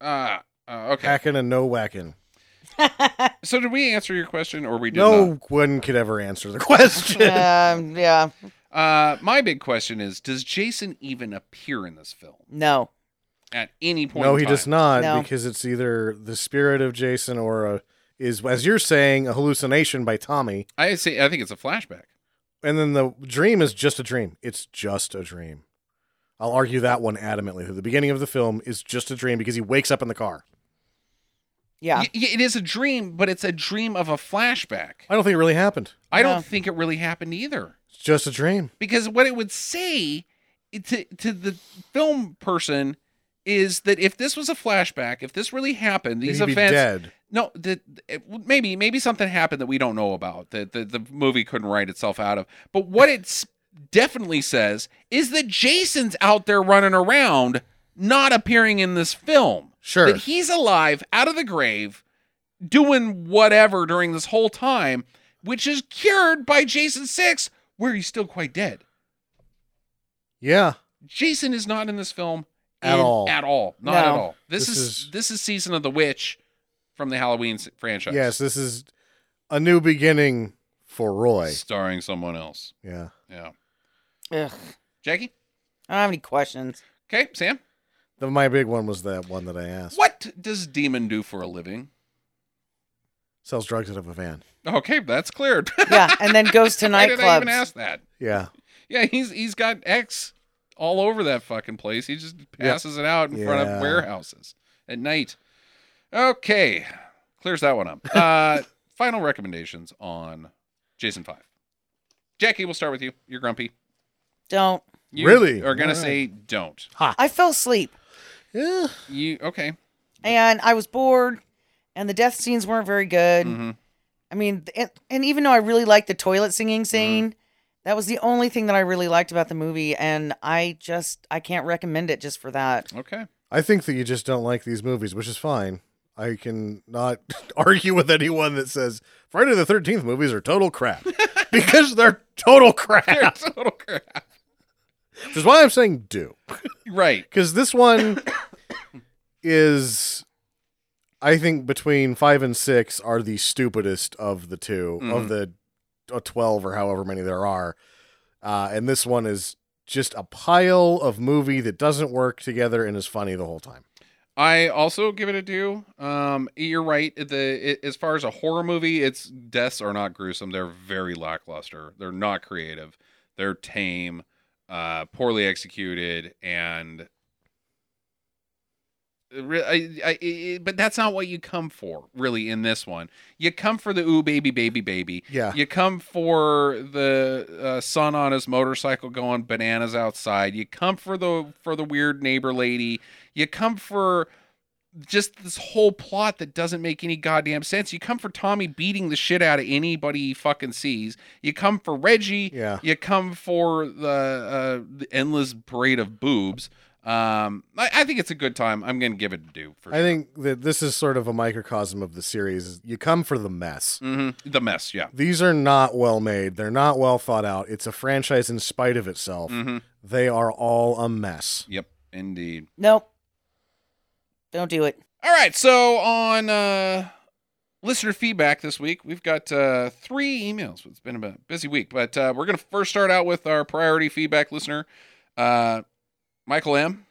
Speaker 1: Uh, uh, okay.
Speaker 6: hacking and no whacking.
Speaker 1: So did we answer your question, or we did
Speaker 6: No
Speaker 1: not?
Speaker 6: one could ever answer the question.
Speaker 7: Um, yeah,
Speaker 1: Uh, my big question is: Does Jason even appear in this film
Speaker 7: no.
Speaker 1: at any point?
Speaker 6: no,
Speaker 1: in
Speaker 6: he
Speaker 1: time?
Speaker 6: does not,
Speaker 7: No.
Speaker 6: because it's either the spirit of Jason or a, is as you're saying a hallucination by Tommy,
Speaker 1: I say I think it's a flashback.
Speaker 6: and then the dream is just a dream. It's just a dream. I'll argue that one adamantly. The beginning of the film is just a dream because he wakes up in the car.
Speaker 7: Yeah.
Speaker 1: Y- y- it is a dream, but it's a dream of a flashback.
Speaker 6: I don't think it really happened.
Speaker 1: I
Speaker 7: No.
Speaker 1: don't think it really happened either.
Speaker 6: It's just a dream.
Speaker 1: because what it would say to to the film person is that if this was a flashback, if this really happened, these
Speaker 6: He'd be
Speaker 1: events,
Speaker 6: dead.
Speaker 1: no, that it- maybe maybe something happened that we don't know about that the, the movie couldn't write itself out of. But what it's definitely says is that Jason's out there running around, not appearing in this film.
Speaker 6: Sure.
Speaker 1: That he's alive, out of the grave, doing whatever during this whole time, which is cured by Jason Six, where he's still quite dead.
Speaker 6: Yeah.
Speaker 1: Jason is not in this film
Speaker 6: At
Speaker 1: in-
Speaker 6: all.
Speaker 1: At all. Not
Speaker 7: No.
Speaker 1: at all. This,
Speaker 6: This
Speaker 1: is,
Speaker 6: is-
Speaker 1: this is season of the witch from the Halloween s- franchise.
Speaker 6: Yes, this is a new beginning for Roy.
Speaker 1: starring someone else.
Speaker 6: Yeah.
Speaker 1: Yeah.
Speaker 7: Ugh.
Speaker 1: Jackie.
Speaker 7: I don't have any questions.
Speaker 1: Okay. Sam.
Speaker 6: The, my big one was that one that I asked.
Speaker 1: What does Demon do for a living?
Speaker 6: Sells drugs out of a van.
Speaker 1: Okay, that's cleared.
Speaker 7: Yeah, and then goes to
Speaker 1: Why did I even
Speaker 7: nightclubs.
Speaker 1: ask that?
Speaker 6: Yeah.
Speaker 1: Yeah, he's he's got X all over that fucking place. He just passes it out in front
Speaker 6: Yeah.
Speaker 1: of warehouses at night. Okay, clears that one up. Uh, final recommendations on Jason Five. Jackie, we'll start with you. You're grumpy.
Speaker 7: Don't.
Speaker 1: You
Speaker 6: Really?
Speaker 1: Are gonna
Speaker 6: All right.
Speaker 1: say don't.
Speaker 7: I fell asleep
Speaker 6: Yeah.
Speaker 1: You okay?
Speaker 7: and I was bored, and the death scenes weren't very good.
Speaker 1: Mhm.
Speaker 7: I mean, th- and, and even though I really liked the toilet singing
Speaker 1: Mm-hmm.
Speaker 7: scene, that was the only thing that I really liked about the movie, and I just I can't recommend it just for that.
Speaker 1: Okay.
Speaker 6: I think that you just don't like these movies, which is fine. I can not argue with anyone that says Friday the 13th movies are total crap because they're total
Speaker 1: You're
Speaker 6: crap.
Speaker 1: total crap.
Speaker 6: Which is why I'm saying do.
Speaker 1: Right.
Speaker 6: Because this one is, I think, between five and six are the stupidest of the 2 of
Speaker 1: Mhm.
Speaker 6: the uh, 12 or however many there are. Uh, and this one is just a pile of movie that doesn't work together and is funny the whole time.
Speaker 1: I also give it a do. Um, you're right. The it, as far as a horror movie, its deaths are not gruesome. They're very lackluster. They're not creative. They're tame, uh, poorly executed, and it re- I, I, it- but that's not what you come for, really. In this one, you come for the ooh baby baby baby.
Speaker 6: Yeah.
Speaker 1: You come for the uh, son on his motorcycle going bananas outside. You come for the for the weird neighbor lady. You come for just this whole plot that doesn't make any goddamn sense. You come for Tommy beating the shit out of anybody he fucking sees. You come for Reggie.
Speaker 6: Yeah.
Speaker 1: You come for the, uh, the endless parade of boobs. Um, I, I think it's a good time. I'm gonna give it a do for
Speaker 6: I think that this is sort of a microcosm of the series. is You come for the mess.
Speaker 1: hmm the mess. Yeah.
Speaker 6: These are not well made. They're not well thought out. It's a franchise in spite of itself.
Speaker 1: hmm
Speaker 6: They are all a mess.
Speaker 1: Yep. Indeed.
Speaker 7: Nope. Don't do it.
Speaker 1: All right, so on uh, listener feedback this week, we've got uh, three emails. It's been a busy week, but uh, we're going to first start out with our priority feedback listener, uh, Michael M.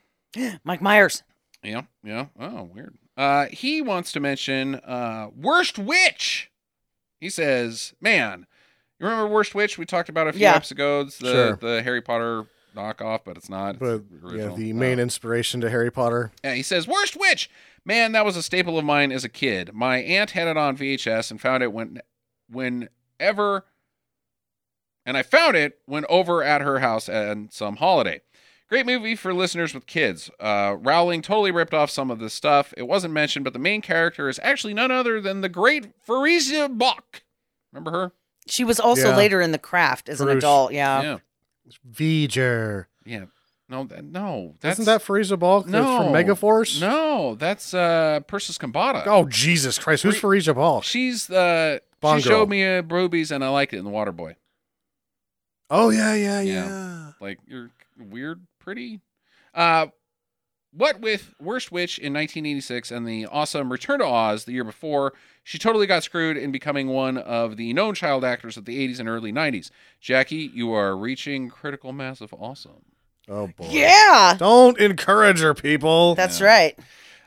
Speaker 7: Mike Myers.
Speaker 1: Yeah, yeah. Oh, weird. Uh, he wants to mention uh, Worst Witch. He says, "Man, you remember Worst Witch? We talked about it a few
Speaker 7: Yeah.
Speaker 1: episodes ago. It's the
Speaker 6: Sure.
Speaker 1: the Harry Potter knockoff, but it's not. It's
Speaker 6: But yeah,
Speaker 1: original.
Speaker 6: the
Speaker 1: Uh,
Speaker 6: main inspiration to Harry Potter.
Speaker 1: yeah, he says, Worst Witch! Man, that was a staple of mine as a kid. My aunt had it on VHS and found it when whenever and I found it when over at her house on some holiday. Great movie for listeners with kids. Uh, Rowling totally ripped off some of this stuff. It wasn't mentioned, but the main character is actually none other than the great Felicia Bach. Remember her?
Speaker 7: She was also
Speaker 6: Yeah.
Speaker 7: later in The Craft as an
Speaker 6: Bruce.
Speaker 7: adult. Yeah.
Speaker 1: yeah.
Speaker 6: V'ger.
Speaker 1: Yeah. No, that, no. That's,
Speaker 6: Isn't that Frieza Balk that's
Speaker 1: no,
Speaker 6: from Megaforce?
Speaker 1: No, that's uh, Persis Combata.
Speaker 6: Oh, Jesus Christ. Who's
Speaker 1: Fre-
Speaker 6: Frieza Balk?
Speaker 1: She's the
Speaker 6: Bond
Speaker 1: she
Speaker 6: girl.
Speaker 1: showed me a boobies and I liked it in the Water Boy.
Speaker 6: Oh, yeah, yeah,
Speaker 1: Yeah.
Speaker 6: yeah.
Speaker 1: Like you're weird, pretty. Uh, what with Worst Witch in 1986 and the awesome Return to Oz the year before, she totally got screwed in becoming one of the known child actors of the 80s and early 90s. Jackie, you are reaching critical mass of awesome.
Speaker 6: Oh, boy.
Speaker 7: Yeah.
Speaker 6: Don't encourage her, people.
Speaker 7: That's
Speaker 1: Yeah.
Speaker 7: right.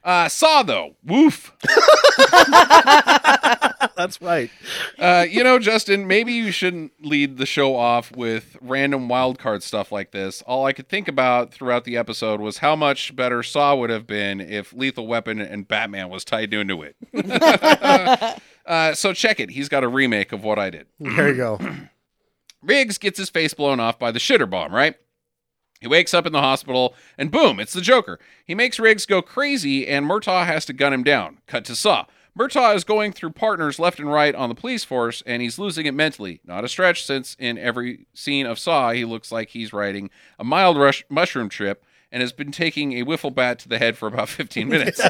Speaker 1: Uh, Saw though, woof.
Speaker 6: That's right.
Speaker 1: Uh, you know, Justin, maybe you shouldn't lead the show off with random wild card stuff like this. All I could think about throughout the episode was how much better Saw would have been if Lethal Weapon and Batman was tied into it. uh, so check it. He's got a remake of what I did.
Speaker 6: There you go.
Speaker 1: Riggs gets his face blown off by the shitter bomb, right? He wakes up in the hospital and boom, it's the Joker. He makes Riggs go crazy and Murtaugh has to gun him down. Cut to Saw. Murtaugh is going through partners left and right on the police force and he's losing it mentally. Not a stretch since in every scene of Saw, he looks like he's riding a mild rush- mushroom trip and has been taking a wiffle bat to the head for about 15 minutes.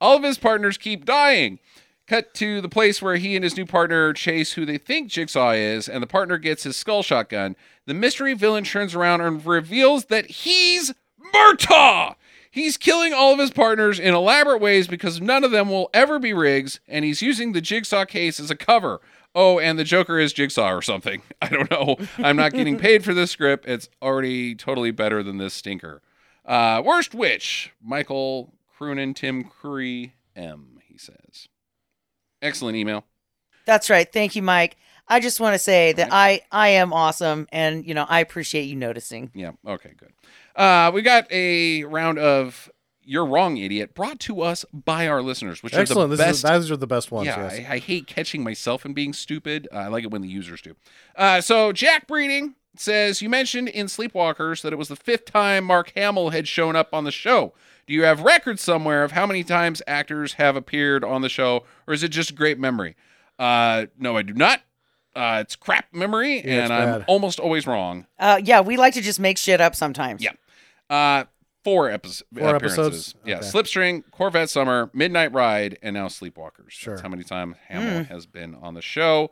Speaker 1: All of his partners keep dying. Cut to the place where he and his new partner chase who they think Jigsaw is, and the partner gets his skull shotgun. The mystery villain turns around and reveals that he's Murtaugh! He's killing all of his partners in elaborate ways because none of them will ever be Riggs, and he's using the Jigsaw case as a cover. Oh, and the Joker is Jigsaw or something. I don't know. I'm not getting paid for this script. It's already totally better than this stinker. Uh, worst witch, Michael Croonan, Tim Curry M, he says. Excellent email.
Speaker 7: That's right. Thank you, Mike. I just want to say that I I am awesome, and you know I appreciate you noticing.
Speaker 1: Yeah. Okay, good. Uh, we got a round of You're Wrong, Idiot, brought to us by our listeners, which
Speaker 6: Excellent.
Speaker 1: are
Speaker 6: This
Speaker 1: the best.
Speaker 6: is, those are the best ones.
Speaker 1: yeah,
Speaker 6: yes.
Speaker 1: I, I hate catching myself and being stupid. Uh, I like it when the users do. Uh, so Jack Breeding says you mentioned in Sleepwalkers that it was the fifth time Mark Hamill had shown up on the show. Do you have records somewhere of how many times actors have appeared on the show, or is it just great memory? Uh, no, I do not. Uh, it's crap memory,
Speaker 6: it's
Speaker 1: and I'm
Speaker 6: bad.
Speaker 1: almost always wrong.
Speaker 7: Uh, yeah, we like to just make shit up sometimes.
Speaker 1: Yeah. Uh, four, epis-
Speaker 6: Four
Speaker 1: appearances.
Speaker 6: episodes?
Speaker 1: Yeah.
Speaker 6: Okay.
Speaker 1: Slipstring, Corvette Summer, Midnight Ride, and now Sleepwalkers.
Speaker 6: Sure.
Speaker 1: That's how many times Hamill has been on the show,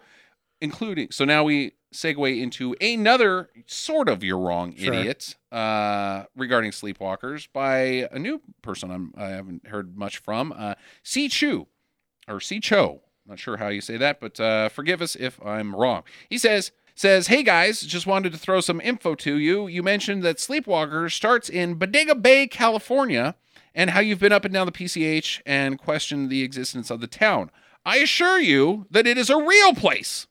Speaker 1: including. So now we segue into another sort of you're wrong
Speaker 6: Sure.
Speaker 1: idiot uh, regarding Sleepwalkers by a new person I'm, I haven't heard much from, uh, C. Chu or C. Cho. Not sure how you say that, but uh, forgive us if I'm wrong. He says, says, hey guys, just wanted to throw some info to you. You mentioned that Sleepwalker starts in Bodega Bay, California, and how you've been up and down the PCH and questioned the existence of the town. I assure you that it is a real place.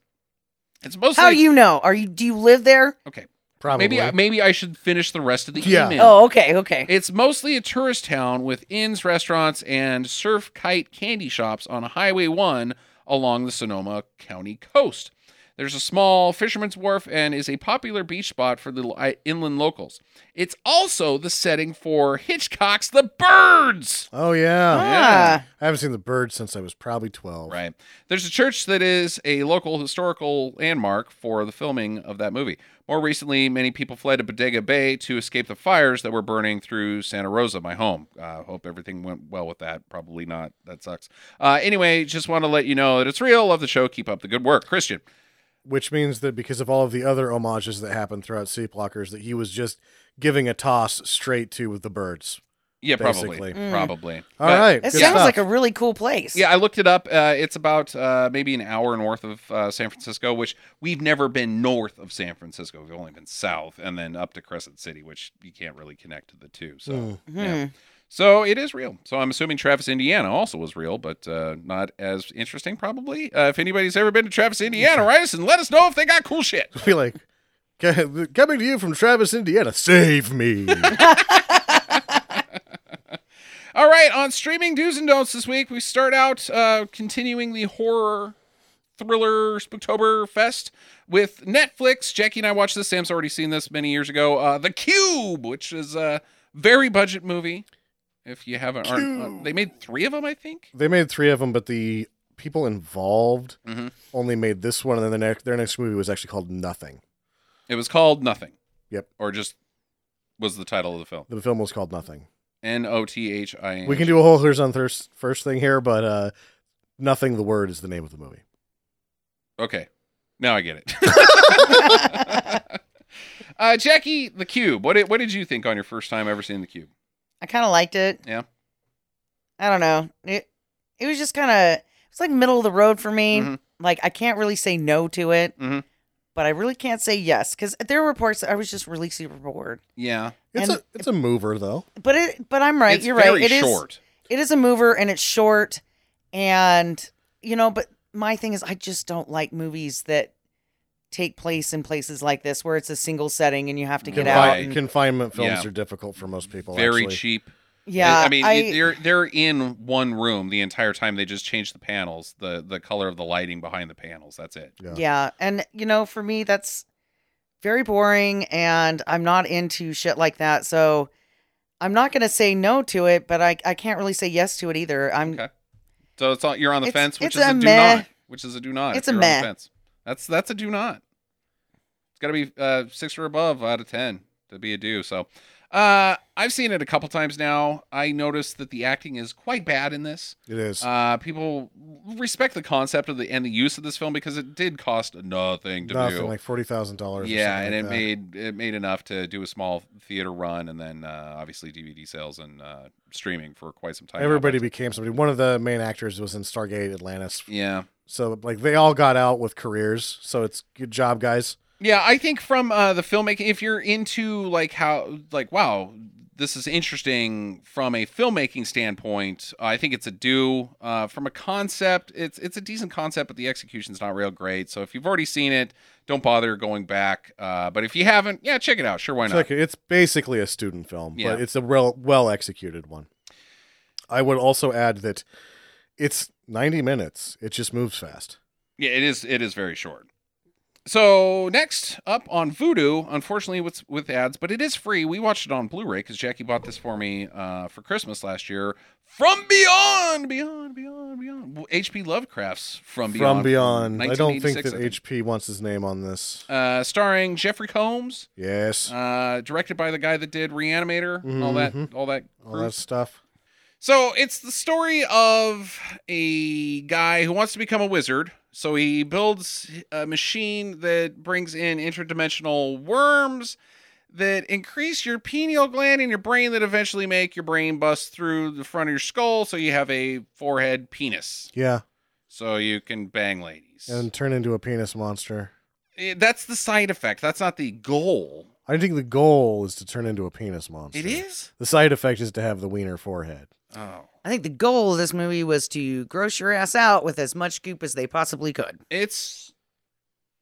Speaker 1: It's mostly
Speaker 7: How do you know? Are you do you live there?
Speaker 1: okay.
Speaker 6: Probably.
Speaker 1: Maybe I, maybe I should finish the rest of the
Speaker 6: Yeah.
Speaker 1: email.
Speaker 7: Oh, okay, okay.
Speaker 1: It's mostly a tourist town with inns, restaurants, and surf kite candy shops on Highway 1 along the Sonoma County coast. There's a small fisherman's wharf and is a popular beach spot for little i- inland locals. It's also the setting for Hitchcock's The Birds.
Speaker 6: oh yeah.
Speaker 7: Ah,
Speaker 1: Yeah.
Speaker 6: I haven't seen the bird since I was probably twelve.
Speaker 1: Right. There's a church that is a local historical landmark for the filming of that movie. More recently, many people fled to Bodega Bay to escape the fires that were burning through Santa Rosa, my home. uh, hope everything went well with that. Probably not. That sucks. Uh, anyway, just want to let you know that it's real. Love the show. Keep up the good work, Christian.
Speaker 6: Which means that because of all of the other homages that happened throughout Sleep Blockers, that he was just giving a toss straight to the birds.
Speaker 1: Yeah,
Speaker 6: Basically.
Speaker 1: probably. Probably.
Speaker 6: All
Speaker 1: But-
Speaker 6: right.
Speaker 7: That
Speaker 6: good
Speaker 7: sounds
Speaker 6: stuff.
Speaker 7: like a really cool place.
Speaker 1: Yeah, I looked it up. Uh, it's about uh, maybe an hour north of uh, San Francisco, which we've never been north of San Francisco. We've only been south and then up to Crescent City, which you can't really connect to the two. So, yeah. so it is real. So I'm assuming Travis, Indiana, also was real, but uh, not as interesting, probably. Uh, if anybody's ever been to Travis, Indiana, write us and let us know if they got cool shit.
Speaker 6: be like "C- coming to you from Travis, Indiana. Save me.
Speaker 1: All right, on streaming do's and don'ts this week, we start out uh, continuing the horror thriller Spooktober Fest with Netflix. Jackie and I watched this. Sam's already seen this many years ago. Uh, the Cube, which is a very budget movie. If you haven't, aren't, uh, they made three of them, I think.
Speaker 6: they made three of them, but the people involved
Speaker 1: Mhm.
Speaker 6: only made this one, and then their next, their next movie was actually called Nothing.
Speaker 1: It was called Nothing.
Speaker 6: Yep.
Speaker 1: Or just was the title of the film.
Speaker 6: The film was called Nothing.
Speaker 1: N O T H I N.
Speaker 6: We can do a whole Here's on Thirst first thing here, but uh, Nothing the Word is the name of the movie.
Speaker 1: Okay. Now I get it. uh, Jackie, The Cube. What did, what did you think on your first time ever seeing The Cube?
Speaker 7: I kind of liked it.
Speaker 1: Yeah.
Speaker 7: I don't know. It it was just kind of it's like middle of the road for me.
Speaker 1: Mhm.
Speaker 7: Like I can't really say no to it,
Speaker 1: Mhm.
Speaker 7: but I really can't say yes because there were parts that I was just really super bored.
Speaker 1: Yeah.
Speaker 6: It's
Speaker 7: And-
Speaker 6: a it's a mover though.
Speaker 7: But it but I'm right.
Speaker 1: It's
Speaker 7: you're
Speaker 1: very
Speaker 7: right. It is
Speaker 1: short.
Speaker 7: it is a mover and it's short and you know, but my thing is, I just don't like movies that take place in places like this where it's a single setting and you have to get out.
Speaker 1: Right.
Speaker 7: and-
Speaker 6: Confinement films
Speaker 1: Yeah.
Speaker 6: are difficult for most people.
Speaker 1: Very
Speaker 6: actually.
Speaker 1: cheap.
Speaker 7: yeah,
Speaker 1: I mean, they're they're in one room the entire time. They just change the panels, the the color of the lighting behind the panels. That's it.
Speaker 6: Yeah.
Speaker 7: Yeah. And, you know, for me, that's very boring and I'm not into shit like that. So I'm not going to say no to it, but I, I can't really say yes to it either. I'm,
Speaker 1: Okay. So it's all, you're on the
Speaker 7: It's-
Speaker 1: fence, which
Speaker 7: it's
Speaker 1: is
Speaker 7: a
Speaker 1: a, do
Speaker 7: meh.
Speaker 1: not, which is a do not. if
Speaker 7: It's a
Speaker 1: you're on the
Speaker 7: meh.
Speaker 1: fence. That's that's a do not. It's got to be uh, six or above out of ten to be a do. So, uh, I've seen it a couple times now. I noticed that the acting is quite bad in this.
Speaker 6: It is.
Speaker 1: Uh, people respect the concept of the and the use of this film because it did cost nothing to
Speaker 6: Nothing
Speaker 1: do.
Speaker 6: like forty thousand dollars.
Speaker 1: yeah, and it
Speaker 6: like that.
Speaker 1: made it made enough to do a small theater run, and then uh, obviously DVD sales and uh, streaming for quite some time.
Speaker 6: everybody became somebody. One of the main actors was in Stargate Atlantis,
Speaker 1: yeah,
Speaker 6: so like they all got out with careers. So it's good job, guys.
Speaker 1: Yeah, I think from uh, the filmmaking, if you're into like how, like, wow, this is interesting from a filmmaking standpoint, I think it's a do. Uh, from a concept, it's it's a decent concept, but the execution's not real great. So if you've already seen it, don't bother going back. Uh, but if you haven't, yeah, check it out. Sure, why
Speaker 6: It's
Speaker 1: not?
Speaker 6: like it's basically a student film,
Speaker 1: Yeah.
Speaker 6: but it's a real well executed one. I would also add that it's ninety minutes. It just moves fast.
Speaker 1: Yeah, it is. It is very short. So next up on Voodoo, unfortunately, with with ads, but it is free. We watched it on Blu-ray because Jackie bought this for me uh, for Christmas last year. From Beyond, Beyond, Beyond, Beyond. Well, H.P. Lovecraft's From Beyond.
Speaker 6: From Beyond. I don't think
Speaker 1: 1986,
Speaker 6: that
Speaker 1: I think.
Speaker 6: HP wants his name on this.
Speaker 1: Uh, starring Jeffrey Combs,
Speaker 6: yes,
Speaker 1: uh, directed by the guy that did Reanimator, and all that, all that,
Speaker 6: Mm-hmm, all
Speaker 1: group.
Speaker 6: that stuff.
Speaker 1: So it's the story of a guy who wants to become a wizard. So he builds a machine that brings in interdimensional worms that increase your pineal gland in your brain that eventually make your brain bust through the front of your skull so you have a forehead penis
Speaker 6: Yeah,
Speaker 1: so you can bang ladies.
Speaker 6: and turn into a penis monster.
Speaker 1: Eh, that's the side effect. That's not the goal.
Speaker 6: I think the goal is to turn into a penis monster.
Speaker 1: It is?
Speaker 6: The side effect is to have the wiener forehead.
Speaker 1: Oh.
Speaker 7: I think the goal of this movie was to gross your ass out with as much goop as they possibly could.
Speaker 1: It's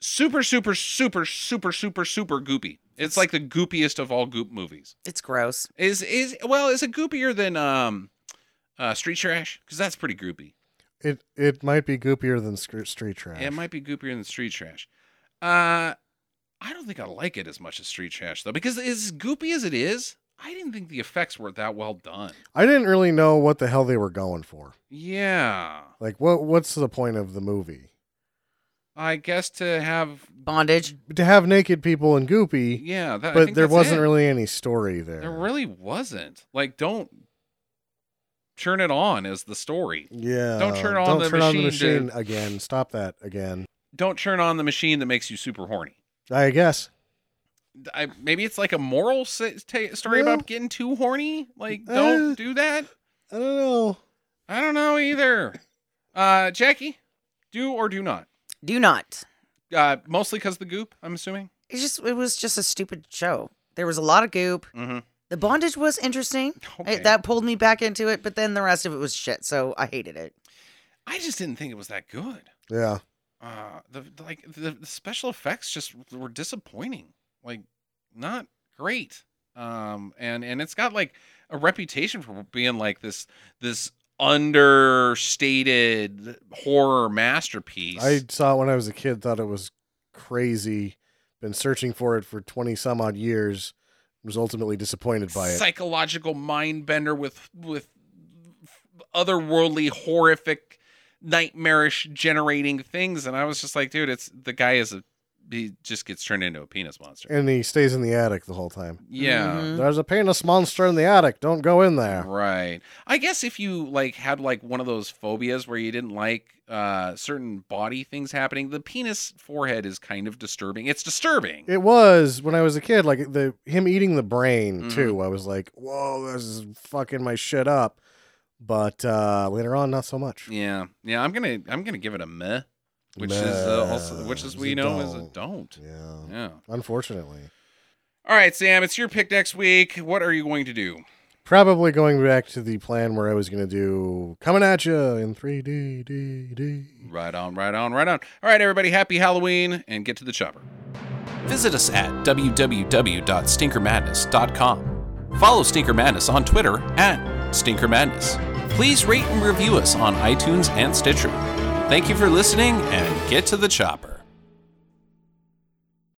Speaker 1: super super super super super super goopy. It's like the goopiest of all goop movies.
Speaker 7: It's gross.
Speaker 1: Is is well, is it goopier than um uh Street Trash? Because that's pretty goopy.
Speaker 6: It it might be goopier than sc- street trash.
Speaker 1: It might be goopier than Street Trash. Uh I don't think I like it as much as Street Trash though, because as goopy as it is, I didn't think the effects were that well done.
Speaker 6: I didn't really know what the hell they were going for.
Speaker 1: Yeah.
Speaker 6: Like, what what's the point of the movie?
Speaker 1: I guess to have
Speaker 7: Bondage.
Speaker 6: To have naked people and goopy,
Speaker 1: yeah, that, I
Speaker 6: but
Speaker 1: think
Speaker 6: there
Speaker 1: that's
Speaker 6: wasn't
Speaker 1: it.
Speaker 6: really any story there.
Speaker 1: there really wasn't. Like don't turn it on as the story.
Speaker 6: yeah.
Speaker 1: Don't turn on
Speaker 6: Don't
Speaker 1: the
Speaker 6: turn on the
Speaker 1: machine to-
Speaker 6: machine again. Stop that again.
Speaker 1: Don't turn on the machine that makes you super horny.
Speaker 6: I guess.
Speaker 1: I, maybe it's like a moral s ta story
Speaker 6: Well-
Speaker 1: about getting too horny. Like,
Speaker 6: Uh.
Speaker 1: don't do that.
Speaker 6: I don't know.
Speaker 1: I don't know either. Uh, Jackie, do or do not.
Speaker 7: Do not.
Speaker 1: Uh, mostly because the goop. I'm assuming.
Speaker 7: It's just it was just a stupid show. There was a lot of goop.
Speaker 1: Mm-hmm.
Speaker 7: The bondage was interesting.
Speaker 1: Okay.
Speaker 7: It, that pulled me back into it, but then the rest of it was shit. So I hated it.
Speaker 1: I just didn't think it was that good.
Speaker 6: Yeah.
Speaker 1: Uh, the the- like the, the special effects just were disappointing. Like, not great. Um, and and it's got like a reputation for being like this this understated horror masterpiece.
Speaker 6: I saw it when I was a kid, thought it was crazy. Been searching for it for 20 some odd years, was ultimately disappointed by it.
Speaker 1: psychological mind bender with with otherworldly horrific nightmarish generating things and i was just like dude it's the guy is a he just gets turned into a penis monster
Speaker 6: And Mm-hmm. he stays in the attic the whole time.
Speaker 1: yeah
Speaker 7: Mhm.
Speaker 6: There's a penis monster in the attic. Don't go in there.
Speaker 1: right i guess if you like had like one of those phobias where you didn't like uh certain body things happening the penis forehead is kind of disturbing it's disturbing
Speaker 6: It was when I was a kid, like the him eating the brain
Speaker 1: Mhm.
Speaker 6: too. I was like, "Whoa, this is fucking my shit up." But uh, later on, not so much.
Speaker 1: yeah yeah i'm gonna i'm gonna give it a meh which is uh,
Speaker 6: Meh.
Speaker 1: also which is
Speaker 6: It's
Speaker 1: we
Speaker 6: a
Speaker 1: know is a
Speaker 6: don't.
Speaker 1: don't
Speaker 6: Yeah.
Speaker 1: yeah
Speaker 6: Unfortunately,
Speaker 1: All right, Sam, it's your pick next week. What are you going to do?
Speaker 6: Probably going back to the plan where I was going to do coming at you in 3D, D, D.
Speaker 8: Right on, right on, right on. All right, everybody, happy Halloween and get to the chopper.
Speaker 1: Visit us at www.stinkermadness.com. Follow Stinker Madness on Twitter at Stinker Madness. Please rate and review us on iTunes and Stitcher. Thank you for listening and get to the chopper.